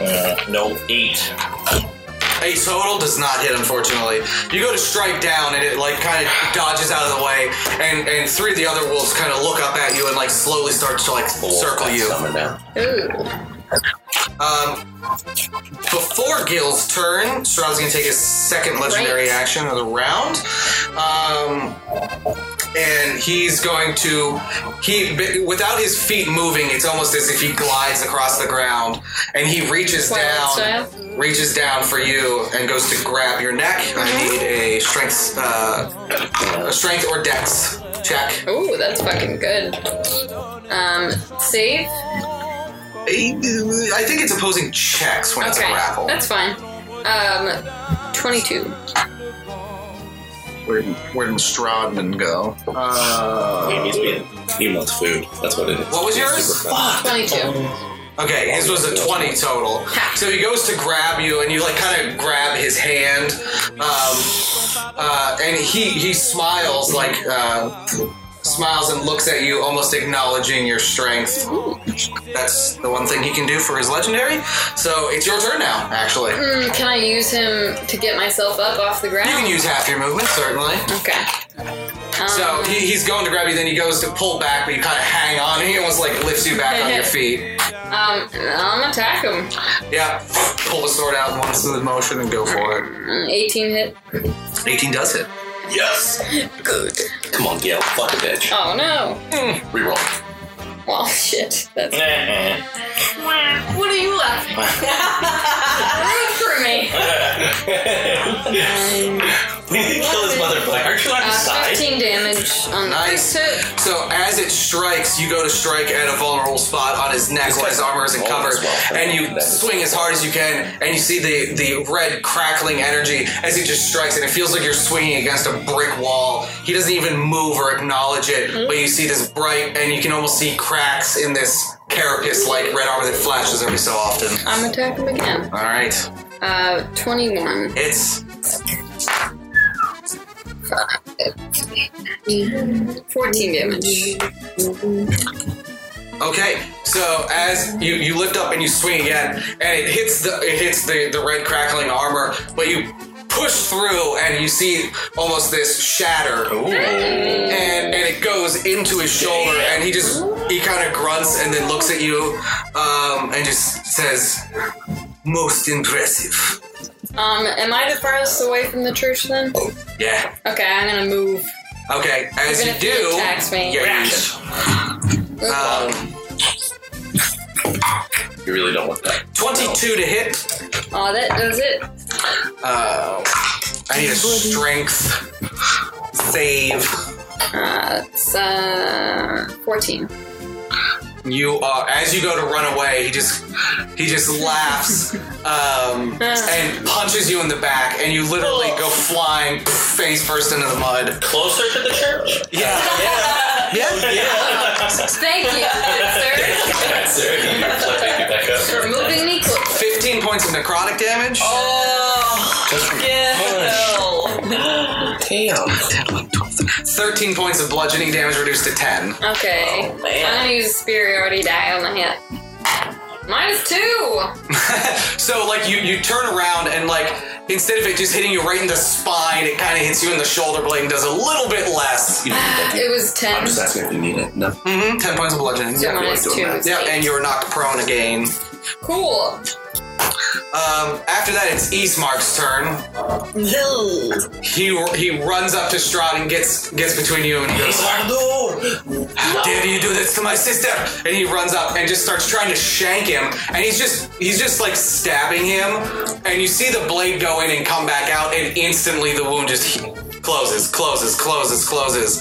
S7: Uh, no eight.
S2: A total does not hit, unfortunately. You go to strike down, and it like kind of dodges out of the way, and and three of the other wolves kind of look up at you and like slowly starts to like
S7: Oh,
S2: circle you. Um, before Gil's turn, Stroud's gonna take his second legendary action of the round, um, and he's going to he b- without his feet moving, it's almost as if he glides across the ground, and he reaches down, reaches down for you, and goes to grab your neck. I need a strength, uh, a strength or dex check.
S3: Ooh, that's fucking good. Um, save.
S2: I think it's opposing checks when it's a
S3: Okay,
S2: grapple.
S3: that's fine. Um, twenty-two.
S2: Where, where did Strodman go?
S9: he
S2: Uh,
S9: needs to be. He wants food. That's what it is.
S2: What was
S9: He's
S2: yours?
S9: super fat.
S3: Twenty-two.
S2: okay, his was a 20 total. So he goes to grab you, and you like kind of grab his hand, um, uh, and he he smiles like uh, smiles and looks at you, almost acknowledging your strength. That's the one thing he can do for his legendary. So it's your turn now, actually. You
S3: Mm, can I use him to get myself up off the ground?
S2: can use half your movement, certainly.
S3: Okay. Um,
S2: So he, he's going to grab you, then he goes to pull back, but you kind of hang on, and he almost like lifts you back on your feet.
S3: um, I'm gonna attack him.
S2: Yeah, pull the sword out in one smooth motion and go for
S3: Mm, Eighteen hit.
S2: it. 18 does hit.
S7: Yes.
S3: Good.
S7: Come on, Gil. Fuck a bitch.
S3: Oh no. Mm.
S7: Reroll.
S3: Well, Oh, shit. That's.
S7: Eh,
S3: What are you laughing? Root for me.
S7: eh. we need to kill this motherfucker. Aren't you on his
S3: Uh,
S7: side?
S3: Fifteen damage on
S2: Nice.
S3: the first hit.
S2: So as it strikes, you go to strike at a vulnerable spot on his neck while his armor isn't covered, and you swing as hard as you can, and you see the, the red crackling energy as it just strikes, and it feels like you're swinging against a brick wall. He doesn't even move or acknowledge it, but you see this bright, and you can almost see cracks in this carapace-like red armor that flashes every so often.
S3: I'm attacking him again.
S2: All right,
S3: Uh, twenty-one.
S2: it's
S3: 14 damage.
S2: Okay, so as you, you lift up and you swing again, and it hits the it hits the, the red crackling armor, but you push through and you see almost this shatter, and and it goes into his shoulder, and he just he kind of grunts and then looks at you, um, and just says, "Most impressive."
S3: Um, am I the farthest away from the church then?
S7: Oh.
S2: Yeah.
S3: Okay, I'm gonna move.
S2: Okay. As
S3: Even
S2: you
S3: if he
S2: do,
S3: attacks me.
S2: yeah, you- um,
S9: You really don't want that.
S2: twenty-two to hit.
S3: Oh, that does it.
S2: Uh, I need a strength save.
S3: Uh, it's uh, 14.
S2: You are as you go to run away. He just he just laughs um, and punches you in the back, and you literally go flying face first into the mud.
S7: Closer to the church?
S2: Yeah, yeah, yeah, yeah.
S3: Thank you, good sir, for moving me close.
S2: Fifteen points of necrotic damage.
S5: Oh, get hell.
S2: Damn. 13 points of bludgeoning damage reduced to 10.
S3: Okay. I'm gonna use superiority die on the hit. Minus two.
S2: So like you you turn around and like instead of it just hitting you right in the spine, it kind of hits you in the shoulder blade and does a little bit less.
S3: It was ten.
S2: asking if you need it. No. Mm-hmm. Ten points of bludgeoning.
S3: So minus two is
S2: Yeah, and you are knocked prone again.
S3: Cool.
S2: Um, after that, it's Eastmark's turn. He he runs up to Strahd and gets gets between you and he goes, How dare you do this to my sister? And he runs up and just starts trying to shank him. And he's just he's just like stabbing him. And you see the blade go in and come back out, and instantly the wound just he- closes, closes, closes, closes.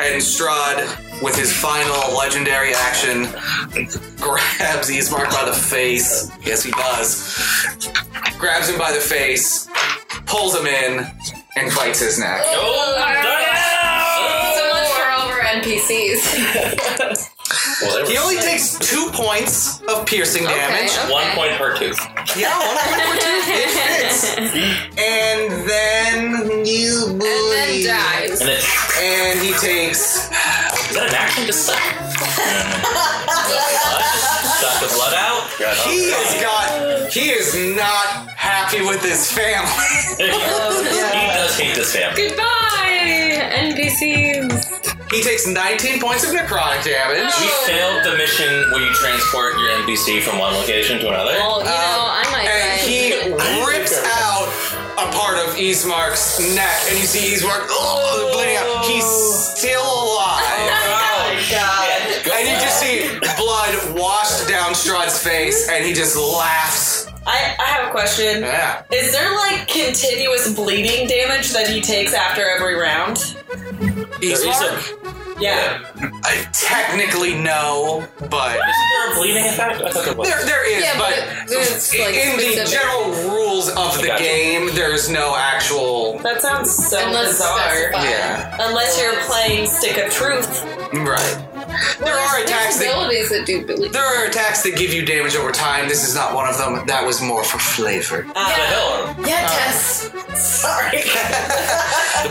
S2: And Strahd, with his final legendary action, grabs Ismark by the face. Yes, he does. Grabs him by the face, pulls him in, and bites his neck.
S3: So much for all of our NPCs.
S2: he only takes two points of piercing damage.
S3: okay.
S7: One point per two.
S2: Yeah, one point per two. It fits. And then you and then
S3: dies.
S7: And,
S2: he takes.
S7: Is that an action to suck? Mm. Suck the blood out?
S2: He has got. He is not happy with his family.
S7: He does hate this family.
S3: Goodbye, NPCs.
S2: He takes 19 points of necrotic damage.
S7: We failed the mission where you transport your NPC from one location to another.
S3: Well, you know, I might.
S2: And he rips out a part of Ismark's neck, and you see Ismark oh, bleeding out. He's still alive.
S5: Oh,
S2: And you just see blood washed down Strahd's face, and he just laughs.
S5: I, I have a question.
S2: Yeah.
S5: Is there like continuous bleeding damage that he takes after every round?
S2: Ismark?
S5: Yeah.
S2: I technically no, but
S7: there a bleeding effect? I thought there was.
S2: There, there is,
S7: Yeah,
S2: but,
S7: but it- it's, like,
S2: in the
S7: specific.
S2: general rules of the
S7: Gotcha.
S2: game, there's no actual.
S5: That sounds so
S3: Unless
S5: bizarre.
S2: specified. Yeah.
S5: Unless you're playing Stick of Truth.
S2: Right. There are attacks that-
S3: abilities that do bleed.
S2: There are attacks that give you damage over time. This is not one of them. That was more for flavor.
S3: Yeah, Tess.
S5: Sorry.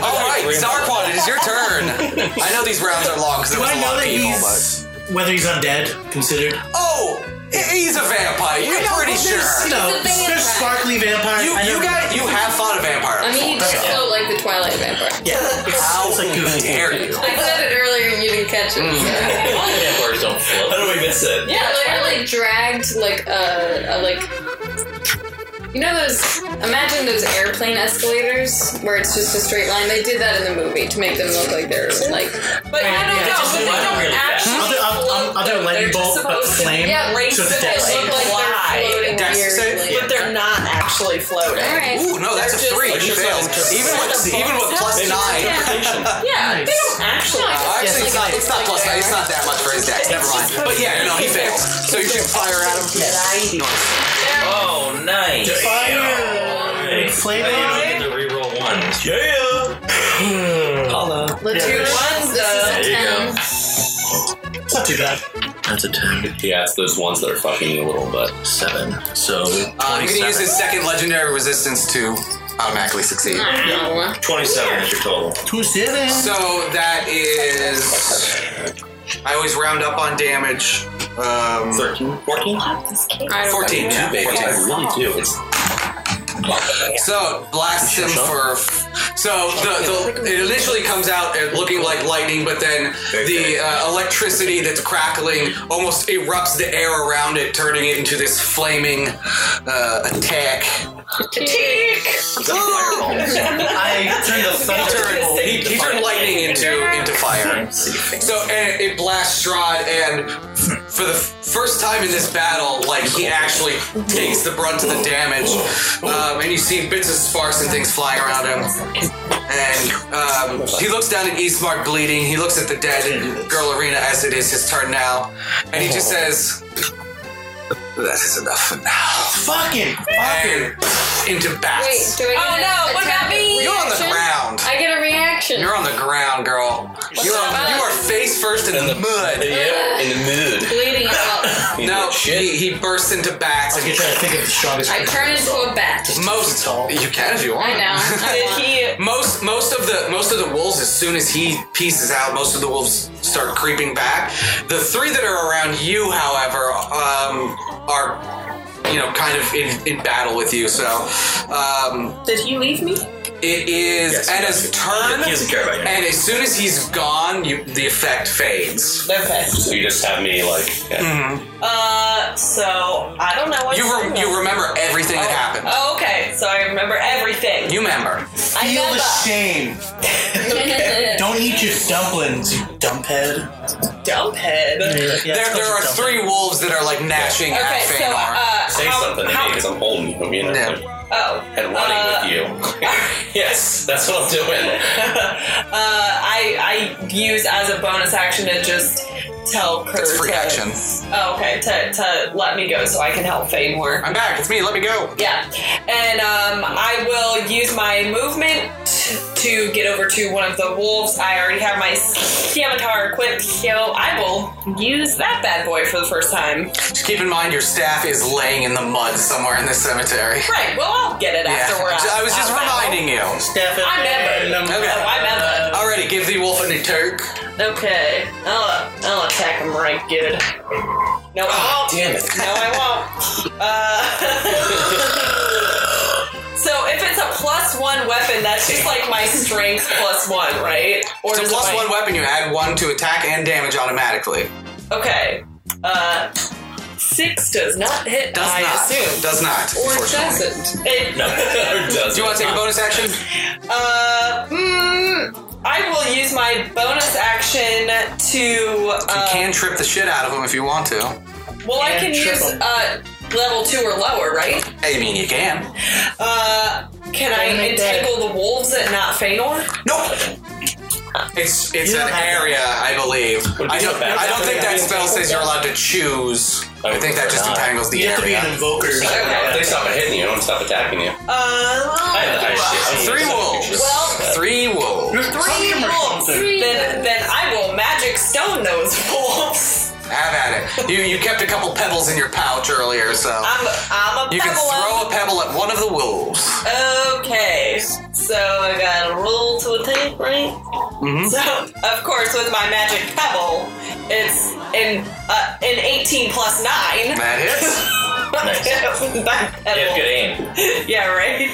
S2: All right, Zarquan, it is your turn. I know these rounds are long because
S4: Do
S2: there was
S4: I
S2: a
S4: know
S2: lot of
S4: that
S2: people,
S4: he's whether he's undead considered?
S2: but oh, he- he's a vampire. You're
S4: I know,
S2: pretty
S4: but
S2: sure.
S4: there's, You know,
S3: He's a vampire.
S4: there's sparkly vampires.
S2: You-
S4: I
S2: you
S4: know-
S2: got- you have fought a vampire.
S3: I mean, you just
S4: Okay.
S3: float like the Twilight vampire.
S4: Yeah.
S2: How dare you?
S3: I said it earlier and you didn't catch it. so.
S7: Vampires don't float. How do we miss it?
S3: Yeah, literally dragged like a, a like. You know those? Imagine those airplane escalators where it's just a straight line. They did that in the movie to make them look like they're like. But I don't know.
S4: just
S3: but they
S4: run
S3: don't
S4: really fast.
S3: actually
S4: I'll do- I'll- I'll- I'll do a um,
S3: float.
S4: lightning
S3: They're just
S4: bolt, but
S3: supposed to-
S4: flame,
S3: Yeah,
S4: so it's
S3: race so they
S4: deadly.
S3: look like they're floating weirdly.
S5: But they're not actually floating.
S3: All right.
S2: Ooh, no, that's
S5: They're
S2: a three.
S5: just-
S2: He fails. Even with even with plus nine.
S5: Yeah, they don't actually.
S2: Oh, actually, it's not, it's not plus nine. It's not that much for his dex. Never mind. But yeah, no, he fails. So you should fire at him.
S7: Oh, nice. Fire.
S4: Flavor.
S7: I need to reroll ones.
S4: Yeah. Hello.
S3: Let's do ones though.
S5: uh,
S7: There you go.
S4: It's not too bad.
S7: That's a 10.
S9: Yeah, it's those ones that are fucking you a little bit.
S7: Seven. So,
S2: Uh, I'm gonna use his
S7: 27.
S2: second legendary resistance to automatically succeed.
S3: Wow.
S7: 27 is your total.
S4: Two seven.
S2: So that is. I always round up on damage. Um,
S7: 13? 14?
S3: I don't
S2: 14.
S3: know.
S2: yeah, 14.
S7: I really do.
S2: So blasts him for. So the, the it initially comes out uh, looking like lightning, but then the uh, electricity that's crackling almost erupts the air around it, turning it into this flaming uh, attack.
S4: I turned the thunder.
S2: He, he turned lightning into into fire. So and it blasts Strahd, and f- for the f- first time in this battle, like he actually takes the brunt of the damage. Um, and you see bits of sparks and things flying around him. And um, he looks down at Eastmark bleeding. He looks at the dead girl arena as it is his turn now, and he just says, "That is enough for now."
S4: Fucking.
S2: And into
S3: Wait,
S2: bats.
S3: do I get
S5: Oh,
S3: an
S5: no, what
S3: attack
S5: about me?
S2: You're on the
S3: reaction?
S2: ground.
S3: I get a reaction.
S2: You're on the ground, girl. You are, you are face first in the mud.
S9: Yeah, in the mood.
S3: bleeding out.
S2: No, he, he bursts into bats. I was
S4: trying to think of the strongest.
S3: I turn into a bat.
S2: Most you can if you want.
S3: I know. I want.
S2: most most of the most of the wolves, as soon as he pieces out, most of the wolves start creeping back. The three that are around you, however, um, are you know kind of in, in battle with you. So um,
S10: Did he leave me?
S2: it is
S10: Yes,
S2: at
S10: he
S2: his turn, and as soon as he's gone, you, the effect fades.
S10: Okay.
S9: So you just have me like.
S5: Uh, so I don't know what
S2: You rem- you remember everything that happened.
S5: Oh, okay. So I remember everything.
S2: You remember.
S5: I
S4: Feel
S5: remember.
S4: the shame. Don't eat your dumplings, you dumphead.
S5: Dumphead.
S4: Yeah,
S2: there, there are three wolves that are like gnashing at
S5: Okay, so,
S2: Feanor.
S5: uh,
S9: Say something to me because I'm holding you, you know,
S5: Oh.
S9: and running with you. yes, that's what I'm doing.
S5: uh, I I use as a bonus action to just tell Kurt.
S2: That's free
S5: to,
S2: action.
S5: Oh, okay. To, to let me go so I can help Faye more.
S2: I'm back. It's me. Let me go.
S5: Yeah, and um, I will use my movement to get over to one of the wolves. I already have my scimitar equipped, so I will use that bad boy for the first time.
S2: Just keep in mind your staff is laying in the mud somewhere in this cemetery.
S5: Right. Well, I'll get it
S2: Yeah.
S5: after we're out.
S2: I was just
S5: out battle.
S2: reminding you.
S4: Staff
S5: I'm
S2: Okay.
S5: Edward. Oh, I'm Edward.
S2: Alrighty, give the wolf a new turk.
S5: Okay, I'll, I'll attack him right good. No, I won't.
S2: Oh, damn it.
S5: No, I won't. Uh, so if it's a plus one weapon, that's just like my strength plus one, right? Or
S2: it's a
S5: does
S2: plus
S5: my-
S2: one weapon. You add one to attack and damage automatically.
S5: Okay. Uh, six does not hit.
S2: Does
S5: I
S2: not.
S5: assume.
S2: Does not.
S5: Or
S2: unfortunately.
S5: doesn't. It,
S2: Do you want to take a bonus action?
S5: Uh, mm, I will use my bonus action to.
S2: you
S5: Uh,
S2: can trip the shit out of him if you want to.
S5: well, I can
S2: and
S5: use
S2: triple.
S5: uh, level two or lower, right?
S2: I mean, you can.
S5: Uh, can I entangle the wolves at not Feanor?
S2: Nope. It's it's an area, I believe.
S4: Would it
S2: I
S4: be
S2: don't,
S4: a bad Oh,
S2: I don't
S4: thing
S2: think
S4: to
S2: that
S4: be
S2: spell says you're allowed to choose. I think that just entangles the
S4: You
S2: area.
S4: have to be an invoker.
S9: If they stop hitting you, I don't stop attacking you.
S4: Oh,
S5: Uh,
S2: Oh, Three wolves.
S5: Well-
S2: three wolves.
S5: three wolves. Then, then I will magic stone those wolves.
S2: Have at it. You you kept a couple pebbles in your pouch earlier, so
S5: I'm, I'm a
S2: you can
S5: pebble.
S2: throw a pebble at one of the wolves.
S5: Okay, so I got a roll to attack, right?
S2: Mhm.
S5: So, of course, with my magic pebble, it's in uh, an 18 plus 9.
S2: That hits.
S5: Nice.
S7: good aim.
S5: yeah, right?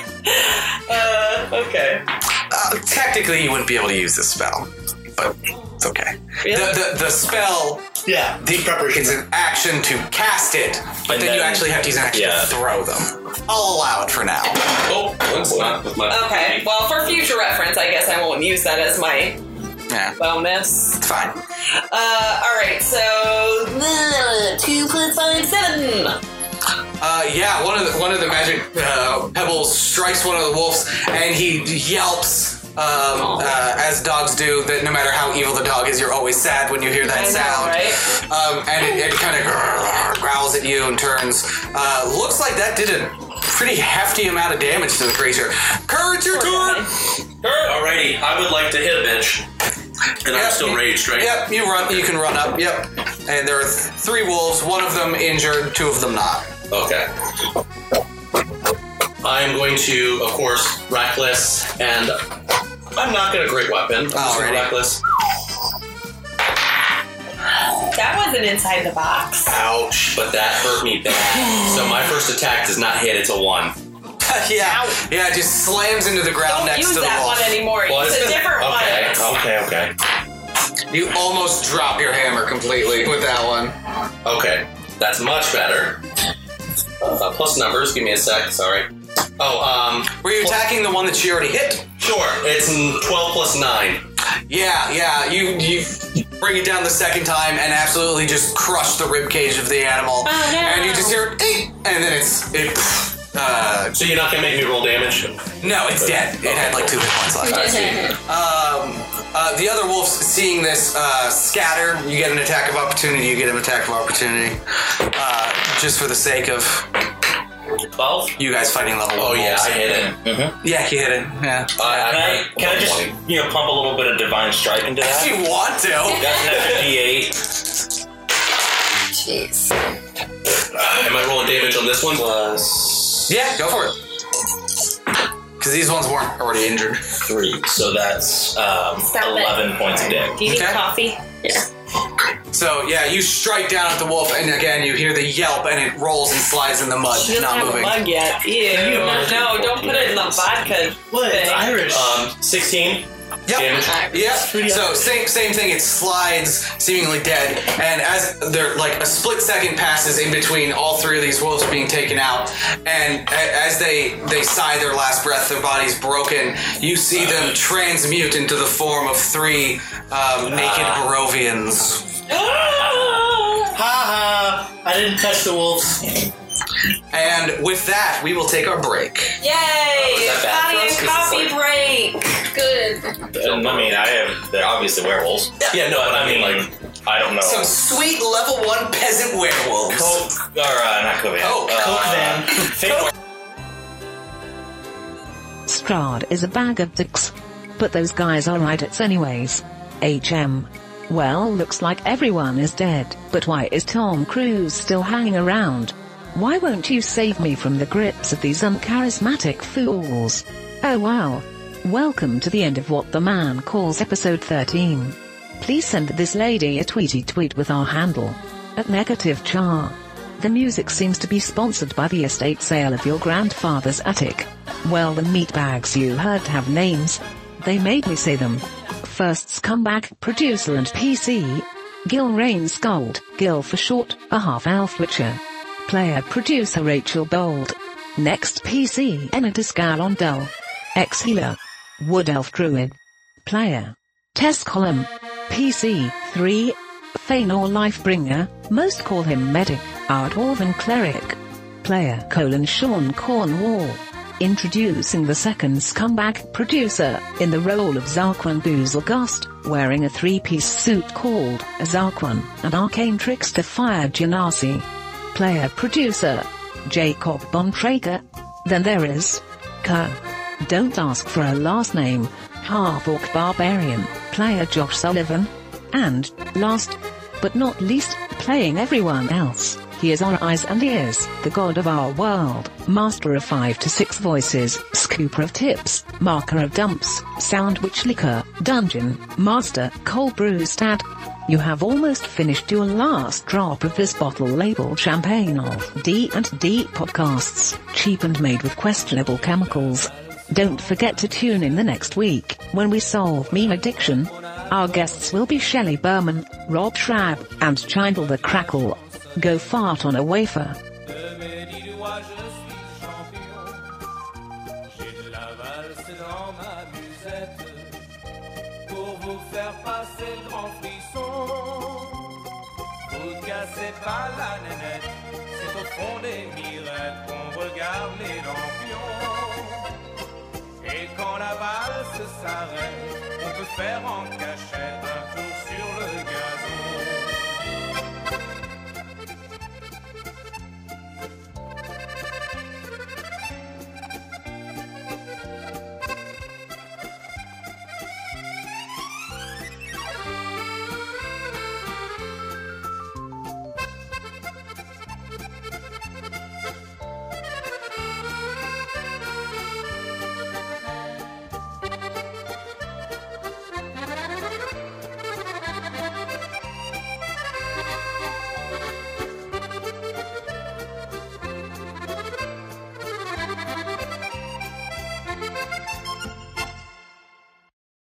S5: Uh, okay.
S2: Uh, technically, you wouldn't be able to use this spell, but it's okay. The, the the spell.
S4: Yeah.
S2: The preparation. It's an action to cast it, but then, you actually have to use an action to throw them. I'll allow it for now.
S9: Oh, that's not with my.
S5: Okay, well, for future reference, I guess I won't use that as my
S2: Yeah.
S5: bonus.
S2: It's fine.
S5: Uh, alright, so. uh, 2 plus 5, 7.
S2: Uh, yeah, one of the one of the magic uh, pebbles strikes one of the wolves, and he yelps um, uh, as dogs do. That no matter how evil the dog is, you're always sad when you hear that
S5: I know,
S2: sound.
S5: right?
S2: Um, and it, it kind of growls at you and turns. Uh, looks like that did a pretty hefty amount of damage to the creature. Courage, your turn.
S9: Alrighty, I would like to hit a bitch. And I'm still raged, right?
S2: Yep, you run. You can run up. Yep. And there are th- three wolves. One of them injured. Two of them not.
S9: Okay. I'm going to, of course, reckless, and I'm not going to great weapon. I'm just going to reckless.
S5: That wasn't inside the box.
S9: Ouch! But that hurt me bad. so my first attack does not hit. It's a one.
S2: yeah. Yeah. it Just slams into the ground next
S5: use
S2: to the
S5: that
S2: wolf.
S5: one anymore.
S9: Well,
S5: use
S9: it's
S5: a
S9: been-
S5: different
S9: okay,
S5: one.
S9: Okay. Okay.
S2: You almost drop your hammer completely with that one.
S9: Okay, that's much better. Uh, plus numbers. Give me a sec. Sorry. Oh, um,
S2: were you attacking the one that she already hit?
S9: Sure. It's mm, twelve plus nine.
S2: Yeah, yeah. You you bring it down the second time and absolutely just crush the rib cage of the animal.
S9: Oh, no.
S2: And you just hear it, "Eek," and then it's it. Uh,
S9: so you're not gonna make me roll damage?
S2: No, it's dead. It had like two hit points left.
S9: I see.
S2: Um, uh, the other wolves seeing this uh, scatter. You get an attack of opportunity. You get an attack of opportunity. Uh, just for the sake of
S7: twelve.
S2: You guys fighting level.
S9: Oh
S2: one
S9: yeah,
S2: wolves.
S9: I hit it. Mm-hmm.
S2: Yeah, he hit it. Yeah.
S7: Uh, can I can I just you know pump a little bit of divine strike into that?
S2: If you want to.
S7: That's an extra D8.
S14: Jeez.
S9: Am I rolling damage on this one?
S2: Yeah, go for it. Because these ones weren't already injured.
S7: Three. So that's um,
S3: Stop it.
S7: 11 points of damage.
S3: Do you need
S2: Okay.
S3: coffee? Yeah.
S2: So yeah, you strike down at the wolf, and again you hear the yelp, and it rolls and slides in the mud,
S10: She doesn't
S2: not
S10: have
S2: moving.
S10: a mug yet. Ew. No, don't put it in the vodka.
S4: What? It's
S10: Thing.
S4: Irish.
S7: Um, 16.
S2: Yep.
S7: Damage.
S2: Yep. So same same thing. It slides, seemingly dead, and as there like a split second passes in between all three of these wolves being taken out, and a- as they they sigh their last breath, their bodies broken. You see them transmute into the form of three um, naked Barovians.
S4: Ha ha! I didn't touch the wolves.
S2: And with that, we will take our break.
S5: Yay!
S7: that bad
S5: Body
S7: for us?
S5: and
S7: 'Cause it's
S5: coffee break.
S3: Good.
S7: I mean, I have. They're obviously werewolves. Yeah, no, but I mean, like, I don't know.
S2: Some sweet level one peasant werewolves.
S7: Coke, or uh, not Coke.
S2: Coke.
S7: uh,
S4: Coke van.
S1: Strad is a bag of dicks. But those guys are right it's anyways. HM. Well, looks like everyone is dead, but why is Tom Cruise still hanging around? Why won't you save me from the grips of these uncharismatic fools? Oh wow. Welcome to the end of what the man calls episode 13. Please send this lady a tweety tweet with our handle. At negative char. The music seems to be sponsored by the estate sale of your grandfather's attic. Well, the meatbags you heard have names. They made me say them. First Scumbag, Producer and PC. Gil Rain Scold, Gil for short, a half elf witcher. Player Producer Rachel Bold. Next PC Enidus Galondel. Ex Healer. Wood Elf Druid. Player. Test column. PC 3. Feanor Lifebringer, most call him Medic, our Dwarven Cleric. Player colon Sean Cornwall. Introducing the second scumbag producer, in the role of Zarquan Boozelgast, wearing a three-piece suit called a Zarquan, an arcane trickster fire Genasi. Player producer, Jacob Bontrager. Then there is, Kerr. Don't ask for a last name. Half orc barbarian, player Josh Sullivan. And, last, but not least, playing everyone else. He is our eyes and ears, the god of our world, master of five to six voices, scooper of tips, marker of dumps, sound witch liquor, dungeon, master, cold brew stat. You have almost finished your last drop of this bottle labeled champagne of D&D podcasts, cheap and made with questionable chemicals. Don't forget to tune in the next week when we solve meme addiction. Our guests will be Shelley Berman, Rob Schrab, and Chindle the Crackle. Go fart on a wafer.
S6: J'ai de la valse dans ma musette pour vous faire passer le grand frisson. Vous cassez pas la nénette, c'est au fond des mirettes qu'on regarde les lampions. Et quand la valse s'arrête, on peut faire en cachette